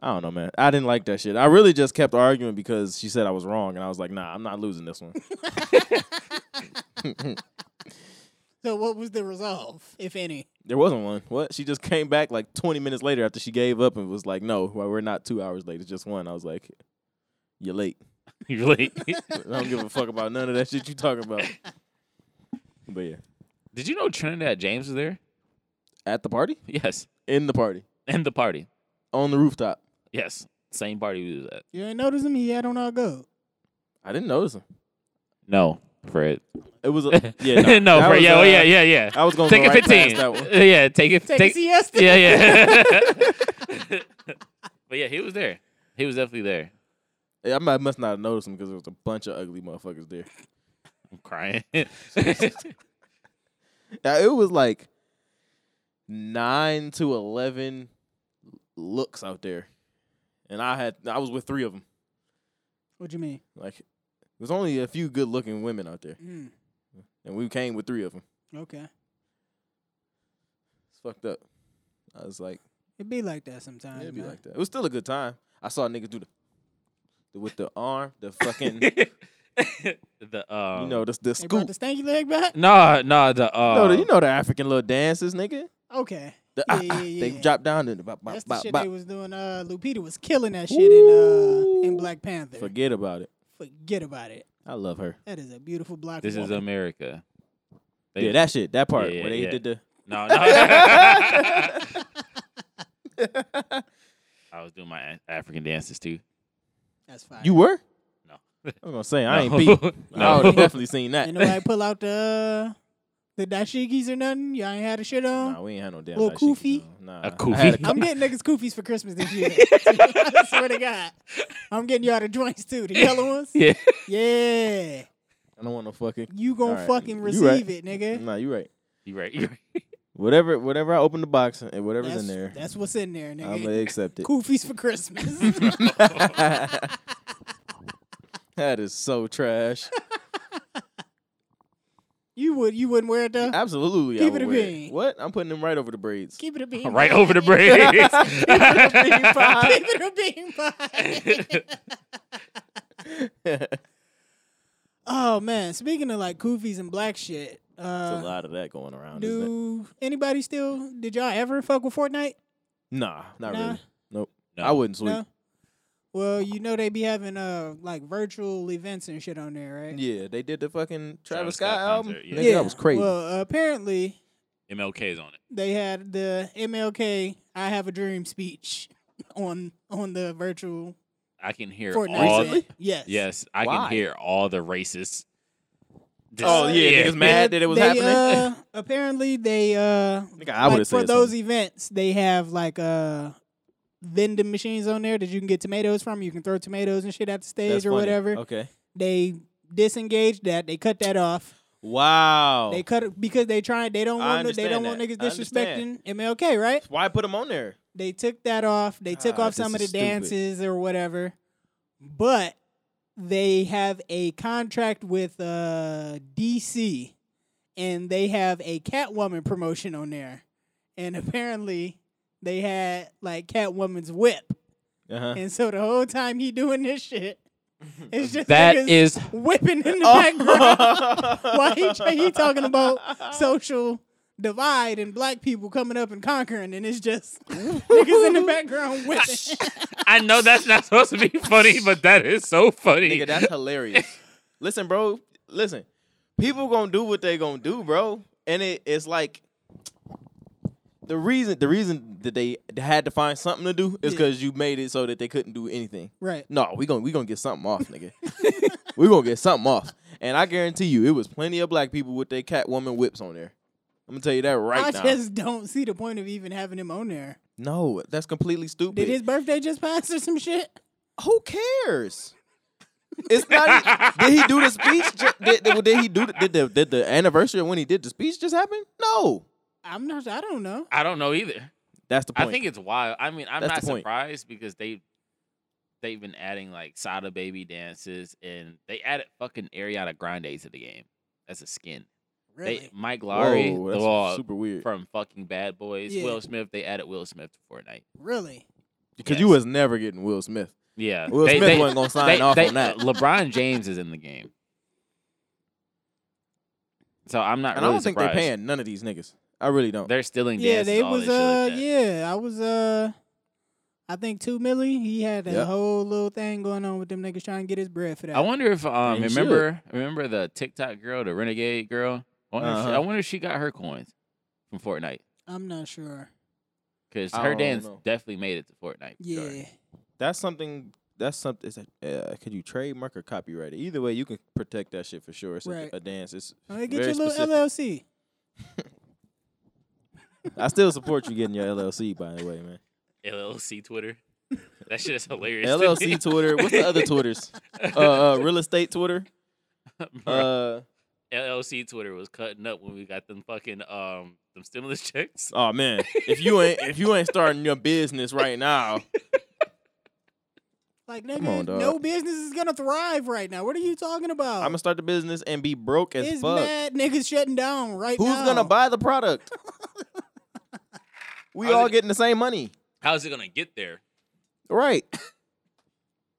I don't know, man. I didn't like that shit. I really just kept arguing because she said I was wrong, and I was like, nah, I'm not losing this one. So what was the resolve, if any? There wasn't one. What? She just came back like 20 minutes later after she gave up and was like, no, well, we're not two hours late. It's just one. I was like, you're late. you're late. I don't give a fuck about none of that shit you talking about. But yeah. Did you know Trinidad James was there? At the party? Yes. In the party. And the party. On the rooftop. Yes. Same party we was at. You ain't noticed him? He had on all gold. I didn't notice him. No, Fred. It was a yeah. no, that Fred. was, Yeah, uh, well, yeah, yeah, yeah. I was gonna Take go a right past fifteen. that one. Yeah, take it. Take, a siesta. yeah, yeah. but yeah, he was there. He was definitely there. Yeah, I mu- must not have noticed him because there was a bunch of ugly motherfuckers there. I'm crying. Uh, It was like nine to eleven looks out there, and I had I was with three of them. What you mean? Like there's only a few good looking women out there, Mm, and we came with three of them. okay. It's fucked up. I was like, It be like that sometimes. it'd be man. like that. It was still a good time. I saw a nigga do the, the with the arm, the fucking the um, you know the the They brought scoop. the stanky leg back? nah, nah, the uh, No, you know the African little dances, nigga. Okay. The, Yeah, ah, yeah, ah, They yeah. drop down and bop, bop, That's the bop, shit bop. they was doing. Uh, Lupita was killing that shit in uh in Black Panther. Forget, Forget about it. about it. I love her. That is a beautiful black this is woman. America. They- Yeah, that shit, that part Yeah, where they yeah. did the. No, no. I was doing my Af- African dances too. That's fine. You were? No. I was gonna say I No. ain't beat. I no. would've definitely seen that. Ain't nobody pull out the uh, the dashikis or nothing. Y'all ain't had a shit on. Nah, we ain't had no damn. Little dashiki, kufi? no. Nah, A I had kufi? I'm getting niggas koofies for Christmas this year. I swear to God, I'm getting you out of joints too. The yellow ones. Yeah. Yeah. I don't want no fucking. You gonna Alright, fucking you receive right. it, nigga. Nah, you right. You right. You right. Whatever, whatever. I open the box and whatever's That's, in there, that's what's in there, I'm nigga. gonna accept it. Koofies for Christmas. that is so trash. you would you wouldn't wear it though? Absolutely, I Keep it would a wear bean. What? I'm putting them right over the braids. Keep it a bean. right pie. over the braids. Keep it a bean pie. There's oh man, speaking of like koofies and black shit, a uh, lot of that going around. isn't it? do anybody still? Did y'all ever fuck with Fortnite? Nah, not Nah. really. Nope. No. I wouldn't sleep. No. Well, you know they be having uh like virtual events and shit on there, right? Yeah, they did the fucking Travis Travis, Scott, Scott album. concert, Nigga, yeah. that was crazy. Well, apparently MLK's on it. they had the MLK "I Have a Dream" speech on on the virtual I can hear Fortnite. all. event. Yes. Yes, I Why? can hear all the racist. oh yeah, niggas mad that it was They, happening. Uh, apparently they uh Nigga, I would have like for said those something. events they have like uh vending machines on there that you can get tomatoes from. You can throw tomatoes and shit at the stage That's or funny. whatever. Okay. They disengaged that. They cut that off. Wow. They cut it because they trying. They don't Oh. I want. They understand don't want that. niggas I understand. disrespecting MLK, right? Why put them on there? They took that off. They took Ah, off this some of the is stupid. dances or whatever, but they have a contract with uh, DC, and they have a Catwoman promotion on there, and apparently they had like Catwoman's whip, Uh-huh. and so the whole time he doing this shit, it's just That niggas is- whipping in the Oh, background. Why he, tra- he talking about social divide and black people coming up and conquering, and it's just niggas in the background whipping. I know that's not supposed to be funny, but that is so funny. Nigga, that's hilarious. listen, bro. Listen, people gonna do what they gonna do, bro. And it, it's like the reason the reason that they had to find something to do is Yeah. because you made it so that they couldn't do anything. right. No, we gonna we gonna get something off, nigga. we gonna get something off, and I guarantee you, it was plenty of black people with their Catwoman whips on there. I'm gonna tell you that right I now. just don't see the point of even having him on there. no, that's completely Did stupid. his birthday just pass or some shit? Who cares? It's not. e- did he do the speech? ju- Did, did, did he do? The, did the did the anniversary of when he did the speech just happen? No, I'm not. I don't know. I don't know either. that's the point. I think it's wild. I mean, I'm That's not the point. surprised because they they've been adding like Sada baby dances and they added fucking Ariana Grande to the game as a skin. Really? They Mike Lowry Whoa, that's the- super weird. from fucking Bad Boys, Yeah. Will Smith. They added Will Smith to Fortnite. really? Because you Yes. was never getting Will Smith. Yeah, Will they, Smith they, wasn't gonna sign they- off they- on that. LeBron James is in the game, so I'm not and I really don't think they're surprised. paying none of these niggas. I really don't. They're stealing Yeah, dances. they all was. this shit like Uh, that. yeah, I was. Uh, I think two milli. He had a Yep. whole little thing going on with them niggas trying to get his bread for that. I wonder if um And you remember remember the TikTok girl, the renegade girl. I wonder, if she, Uh-huh. I wonder if she got her coins from Fortnite I'm not sure. because I her don't dance know. definitely made it to Fortnite. for Yeah. sure. that's something. That's something. Is that, uh, could you trademark or copyright it? Either way, you can protect that shit for sure. It's a- Right. a, dance. It's All right, get very your little specific. LLC. I still support you getting your LLC. By the way, man. LLC Twitter. That shit is hilarious. LLC Twitter. What's the other Twitters? Uh, uh, real estate Twitter. Uh, LLC Twitter was cutting up when we got them fucking um them stimulus checks. oh man, if you ain't if you ain't starting your business right now, Like Come on, nigga, dog. no business is gonna thrive right now. What are you talking about? I'm gonna start the business and be broke as it's fuck. mad niggas shutting down right Who's now. gonna buy the product? we How's all it- getting the same money, How's it gonna get there? right?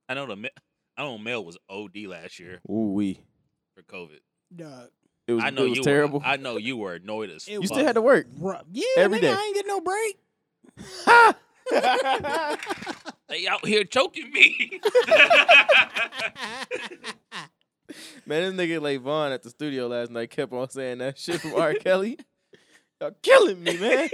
I know the ma- I know mail was OD last year Ooh we. for COVID. Dog. It was, I know it was you terrible. Were, I know you were annoyed as It you fuck. still had to work. Ru- Yeah, Every nigga, day. I ain't getting no break. They out here choking me. Man, this nigga Levon at the studio last night kept on saying that shit from R. Kelly. Y'all killing me, man.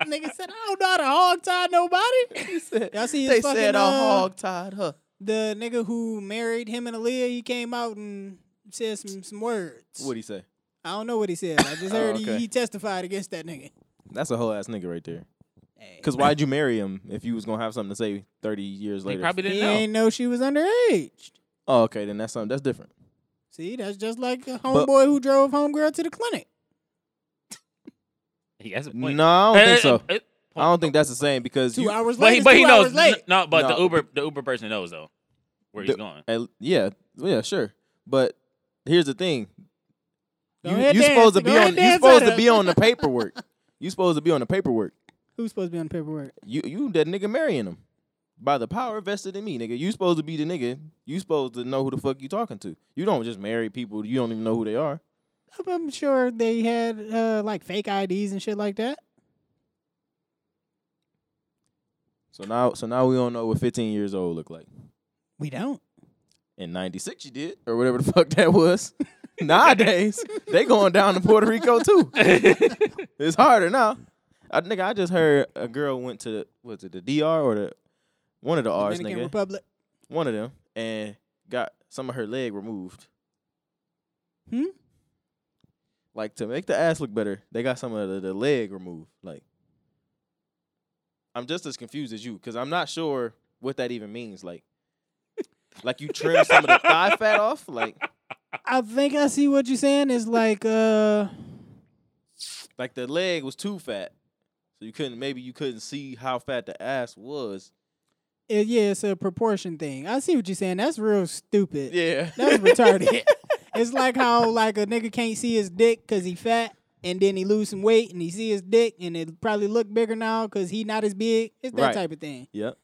Nigga said, I don't know how to hog tie nobody. He said, Y'all see his they fucking, said I uh, hog tied her. The nigga who married him and Aaliyah, he came out and said some, some words. What'd he say? I don't know what he said. I just Oh, heard okay. he, he testified against that nigga. That's a whole ass nigga right there. Hey. Cause why'd you marry him if you was gonna have something to say thirty years They later? probably He didn't know. ain't know she was underage. oh, okay, then that's something that's different. See, that's just like a homeboy who drove homegirl to the clinic. He has a point. No, I don't think Eh, so. eh, eh, I don't think that's the same because Two you, hours But later, he, but two he hours knows. late. n- No, but the No. Uber the Uber person knows though where he's The- going. Uh, yeah, yeah, sure. But here's the thing: Go you ahead, you dance. supposed to Go be ahead, on you dance supposed with to be on the paperwork. you supposed to be on the paperwork. Who's supposed to be on the paperwork? You you that nigga marrying him by the power vested in me, nigga. You supposed to be the nigga. You supposed to know who the fuck you talking to. You don't just marry people. You don't even know who they are. I'm- I'm sure they had uh, like fake IDs and shit like that. So now so now we don't know what 15 years old look like. We don't. In '96 you did or whatever the fuck that was. Nowadays they going down to Puerto Rico too. It's harder now. I nigga, I just heard a girl went to was it the DR or the one of the R's, Dominican nigga, Republic. one of them, and got some of her leg removed. Hmm? Like to make the ass look better, they got some of the, the leg removed. Like, I'm just as confused as you because I'm not sure what that even means. Like, like you trim some of the thigh fat off. Like, I think I see what you're saying. It's like uh, like the leg was too fat, so you couldn't. Maybe you couldn't see how fat the ass was. it, yeah, it's a proportion thing. I see what you're saying. That's real stupid. Yeah. That's retarded. it's like how like a nigga can't see his dick because he fat, and then he lose some weight and he see his dick, and it probably look bigger now because he not as big. It's that Right. type of thing. Yep.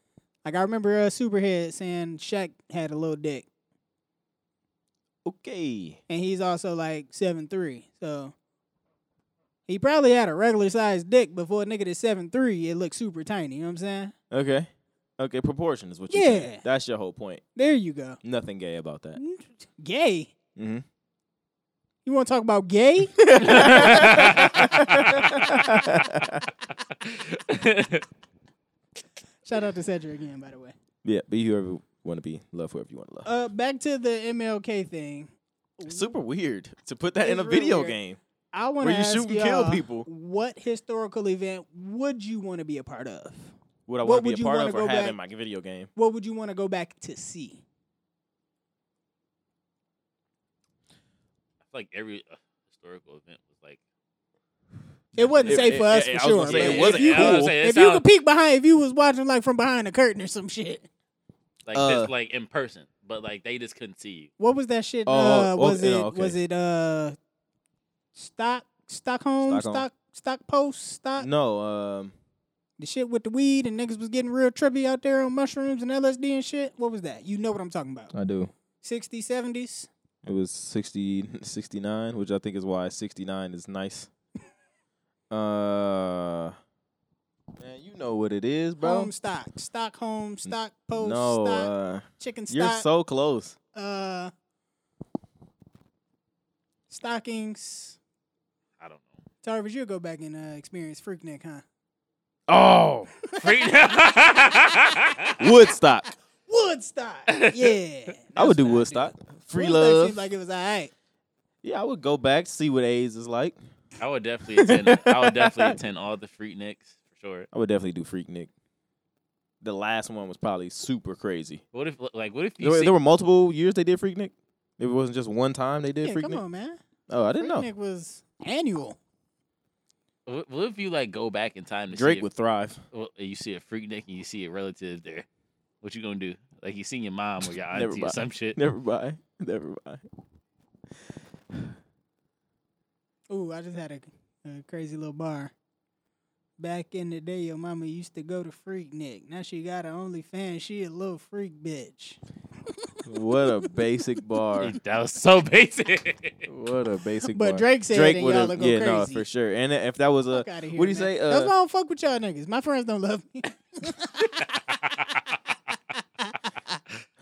Like I remember uh, Superhead saying Shaq had a little dick, Okay. and he's also like seven three. So he probably had a regular sized dick before a nigga that's seven three. It looked super tiny. You know what I'm saying? Okay. Okay. Proportion is what you. Yeah. Yeah. That's your whole point. There you go. Nothing gay about that. Gay. Mm-hmm. You want to talk about gay? Shout out to Cedric again, by the way. yeah. Be whoever you want to be. Love whoever you want to love. Uh, back to the MLK thing. Super weird to put that in a It's real video weird. game. I want to Where you ask shoot and y'all, kill people. What historical event would you want to be a part of? What I want What to would be you a part wanna of or go have back- in my video game. What would you want to go back to see? feel like every uh, historical event was like It wasn't It- safe for it- us it- for I was sure. gonna say, but it if wasn't- you I was gonna could- say, it if you sound- could peek behind, if you was watching like from behind the curtain or some shit, like Uh, this like in person, but like they just couldn't see you. what was that shit? Oh, uh, oh, was okay, it no, okay. was it uh, stock Stockholm Stockholm. stock stock post stock No, um, the shit with the weed and niggas was getting real trippy out there on mushrooms and LSD and shit. What was that? You know what I'm talking about? I do. 60s, 70s. It was 60, 69, which I think is why 69 is nice. uh, man, you know what it is, bro. Home stock, Stockholm stock post no, stock uh, chicken you're stock. so close. uh, stockings. I don't know. Tarvis, you'll go back and uh, experience Freaknik, huh? Oh, Freak- Woodstock. Woodstock. Yeah. I would do That's what I'd Woodstock. Free Woodstock love. Seemed like it was all right. yeah, I would go back see what AIDS is like. I would definitely attend. I would definitely attend all the freak nicks for sure. I would definitely do Freak Nick. The last one was probably super crazy. What if like what if you There were, see- there were multiple years they did Freak Nick. It wasn't just one time they did Yeah, Freak come Nick. on, man. Oh, I didn't Freaknik was annual. What, what if you like go back in time know. to Drake see would thrive. a, well, you see a freak nick and you see a relative there? What you gonna do? Like you seen your mom or your Never auntie or mind. some shit? Never mind. Never mind. Ooh, I just had a, a crazy little bar. Back in the day, your mama used to go to Freaknik. Now she got her OnlyFans. She a little freak bitch. what a basic bar. That was so basic. What a basic But bar. Drake said it and would've- y'all would go Yeah, no, crazy. for sure. And if that was a Fuck out of here. what do you Uh, man. say, That's uh, why I don't fuck with y'all niggas. My friends don't love me.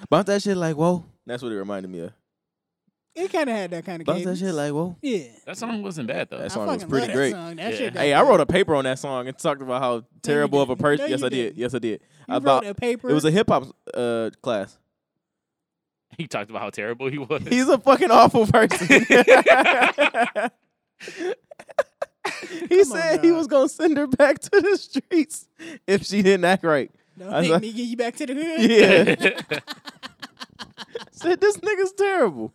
bounce that shit like whoa. That's what it reminded me of. it kind of had that kind of. Bounce that shit like whoa. Yeah. that song wasn't bad though. That I song was fucking pretty love great. That song. That Yeah. shit got Hey, I me. wrote a paper on that song and talked about how terrible of a didn't. person. No, yes, you I did. didn't. Yes, I did. You about wrote a paper. it was a hip hop uh, class. He talked about how terrible he was. He's a fucking awful person. he Come on, said he dog. was gonna send her back to the streets if she didn't act right. Don't I make thought- me get you back to the hood. Yeah, said this nigga's terrible.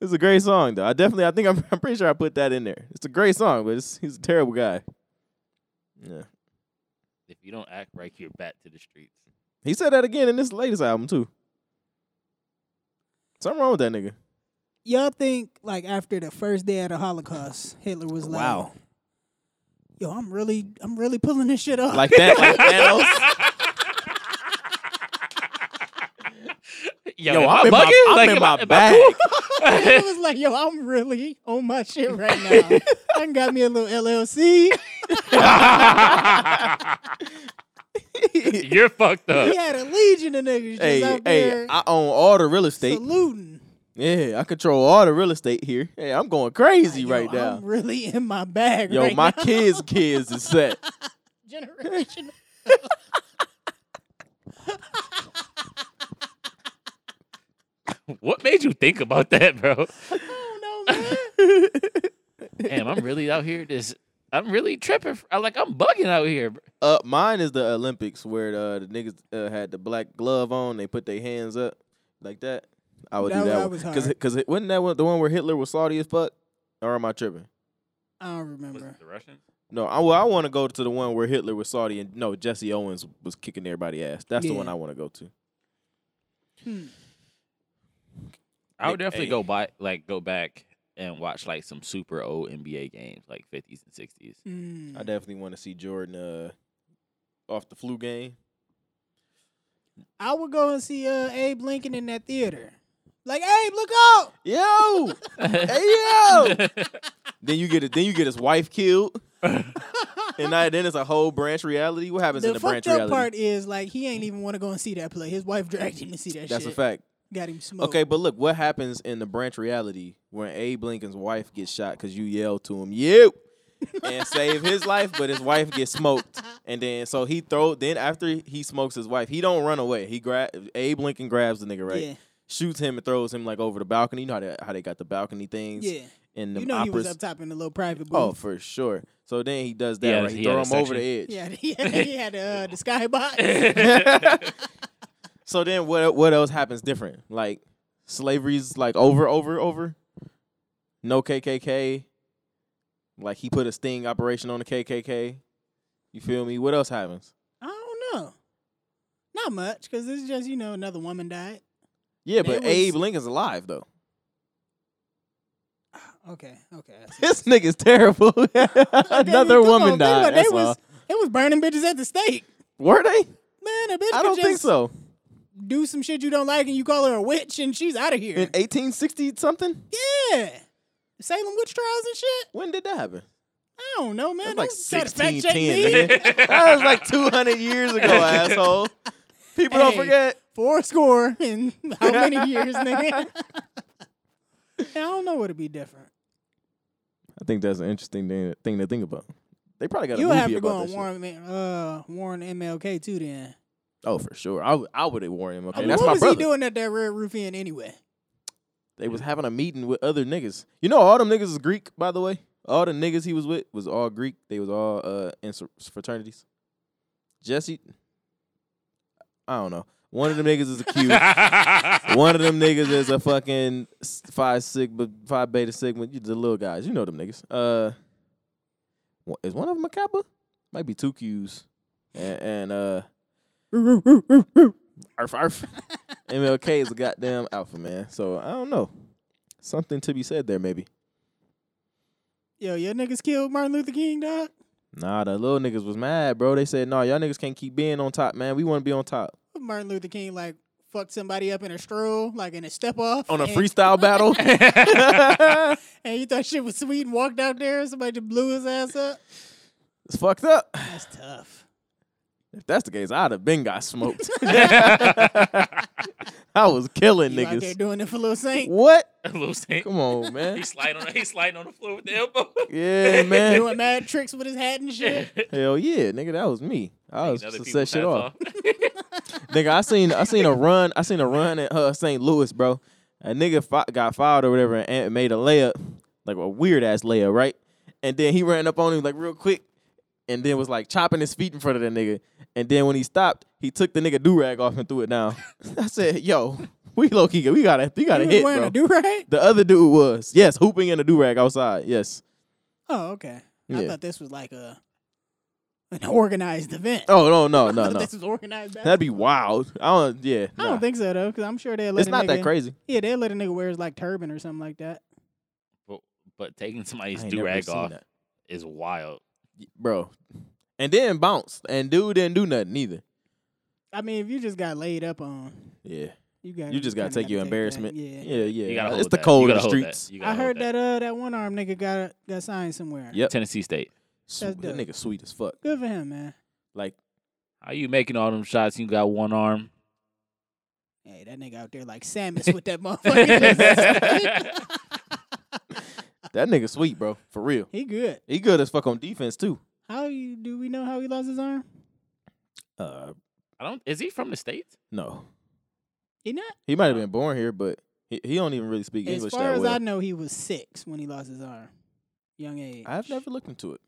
It's a great song though. I definitely, I think I'm, I'm pretty sure I put that in there. It's a great song, but it's, he's a terrible guy. Yeah, if you don't act right, you're back to the streets. he said that again in this latest album too. Something wrong with that nigga. Y'all think like after the first day of the Holocaust, Hitler was like, Wow. yo, I'm really, I'm really pulling this shit off." Like that, like Thanos. Yo, Yo, am I'm I in my- bugging? I'm Like, in am my I- am I bag. Hitler was like, "Yo, I'm really on my shit right now. I done got me a little LLC." cool? You're fucked He up. had a legion of niggas just Uh, hey, out hey, there I own all the real estate. saluting. Yeah, I control all the real estate here. Hey, I'm going crazy Like, right yo, now. I'm really in my bag Yo, right my now. kids' kids is set. generation. What made you think about that, bro? I don't know, man. Damn, I'm really out here. This, I'm really tripping. I like, I'm bugging out here. bro. Uh, mine is the Olympics where uh, the niggas uh, had the black glove on. They put their hands up like that. I would That do one- that that one was because hard. because wasn't that one the one where Hitler was salty as fuck? Or am I tripping? I don't Was remember. it the Russian? No, I, well, I want to go to the one where Hitler was salty and no Jesse Owens was kicking everybody ass. That's the one Yeah. I want to go to. Hmm. I would Hey, definitely hey. go by, like, go back and watch like some super old NBA games, like 50s and 60s. Mm. I definitely want to see Jordan uh, off the flu game. I would go and see uh, Abe Lincoln in that theater. Like, Abe, look out! Yo, hey yo. Then you get it. Then you get his wife killed, and now, then it's a whole branch reality. What happens in The the fucked branch up reality? part is like he ain't even want to go and see that play. His wife dragged him to see that That's shit. a fact. Got him smoked. Okay, but look, what happens in the branch reality when Abe Lincoln's wife gets shot because you yell to him, "You!" and save his life, but his wife gets smoked, and then so he throw. Then after he smokes his wife, he don't run away. He grab Abe Lincoln grabs the nigga right, Yeah. shoots him and throws him like over the balcony. You know how they, how they got the balcony things Yeah. in the You know he was operas. up top in the little private booth. Oh, for sure. So then he does that. Yeah, right? He, he had throw a him over section. the edge. Yeah, he had, he had uh, the skybox. so then what what else happens different? Like slavery's like over, over, over. no KKK. Like he put a sting operation on the KKK. You feel me? What else happens? I don't know. Not much, because it's just, you know, another woman died. Yeah, It but was- Abe Lincoln's alive though. Okay, okay. I see. This nigga's terrible. Okay, Another come on, woman think about died. it. That's They was, all. It was burning bitches at the stake. Were they? Man, a bitch I could don't just think so. do some shit you don't like and you call her a witch and she's out of here. In 1860 something? yeah. Salem witch trials and shit? When did that happen? I don't know, man. That's like Don't try to fact check 1610, me. nigga. That was like 200 years ago, asshole. People don't Hey. forget. Four score in how many years, nigga? I don't know what'd be different. I think that's an interesting thing, thing to think about. They probably got a You movie have to go about on this. Warren, uh, Warren MLK too. Then Oh, for sure. I, would- I would have warned him. Okay, I mean, that's what my was brother. he doing at that Red Roof Inn anyway? They was having a meeting with other niggas. You know, all them niggas is Greek, by the way. All the niggas he was with was all Greek. They was all uh in s- fraternities. Jesse, I don't know. One of them niggas is a Q. One of them niggas is a fucking s- five sigma, five beta sigma. You the little guys, you know them niggas. Uh, wha- is one of them a kappa? Might be two Qs. And, and uh, arf arf. MLK is a goddamn alpha man. So I don't know. Something to be said there, maybe. Yo, your niggas killed Martin Luther King, dog. Nah, the little niggas was mad, bro. They said, "Nah, y'all niggas can't keep being on top, man. We want to be on top." Martin Luther King like fucked somebody up in a stroll, like in a step off On a and- freestyle battle. And you thought shit was sweet and walked out there and somebody just blew his ass up. it's fucked up. That's tough. If that's the case, I'd have been got smoked. I was killing You out there niggas. doing it for Lil Saint, What? Little snake. Come on, man. He's sliding on. He's sliding on the floor with the elbow. Yeah, man. doing mad tricks with his hat and shit. Hell yeah, nigga. That was me. I was Other just people's set shit hats off. nigga, I seen I seen a run. I seen a run at uh, St. Louis, bro. A nigga fi- got fouled or whatever and Ant made a layup, like a weird ass layup, right? And then he ran up on him like real quick, and then was like chopping his feet in front of that nigga. And then when he stopped, he took the nigga do rag off and threw it down. I said, "Yo, we low key, we gotta, we gotta He was hit, wearing bro." a do right? the other dude was yes, hooping in a do rag outside. Yes. Oh, okay. I Yeah. thought this was like a an organized event. Oh no, no, I no, thought no. This was organized. basketball. That'd be wild. I don't. Yeah. I nah. don't think so though, because I'm sure they'll let it's a not that nigga- crazy. Yeah, they'll let a nigga wear his like turban or something like that. But taking somebody's I ain't never do rag seen off that. is wild. Y- bro. And then bounced, and dude didn't do nothing either. I mean, if you just got laid up on, Yeah, you got you just gotta kinda take your that. embarrassment. Yeah. yeah, yeah. You gotta hold it's the that. cold You in the gotta hold that. streets. You I gotta hold heard that. that uh that one arm nigga got got signed somewhere. Yep. Tennessee State. Sweet- dope. that nigga sweet as fuck. Good for him, man. Like How you making all them shots? You got one arm. Hey, that nigga out there like Samus with that motherfucker. that nigga sweet, bro. For real, he good. he good as fuck on defense too. How you do we know how he lost his arm? Uh, I don't. Is he from the states? no, He not. he might have been born here, but he, he don't even really speak As English far that as well. I know, he was six when he lost his arm. Young age. I've never looked into it.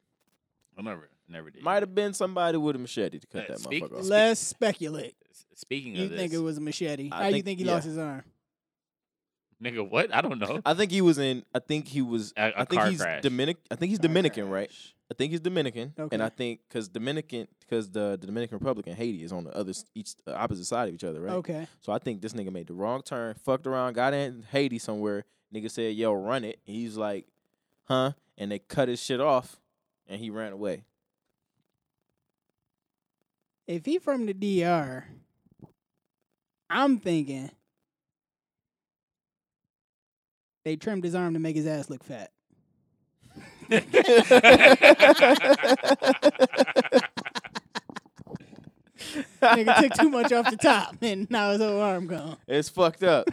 I never, never did. Might have been somebody with a machete to cut Uh, that speak- motherfucker off. Let's speculate. S- Speaking You of think it this, was a machete? I how you think- think he yeah. lost his arm? nigga, what? I don't know. I think he was in. I think he was. A, a I think car he's crash. Dominic. I think he's Car Dominican, right? crash. I think he's Dominican, Okay. and I think because Dominican, because the, the Dominican Republic and Haiti is on the other s- each uh, opposite side of each other, right? Okay. So I think this nigga made the wrong turn, fucked around, got in Haiti somewhere. Nigga said, "Yo, run it." He's like, "Huh?" And they cut his shit off, and he ran away. If he from the DR, I'm thinking they trimmed his arm to make his ass look fat. Nigga took too much off the top, and now his whole arm gone. It's fucked up.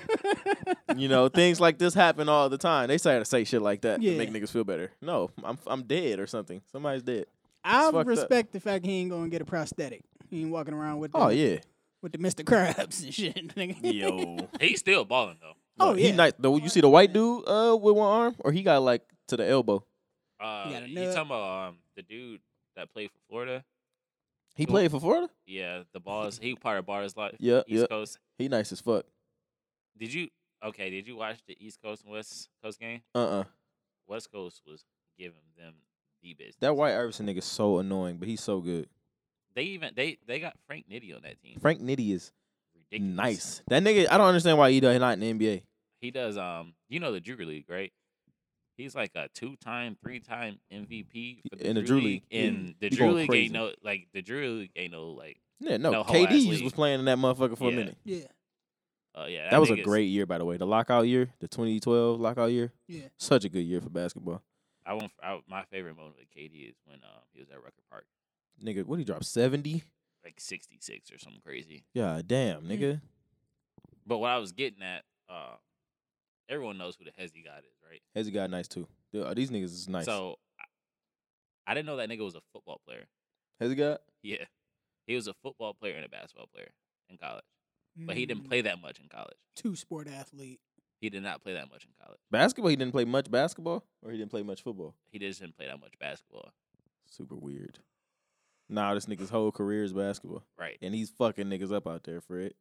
you know, things like this happen all the time. They try to say shit like that Yeah. to make niggas feel better. No, I'm I'm dead or something. Somebody's dead. I fucked up. respect the fact he ain't gonna get a prosthetic. He ain't walking around with the, Oh yeah, with the Mr. Krabs and shit. nigga. yo. He's still balling though. Oh, he yeah. nice though. You see the white dude uh with one arm, or he got like to the elbow. Uh, got a you nut. talking about um, the dude that played for Florida? He Cool. played for Florida. Yeah, the ball is he part of Barter's life. Yeah, East yeah. Coast. He nice as fuck. Did you okay? Did you watch the East Coast and West Coast game? Uh uh West Coast was giving them the business. That White Iverson nigga's so annoying, but he's so good. They even they they got Frank Nitti on that Mm-hmm. team. Frank Nitty is Ridiculous. nice. That nigga, I don't understand why he don't- he not in the NBA. He does um you know the Junior League, right? He's like a two time, three time MVP for In the Drew League. And the He Drew going League crazy. ain't no like the Drew League ain't no like Yeah, no. No, whole ass KD just league. was playing in that motherfucker for a Yeah. minute. Yeah, oh yeah. That was a nigga's- great year, by the way. The lockout year, the 2012 lockout year. yeah. Such a good year for basketball. I won't I, my favorite moment with KD is when um he was at Rucker Park, Nigga, what he drop? 70? like sixty six or something crazy. Yeah, damn, Mm. nigga. But what I was getting at, uh, everyone knows who the Hezzy God is, right? Hezzy got nice too. Dude, uh, these niggas is nice. So I, I didn't know that nigga was a football player. Hezzy got? Yeah. He was a football player and a basketball player in college. But he didn't Mm, play that much in college. Two Mm, sport athlete. He did not play that much in college. Basketball, he didn't play much basketball or he didn't play much football. He just didn't play that much basketball. Super weird. Nah, this nigga's whole career is basketball. Right. And he's fucking niggas up out there, Fred.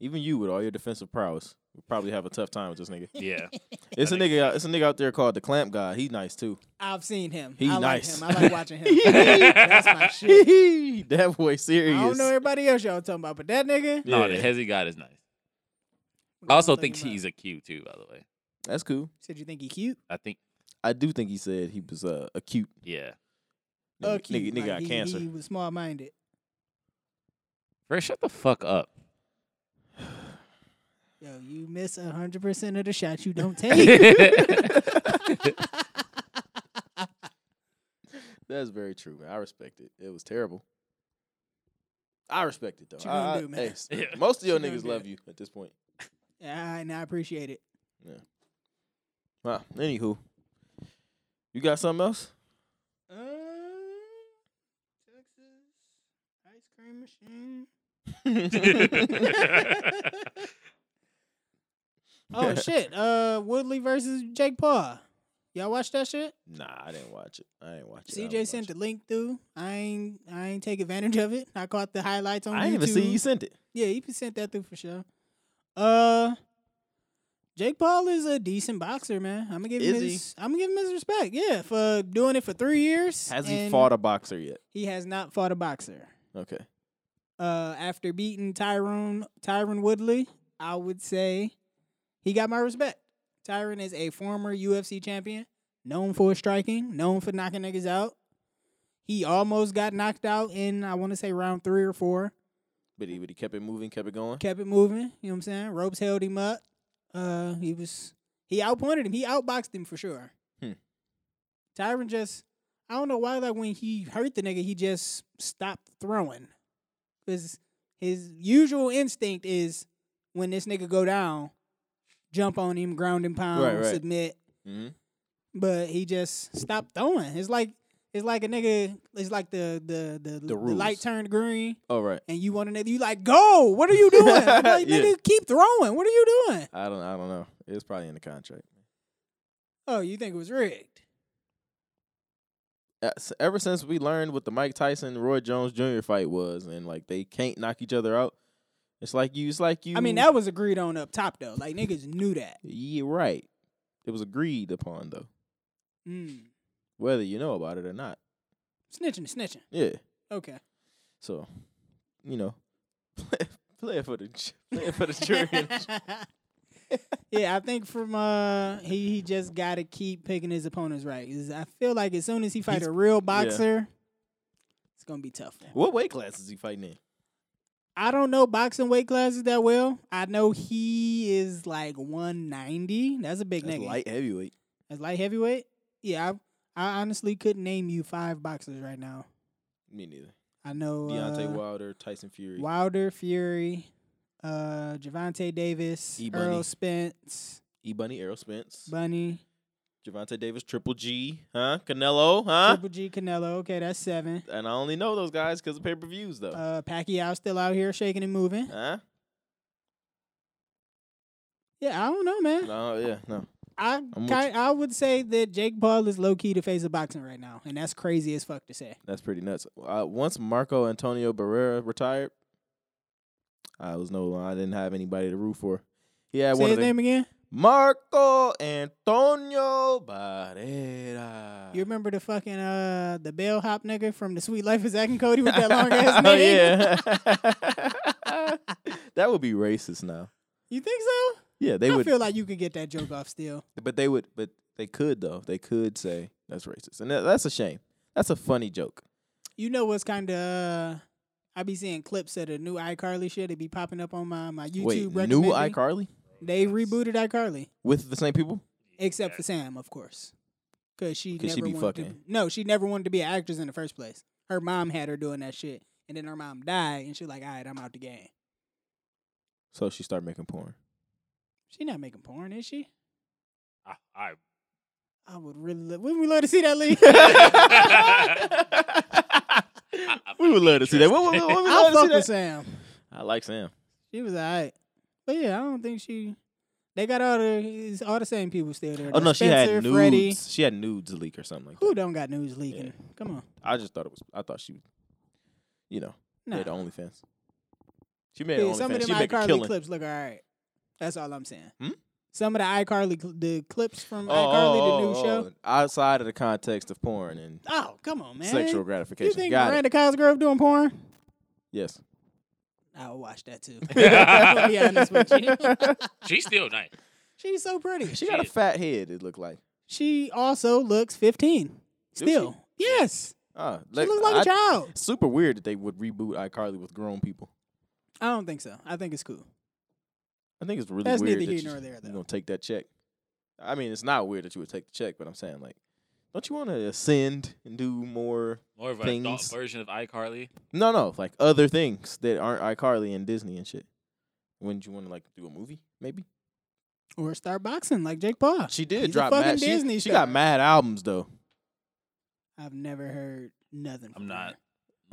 Even you with all your defensive prowess would probably have a tough time with this nigga. Yeah. It's a That nigga- nigga out- it's a nigga out there called the clamp guy. He's nice too. I've seen him. He I nice. like him. I like watching him. That's my shit. that boy I serious. don't know everybody else y'all talking about, but that nigga. No, the Yeah. Hezzy God is nice. what I y'all also talking think about? he's a Q too, by the way. That's cool. Said you think he cute? I think I do think he said he was uh, acute. yeah. Nigga, Uh, cute. nigga, nigga like, got he, cancer. He was small minded. Bro, shut the fuck up. Yo, you miss hundred percent of the shots you don't take. That's That's very true, man. I respect it. It was terrible. I respect it though. What you gonna I- I- do, man? hey, s- Yeah. Most of your What you gonna niggas do? love you at this point. yeah, and I appreciate it. Wow. Anywho, you got something else? Um, Texas ice cream machine. Oh shit! Uh, Woodley versus Jake Paul. Y'all watch that shit? nah, I didn't watch it. I didn't watch it. I CJ don't sent the watch link through. I ain't I ain't take advantage of it. I caught the highlights on I YouTube. didn't even see you sent it. Yeah, he sent that through for sure. Uh, Jake Paul is a decent boxer, man. I'm gonna give him Is he? his. I'm gonna give him his respect. Yeah, for doing it for three years. Has he and fought a boxer yet? He has not fought a boxer. Okay. Uh, after beating Tyrone Tyron Woodley, I would say he got my respect. Tyron is a former UFC champion, known for his striking, known for knocking niggas out. He almost got knocked out in I want to say round three or four. But he but he kept it moving, kept it going. Kept it moving. You know what I'm saying? Ropes held him up. Uh, he was he outpointed him. He outboxed him for sure. Hmm. Tyron just I don't know why like when he hurt the nigga he just stopped throwing because his usual instinct is when this nigga go down, jump on him, ground and pound, Right, right. submit. hmm But he just stopped throwing. It's like it's like a nigga. It's like the the the, the, light rules. turned green Oh right. and you want to you like go what are you doing like Yeah. nigga keep throwing what are you doing I don't I don't know. It's probably in the contract. oh you think it was rigged Uh, s- ever since we learned what the Mike Tyson Roy Jones Jr. fight was, and like they can't knock each other out, it's like you, it's like you. i mean that was agreed on up top though like niggas knew that yeah, right. It was agreed upon though, mm. whether you know about it or not. snitching is snitching Yeah, okay so you know, play, play it for the ju- play it for the jury. yeah i think from uh he, he just gotta keep picking his opponents right 'Cause i feel like as soon as he fight He's- a real boxer it's gonna be tough for him. what weight class is he fighting in? i don't know boxing weight classes that well i know he is like 190 that's a big That's nigga light heavyweight. As light heavyweight, yeah, I, I honestly couldn't name you five boxers right now. Me neither. I know Deontay uh, Wilder, Tyson Fury. Wilder, Fury, uh, Javante Davis, E. Bunny. Earl Spence, E Bunny, Errol Spence, Bunny, Javante Davis, Triple G, huh? Canelo, huh? Triple G, Canelo. Okay, that's seven. and I only know those guys because of pay per views though. Uh, Pacquiao still out here shaking and moving. huh? Yeah, I don't know, man. No, yeah, no. I with ki- I would say that Jake Paul is low key the face of boxing right now, and that's crazy as fuck to say. That's pretty nuts. Uh, once Marco Antonio Barrera retired, I was no, I didn't have anybody to root for. He had say one his of the name again. Marco Antonio Barrera. You remember the fucking uh the bellhop nigga from the Sweet Life of Zach and Cody with that long ass name? oh yeah. Oh, that would be racist now. You think so? Yeah, they I would feel like you could get that joke off still. but they would but they could though. They could say that's racist. And that, that's a shame. That's a funny joke. You know what's kind of? Uh, I be seeing clips of the new iCarly shit. It be popping up on my my YouTube. Wait, new recommended. iCarly They rebooted iCarly, with the same people? except for Sam, of course, because she 'Cause never she be wanted To, fucking. no, she never wanted to be an actress in the first place. Her mom had her doing that shit, and then her mom died, and she like, all right, I'm out the game. So she started making porn. She not making porn, is she? I, I I would really. Lo- Wouldn't we love to see that, Lee? we would love to see that. We would, we would I love to fuck see that. with Sam. I like Sam. She was alright, but yeah, I don't think she. They got all the it's all the same people still there. Oh no, she had Spencer, nudes. Freddie. She had nudes leak or something like that. Who don't got news leaking? Yeah. Come on. I just thought it was. I thought she, was, you know, Nah. made the OnlyFans. She made Yeah, OnlyFans. some of she them make a iCarly killing. clips look all right. That's all I'm saying. Hmm? Some of the iCarly cl- the clips from Oh, iCarly, oh, the new oh, show. oh. Outside of the context of porn and Oh, come on, man. sexual you gratification. think Got it. Miranda Cosgrove doing porn? Yes. I'll watch that too. I'll be honest with you. She's still nice. She's so pretty. She got a Shit. fat head. It looked like. She also looks 15. she? Still. Yes. Ah, She looks like a I- child. Super weird that they would reboot iCarly with grown people. I don't think so. I think it's cool. I think it's really That's weird neither that here nor there, though. you're gonna take that check. I mean, it's not weird that you would take the check, but I'm saying like, don't you want to ascend and do more? More of an adult Things. version of iCarly. No, no, like other things that aren't iCarly and Disney and shit. Wouldn't you want to like do a movie? Maybe Or start boxing like Jake Paul. she did He's a drop fucking mad. she- Disney she, star. got mad albums though. I've never heard nothing. from not- her.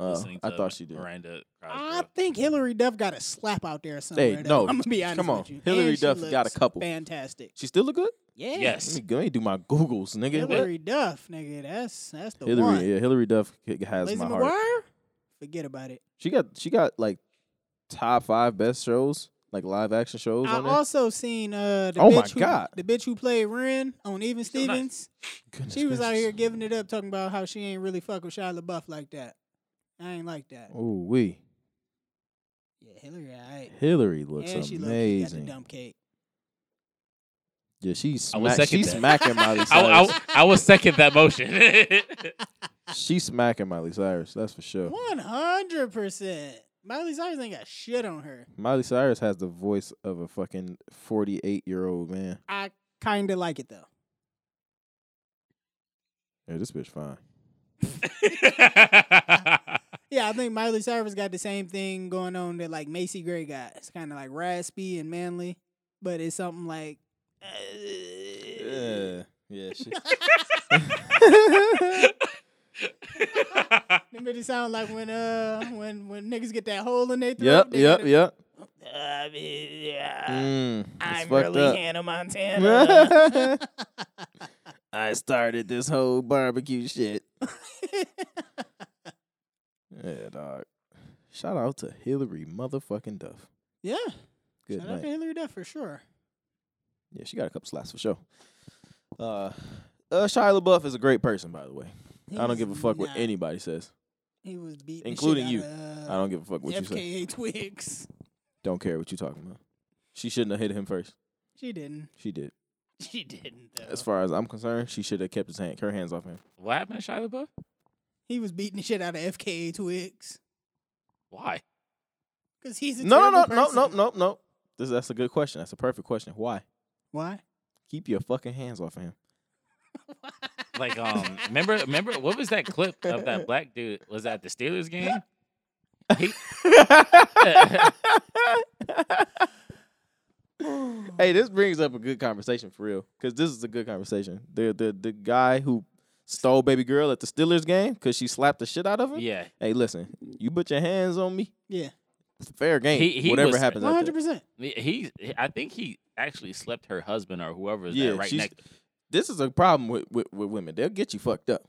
Uh, listening I to thought she did. Miranda I Cosgrove. think Hillary Duff got a slap out there somewhere. Hey, though. no, I'm gonna be honest come on. with you. Hillary And she Duff got a looks couple. Fantastic. She still look good. Yeah. Yes. Let me, go- let me do my Googles, nigga. What? Hillary Duff, nigga. That's that's the Hillary, one. yeah, Hillary Duff h- has Lizzie my heart. McGuire. Forget about it. She got she got like top five best shows, like live action shows I on there. also seen uh the Oh my bitch who, God. the bitch who played Ren on Even Stevens. Goodness She was out gracious. here giving it up, talking about how she ain't really fuck with Shia LaBeouf like that. I ain't like that. Ooh wee. Yeah, Hillary, all right. Hillary looks and she low-key got the amazing. dump cake. yeah, she's I would smack, second she's that. smacking Miley I, Cyrus. I, I will second that motion. she's smacking Miley Cyrus. That's for sure. One hundred percent. Miley Cyrus ain't got shit on her. Miley Cyrus has the voice of a fucking forty-eight year old man. I kind of like it though. Yeah, this bitch fine. Yeah, I think Miley Cyrus got the same thing going on that like Macy Gray got. It's kind of like raspy and manly, but it's something like. Yeah, yeah. She, Them bitches sound like when uh when when niggas get that hole in their throat. yep, they yep, gotta- yep. Uh, yeah. Mm, I'm it's fucked really up. Hannah Montana. I started this whole barbecue shit. Yeah, dog. Shout out to Hillary motherfucking Duff. yeah, Good shout out night. to Hillary Duff for sure. Yeah, she got a couple slaps for sure. Uh, uh, Shia LaBeouf is a great person, by the way. He I don't was give a fuck what not- anybody says. He was beating, including you. Uh, I don't give a fuck what you say. FKA Twigs. Don't care what you talking about. She shouldn't have hit him first. She didn't. She did. She didn't. Though. As far as I'm concerned, she should have kept his hand, her hands off him. what happened to Shia LaBeouf? He was beating the shit out of FKA Twigs Why? because he's a No, no, no, no, terrible no, person. no, no. This that's a good question. That's a perfect question. Why? Why? Keep your fucking hands off him. Like, um, remember, remember, what was that clip of that black dude? Was that the Steelers game? He, Hey, this brings up a good conversation for real, because this is a good conversation. The the the guy who stole baby girl at the Steelers game because she slapped the shit out of him. yeah, Hey, listen, you put your hands on me. Yeah, It's fair game. He- he Whatever was- happens. one after hundred that. percent. he. he- I think he actually slept her husband or whoever is Yeah, that right she's- next. This is a problem with, with with women. They'll get you fucked up.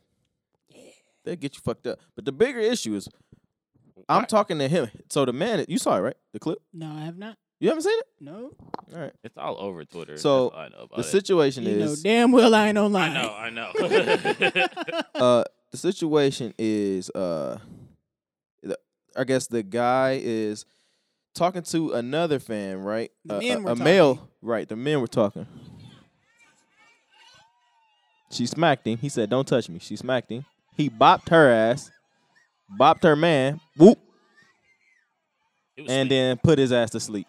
They'll get you fucked up. But the bigger issue is, I'm Why- talking to him. So the man, you saw it right? The clip. No, I have not. You haven't seen it? No, All right. It's all over Twitter. So, that's all I know about The it. situation you know is damn well I ain't online. I know, I know. uh the situation is uh the, I guess the guy is talking to another fan, right? The a, men a- were a male, right? The men were talking. She smacked him. He said, "Don't touch me." She smacked him. He bopped her ass, bopped her man, whoop, It was and sweet. then put his ass to sleep.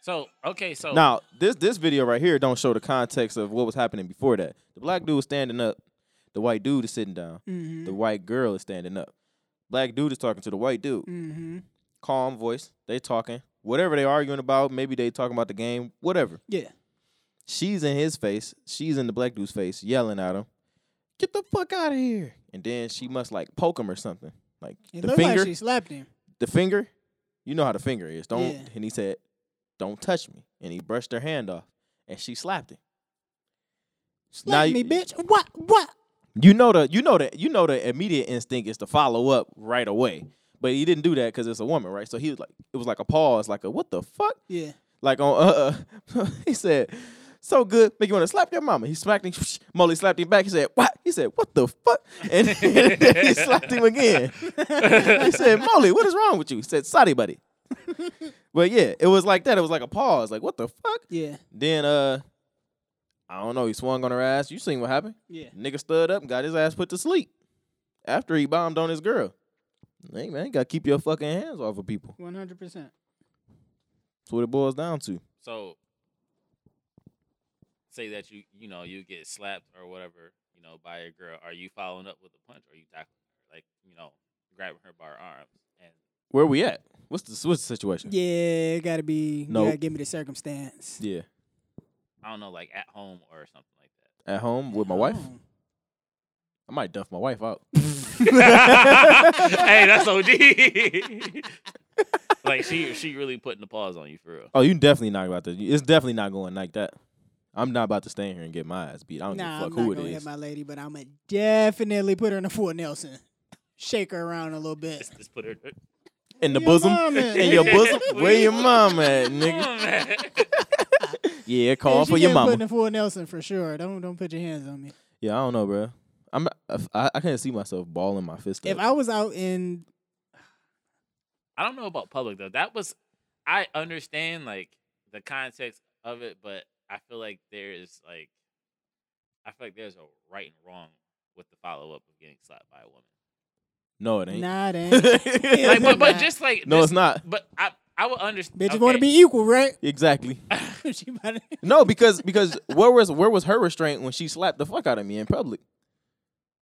so okay, Oh. so Now, this this video right here don't show the context of what was happening before that. The black dude is standing up, the white dude is sitting down, Mm-hmm. the white girl is standing up. Black dude is talking to the white dude. Mm-hmm. Calm voice. They talking. Whatever they arguing about, maybe they talking about the game, whatever. Yeah. She's in his face. She's in the black dude's face, yelling at him, "Get the fuck out of here!" And then she must like poke him or something, like It the looked finger. like she slapped him. the finger, you know how the finger is. Don't. Yeah. And he said, "Don't touch me." And he brushed her hand off, and she slapped him. Slap you- me, bitch. What? What? You know the you know the you know the immediate instinct is to follow up right away. But he didn't do that because it's a woman, right? So he was like, it was like a pause, like a what the fuck? Yeah. Like on uh, uh he said, so good, make you want to slap your mama. He smacked him, Molly slapped him back. He said, what? He said, what the fuck? And then he slapped him again. he said, Molly, what is wrong with you? He said, sorry, buddy. but yeah, it was like that. It was like a pause, like what the fuck? Yeah. Then uh, I don't know. He swung on her ass. You seen what happened? Yeah. Nigga stood up and got his ass put to sleep after he bombed on his girl. Hey man, you gotta keep your fucking hands off of people. One hundred percent. That's what it boils down to. so say that you you know you get slapped or whatever you know by a girl. Are you following up with a punch? Or are you tackling her like you know grabbing her by her arms? And Where we at? What's the what's the situation? Yeah, it gotta be. Nope. You gotta give me the circumstance. Yeah. I don't know, like at home or something like that. At home with my wife, Oh. I might duff my wife out. hey, that's OD. like she she really putting the pause on you for real. oh, you definitely not about to. It's definitely not going like that. I'm not about to stay in here and get my ass beat. I don't Nah, give a I'm fuck not who it gonna hit is. my lady, but I'ma definitely put her in a full Nelson. Shake her around a little bit. Just, just put her in the Where your bosom, mom at? in your bosom. Where your mom at, nigga? nigga. Yeah, Yeah, call she for your getting mama. Put in a full Nelson for sure. Don't don't put your hands on me. Yeah, I don't know, bro. I'm I, I can't see myself balling my fist. If up. I was out in I don't know about public though. That was I understand like the context of it, but I feel like there is like I feel like there's a right and wrong with the follow up of getting slapped by a woman. no, it ain't. nah, it ain't. like, Like, but, but Nah. just like no, just- it's not But I I would understand. Bitch, you want to be equal, right? exactly. She about to- No, because because where was where was her restraint when she slapped the fuck out of me in public?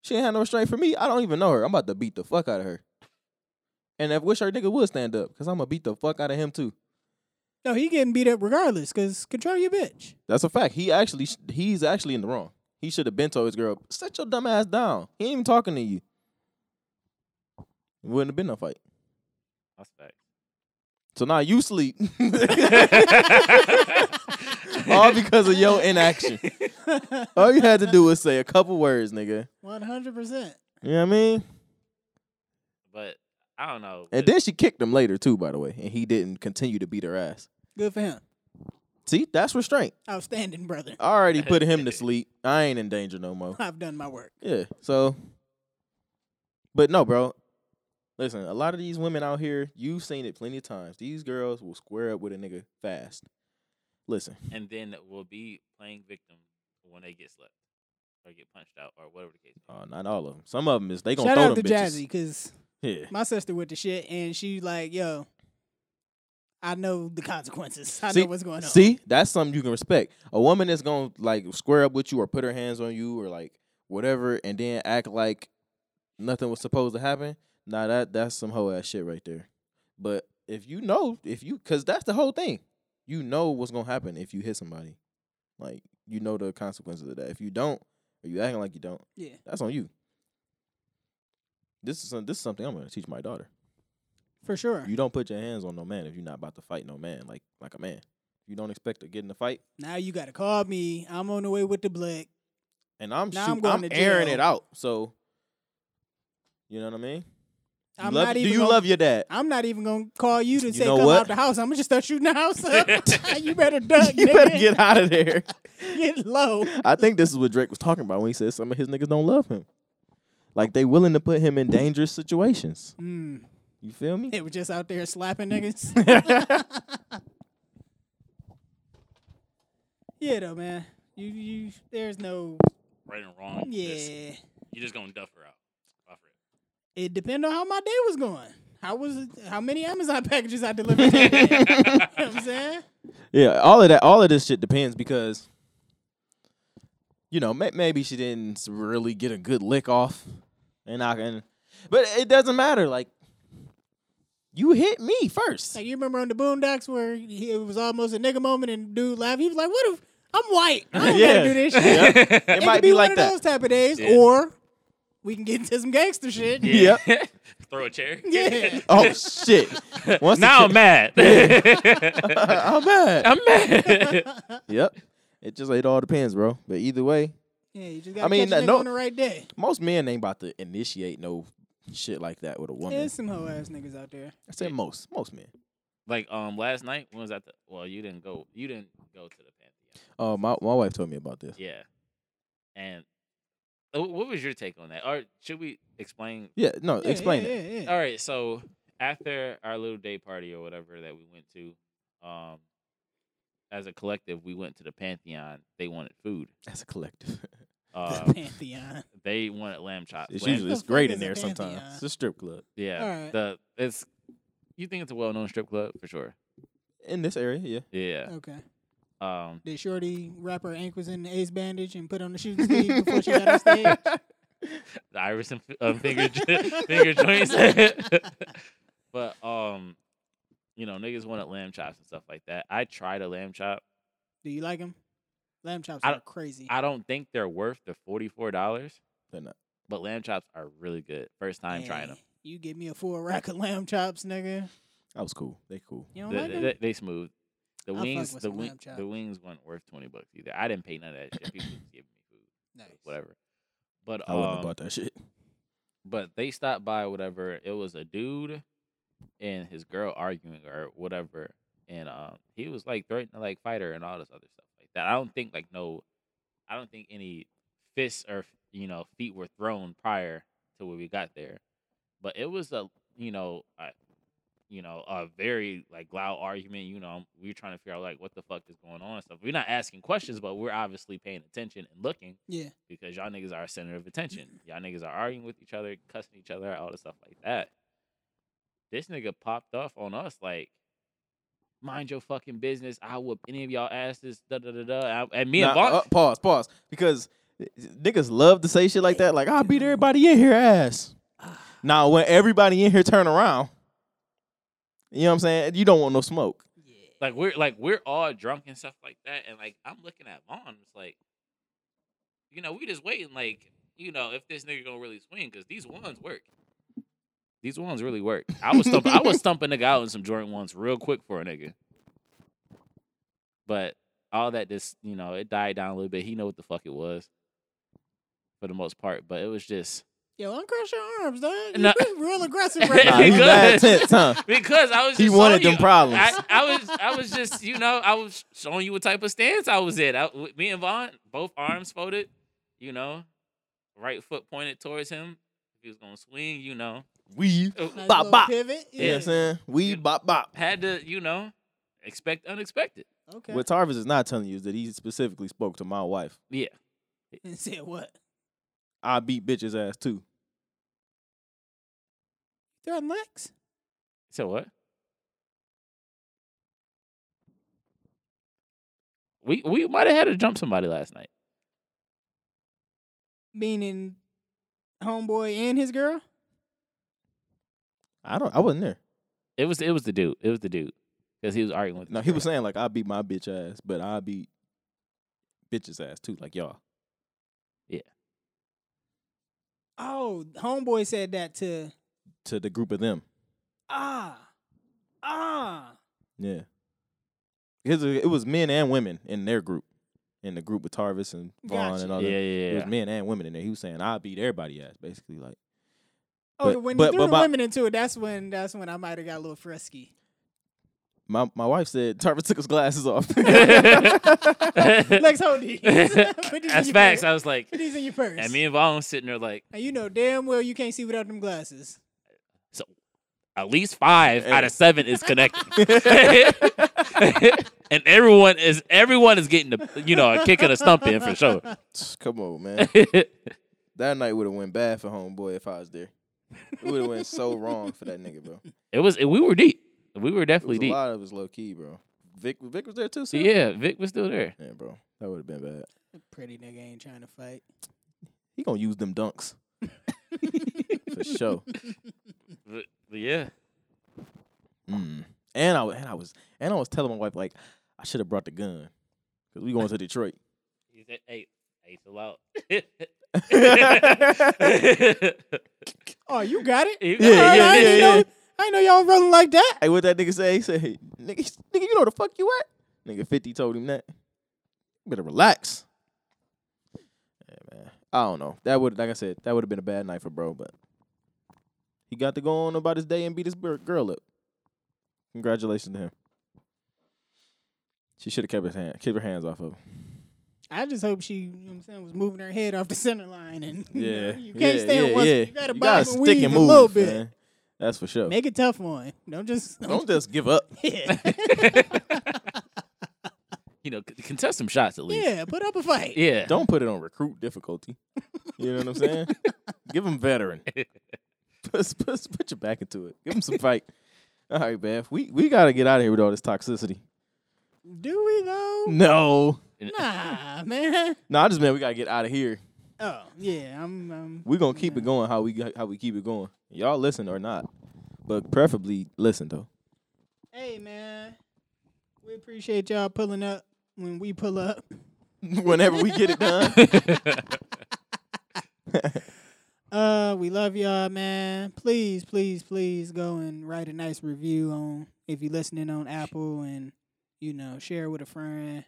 She ain't had no restraint for me. I don't even know her. I'm about to beat the fuck out of her. And I wish her nigga would stand up, cause I'm gonna beat the fuck out of him too. no, he getting beat up regardless. Cause control your bitch. That's a fact. He actually sh- he's actually in the wrong. He should have been told his girl, set your dumb ass down. He ain't even talking to you. Wouldn't have been no fight. That's So now you sleep. facts. All because of your inaction. All you had to do was say a couple words, nigga. One hundred percent. You know what I mean? but I don't know. And then she kicked him later too, by the way, and he didn't continue to beat her ass. Good for him. See, that's restraint. Outstanding, brother. I already put him to sleep. I ain't in danger no more. I've done my work. Yeah. So, but no, bro. Listen, a lot of these women out here, you've seen it plenty of times. These girls will square up with a nigga fast. Listen, and then we'll be playing victim when they get slapped or get punched out or whatever the case. may uh, not all of them. Some of them is they gonna Shout throw out to them bitches. Jazzy, cause Yeah. my sister with the shit, and she like, yo, I know the consequences. I See- know what's going on. See, that's something you can respect. A woman that's gonna like square up with you or put her hands on you or like whatever, and then act like nothing was supposed to happen. Nah, that that's some whole ass shit right there. But if you know, if you, cause that's the whole thing. You know what's gonna happen if you hit somebody. Like you know the consequences of that. If you don't, or you acting like you don't, Yeah. that's on you. This is some, this is something I'm gonna teach my daughter. for sure. You don't put your hands on no man if you're not about to fight no man like like a man. You don't expect to get in a fight, now you gotta call me. I'm on the way with the blick. and I'm Now shoot, I'm I'm, going to airing jail. it out. So you know what I mean? You love, do you gonna, love your dad? I'm not even gonna call you to You say know come what? out the house. I'm gonna just start shooting the house up. you better duck. you nigga. better get out of there. Get low. I think this is what Drake was talking about when he said some of his niggas don't love him. Like they willing to put him in dangerous situations. Mm. You feel me? They were just out there slapping niggas. yeah, though, man. You, you. There's no. Right and wrong. just- Yeah. you just gonna duff her out. Buffer it. It depended on how my day was going. How was it, how many Amazon packages I delivered? that day. you know what I'm saying? Yeah, all of that, all of this shit depends because, you know, may- maybe she didn't s- really get a good lick off, and I can, but it doesn't matter. Like, you hit me first. Like you remember on the Boondocks where he, it was almost a nigga moment and dude laughed. He was like, "What if I'm white? I don't Yeah. gotta do this shit." Yeah. It, It could might be one like of that. those type of days, Yeah. or we can get into some gangster shit. Yeah. Throw a chair. Yeah. Oh shit! Once now I'm again- mad. I'm mad. I'm mad. Yep. It just it all depends, bro. But either way, Yeah, you just gotta mean, catch a uh, nigga no- on the right day. most men ain't about to initiate no shit like that with a woman. There's some hoe ass niggas out there. I said most, most men. like um last night, when was that? The, well, you didn't go. You didn't go to the pantheon. Oh, my my wife told me about this. Yeah. And uh, what was your take on that? Or should we explain? Yeah, no, Yeah, Uh, explain yeah, it. Yeah, yeah. All right. So after our little day party or whatever that we went to, um, as a collective, we went to the pantheon. They wanted food. That's a collective. Uh, Pantheon. they wanted lamb chops. It's Lamb- usually it's fuck great is in a there pantheon? sometimes. It's a strip club. Yeah. Alright. The it's you think it's a well known strip club for sure. In this area, yeah. Yeah. Okay. Um Did Shorty wrap her ankles in the ace bandage and put on the shooting sleeve before she got on stage? the iris and f- uh, finger jo- finger joints. but um you know, niggas wanted lamb chops and stuff like that. I tried a lamb chop. Do you like them? Lamb chops I are don't- crazy. I don't think they're worth the forty four dollars, They're not. but lamb chops are really good. First time trying them. Hey, You give me a full rack of lamb chops, nigga. That was cool. They cool. You don't They, like they, 'em? they- they smooth. The I fuck wings, with the some wing, lamb chop. the wings weren't worth twenty bucks either. I didn't pay none of that shit. People just giving me food, Nice. whatever. But I wouldn't um, have bought that shit. but they stopped by whatever it was a dude and his girl arguing or whatever and um he was like threatening to like fight her and all this other stuff like that i don't think like no i don't think any fists or you know feet were thrown prior to when we got there but it was a you know a, you know a very like loud argument you know we were trying to figure out like what the fuck is going on and stuff we're not asking questions but we're obviously paying attention and looking Yeah. because y'all niggas are our center of attention. Y'all niggas are arguing with each other, cussing each other, out, all the stuff like that. This nigga popped off on us like, mind your fucking business. I'll whoop any of y'all asses. Da da da da. I- And me Nah, and Vaughn, uh, pause, pause. Because niggas love to say shit like that. Like, I'll beat everybody in here ass. now, when everybody in here turn around, you know what I'm saying? You don't want no smoke. like we're like we're all drunk and stuff like that. And like I'm looking at Vaughn, it's like, you know, we just waiting like, you know, if this nigga gonna really swing because these ones work. These ones really work. I was stumping, I was stumping nigga out in some Jordan ones real quick for a nigga. But all that just you know, it died down a little bit. He know what the fuck it was, for the most part. But it was just Yo, uncross your arms, dog. You No. been real aggressive right Nah, now. he Because- mad tense, huh? because I was. He just wanted showing you- them problems. I, I was I was just you know I was showing you what type of stance I was in. I, w- me and Vaughn, both arms folded, you know, right foot pointed towards him. If he was gonna swing, you know, we, Nice Bop, little bop. Pivot. you know what Yeah. I'm saying? We, bop, bop. had to you know expect unexpected. Okay. What Tarvis is not telling you is that he specifically spoke to my wife. Yeah, and said what? I beat bitches ass too. They're Lex. so what? We we might have had to jump somebody last night. Meaning homeboy and his girl. I don't. I wasn't there. It was it was the dude. It was the dude because he was arguing with. No, this he was girl. saying like I beat my bitch ass, but I beat bitches ass too, like y'all. Oh, homeboy said that to To the group of them. ah ah. Yeah. Because it it was men and women in their group. In the group with Tarvis and Vaughn Gotcha. and all yeah, that. yeah, It yeah. was men and women in there. He was saying I beat everybody ass, basically like Oh, But- the- when but- you threw but the my- women into it, that's when that's when I might have got a little frisky. My my wife said Tarver took his glasses off. Lex, hold these. Put these in That's your facts. purse. I was like, Put these in your purse. and me and Vaughn was sitting there like, And you know damn well you can't see without them glasses. at least five Hey. out of seven is connected, and everyone is everyone is getting the you know a kick and a stump in for sure. Come on, man. That night would have went bad for homeboy if I was there. It would have went so wrong for that nigga, bro. it was we were deep. We were It was definitely a deep. lot of us low key, bro. Vic Vic was there too, So so yeah, Vic was still there. Yeah, bro. That would have been bad. Pretty nigga ain't trying to fight. He gonna use them dunks. for sure. But, but yeah, Mm. And I wa- and I was and I was telling my wife like I should have brought the gun because we going to Detroit. he said, "Hey, hey, it's allowed." hey, Oh, you got it? You Yeah, got it. Alright, yeah, I didn't yeah, know- yeah. I didn't know y'all rolling like that. what that nigga say? He said, hey, nigga, s- nigga, you know where the fuck you at? Nigga, fifty told him that. Better relax. Yeah, man. I don't know. That would like I said, that would have been a bad night for bro, but he got to go on about his day and beat his bir- girl up. Congratulations to him. She should have kept his hand, kept her hands off of him. I just hope she, you know what I'm saying, was moving her head off the center line and you, know, Yeah, you can't yeah, stay in yeah, one. yeah. You gotta bob and weave and a little move, bit. man. That's for sure. Make a tough one. Don't just Don't just give up. yeah. You know, c- contest some shots at least. yeah, put up a fight. Yeah. Don't put it on recruit difficulty. You know what I'm saying? Give them veteran. Put, put, put your back into it. Give them some fight. All right, man. We we gotta get out of here with all this toxicity. Do we though? No, Nah, man. no, I just meant we gotta get out of here. Oh yeah, I'm. I'm We gonna keep it going how we how we keep it going. Y'all listen or not, but preferably listen though. hey man, we appreciate y'all pulling up when we pull up. Whenever we get it done. Uh, we love y'all, man. Please, please, please go and write a nice review on if you're listening on Apple and you know share with a friend.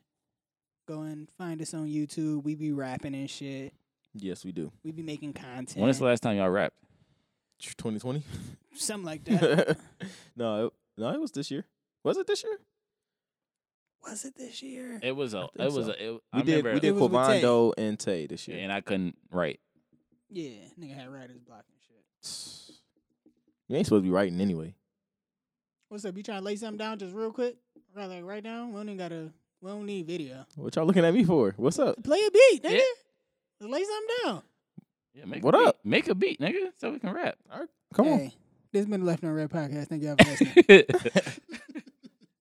Go and find us on YouTube. We be rapping and shit. yes, we do. We be making content. When is the last time y'all rapped? 2020. Something like that. no, it, no, it was this year. Was it this year? Was it this year? It was a. think It was so. a. It, We I did. remember we It did was with Tay. Quavondo and Tay this year. and I couldn't write. Yeah, nigga had writer's block and shit. You ain't supposed to be writing anyway. What's up? You trying to lay something down just real quick? Right, like right now, we don't even gotta. We don't need video. What y'all looking at me for? What's up? Play a beat, nigga. Yeah. Just Lay something down. Yeah, make What a beat. up? Make a beat, nigga, so we can rap. Come on. Hey, this has been the Left No Red podcast. Thank y'all for listening.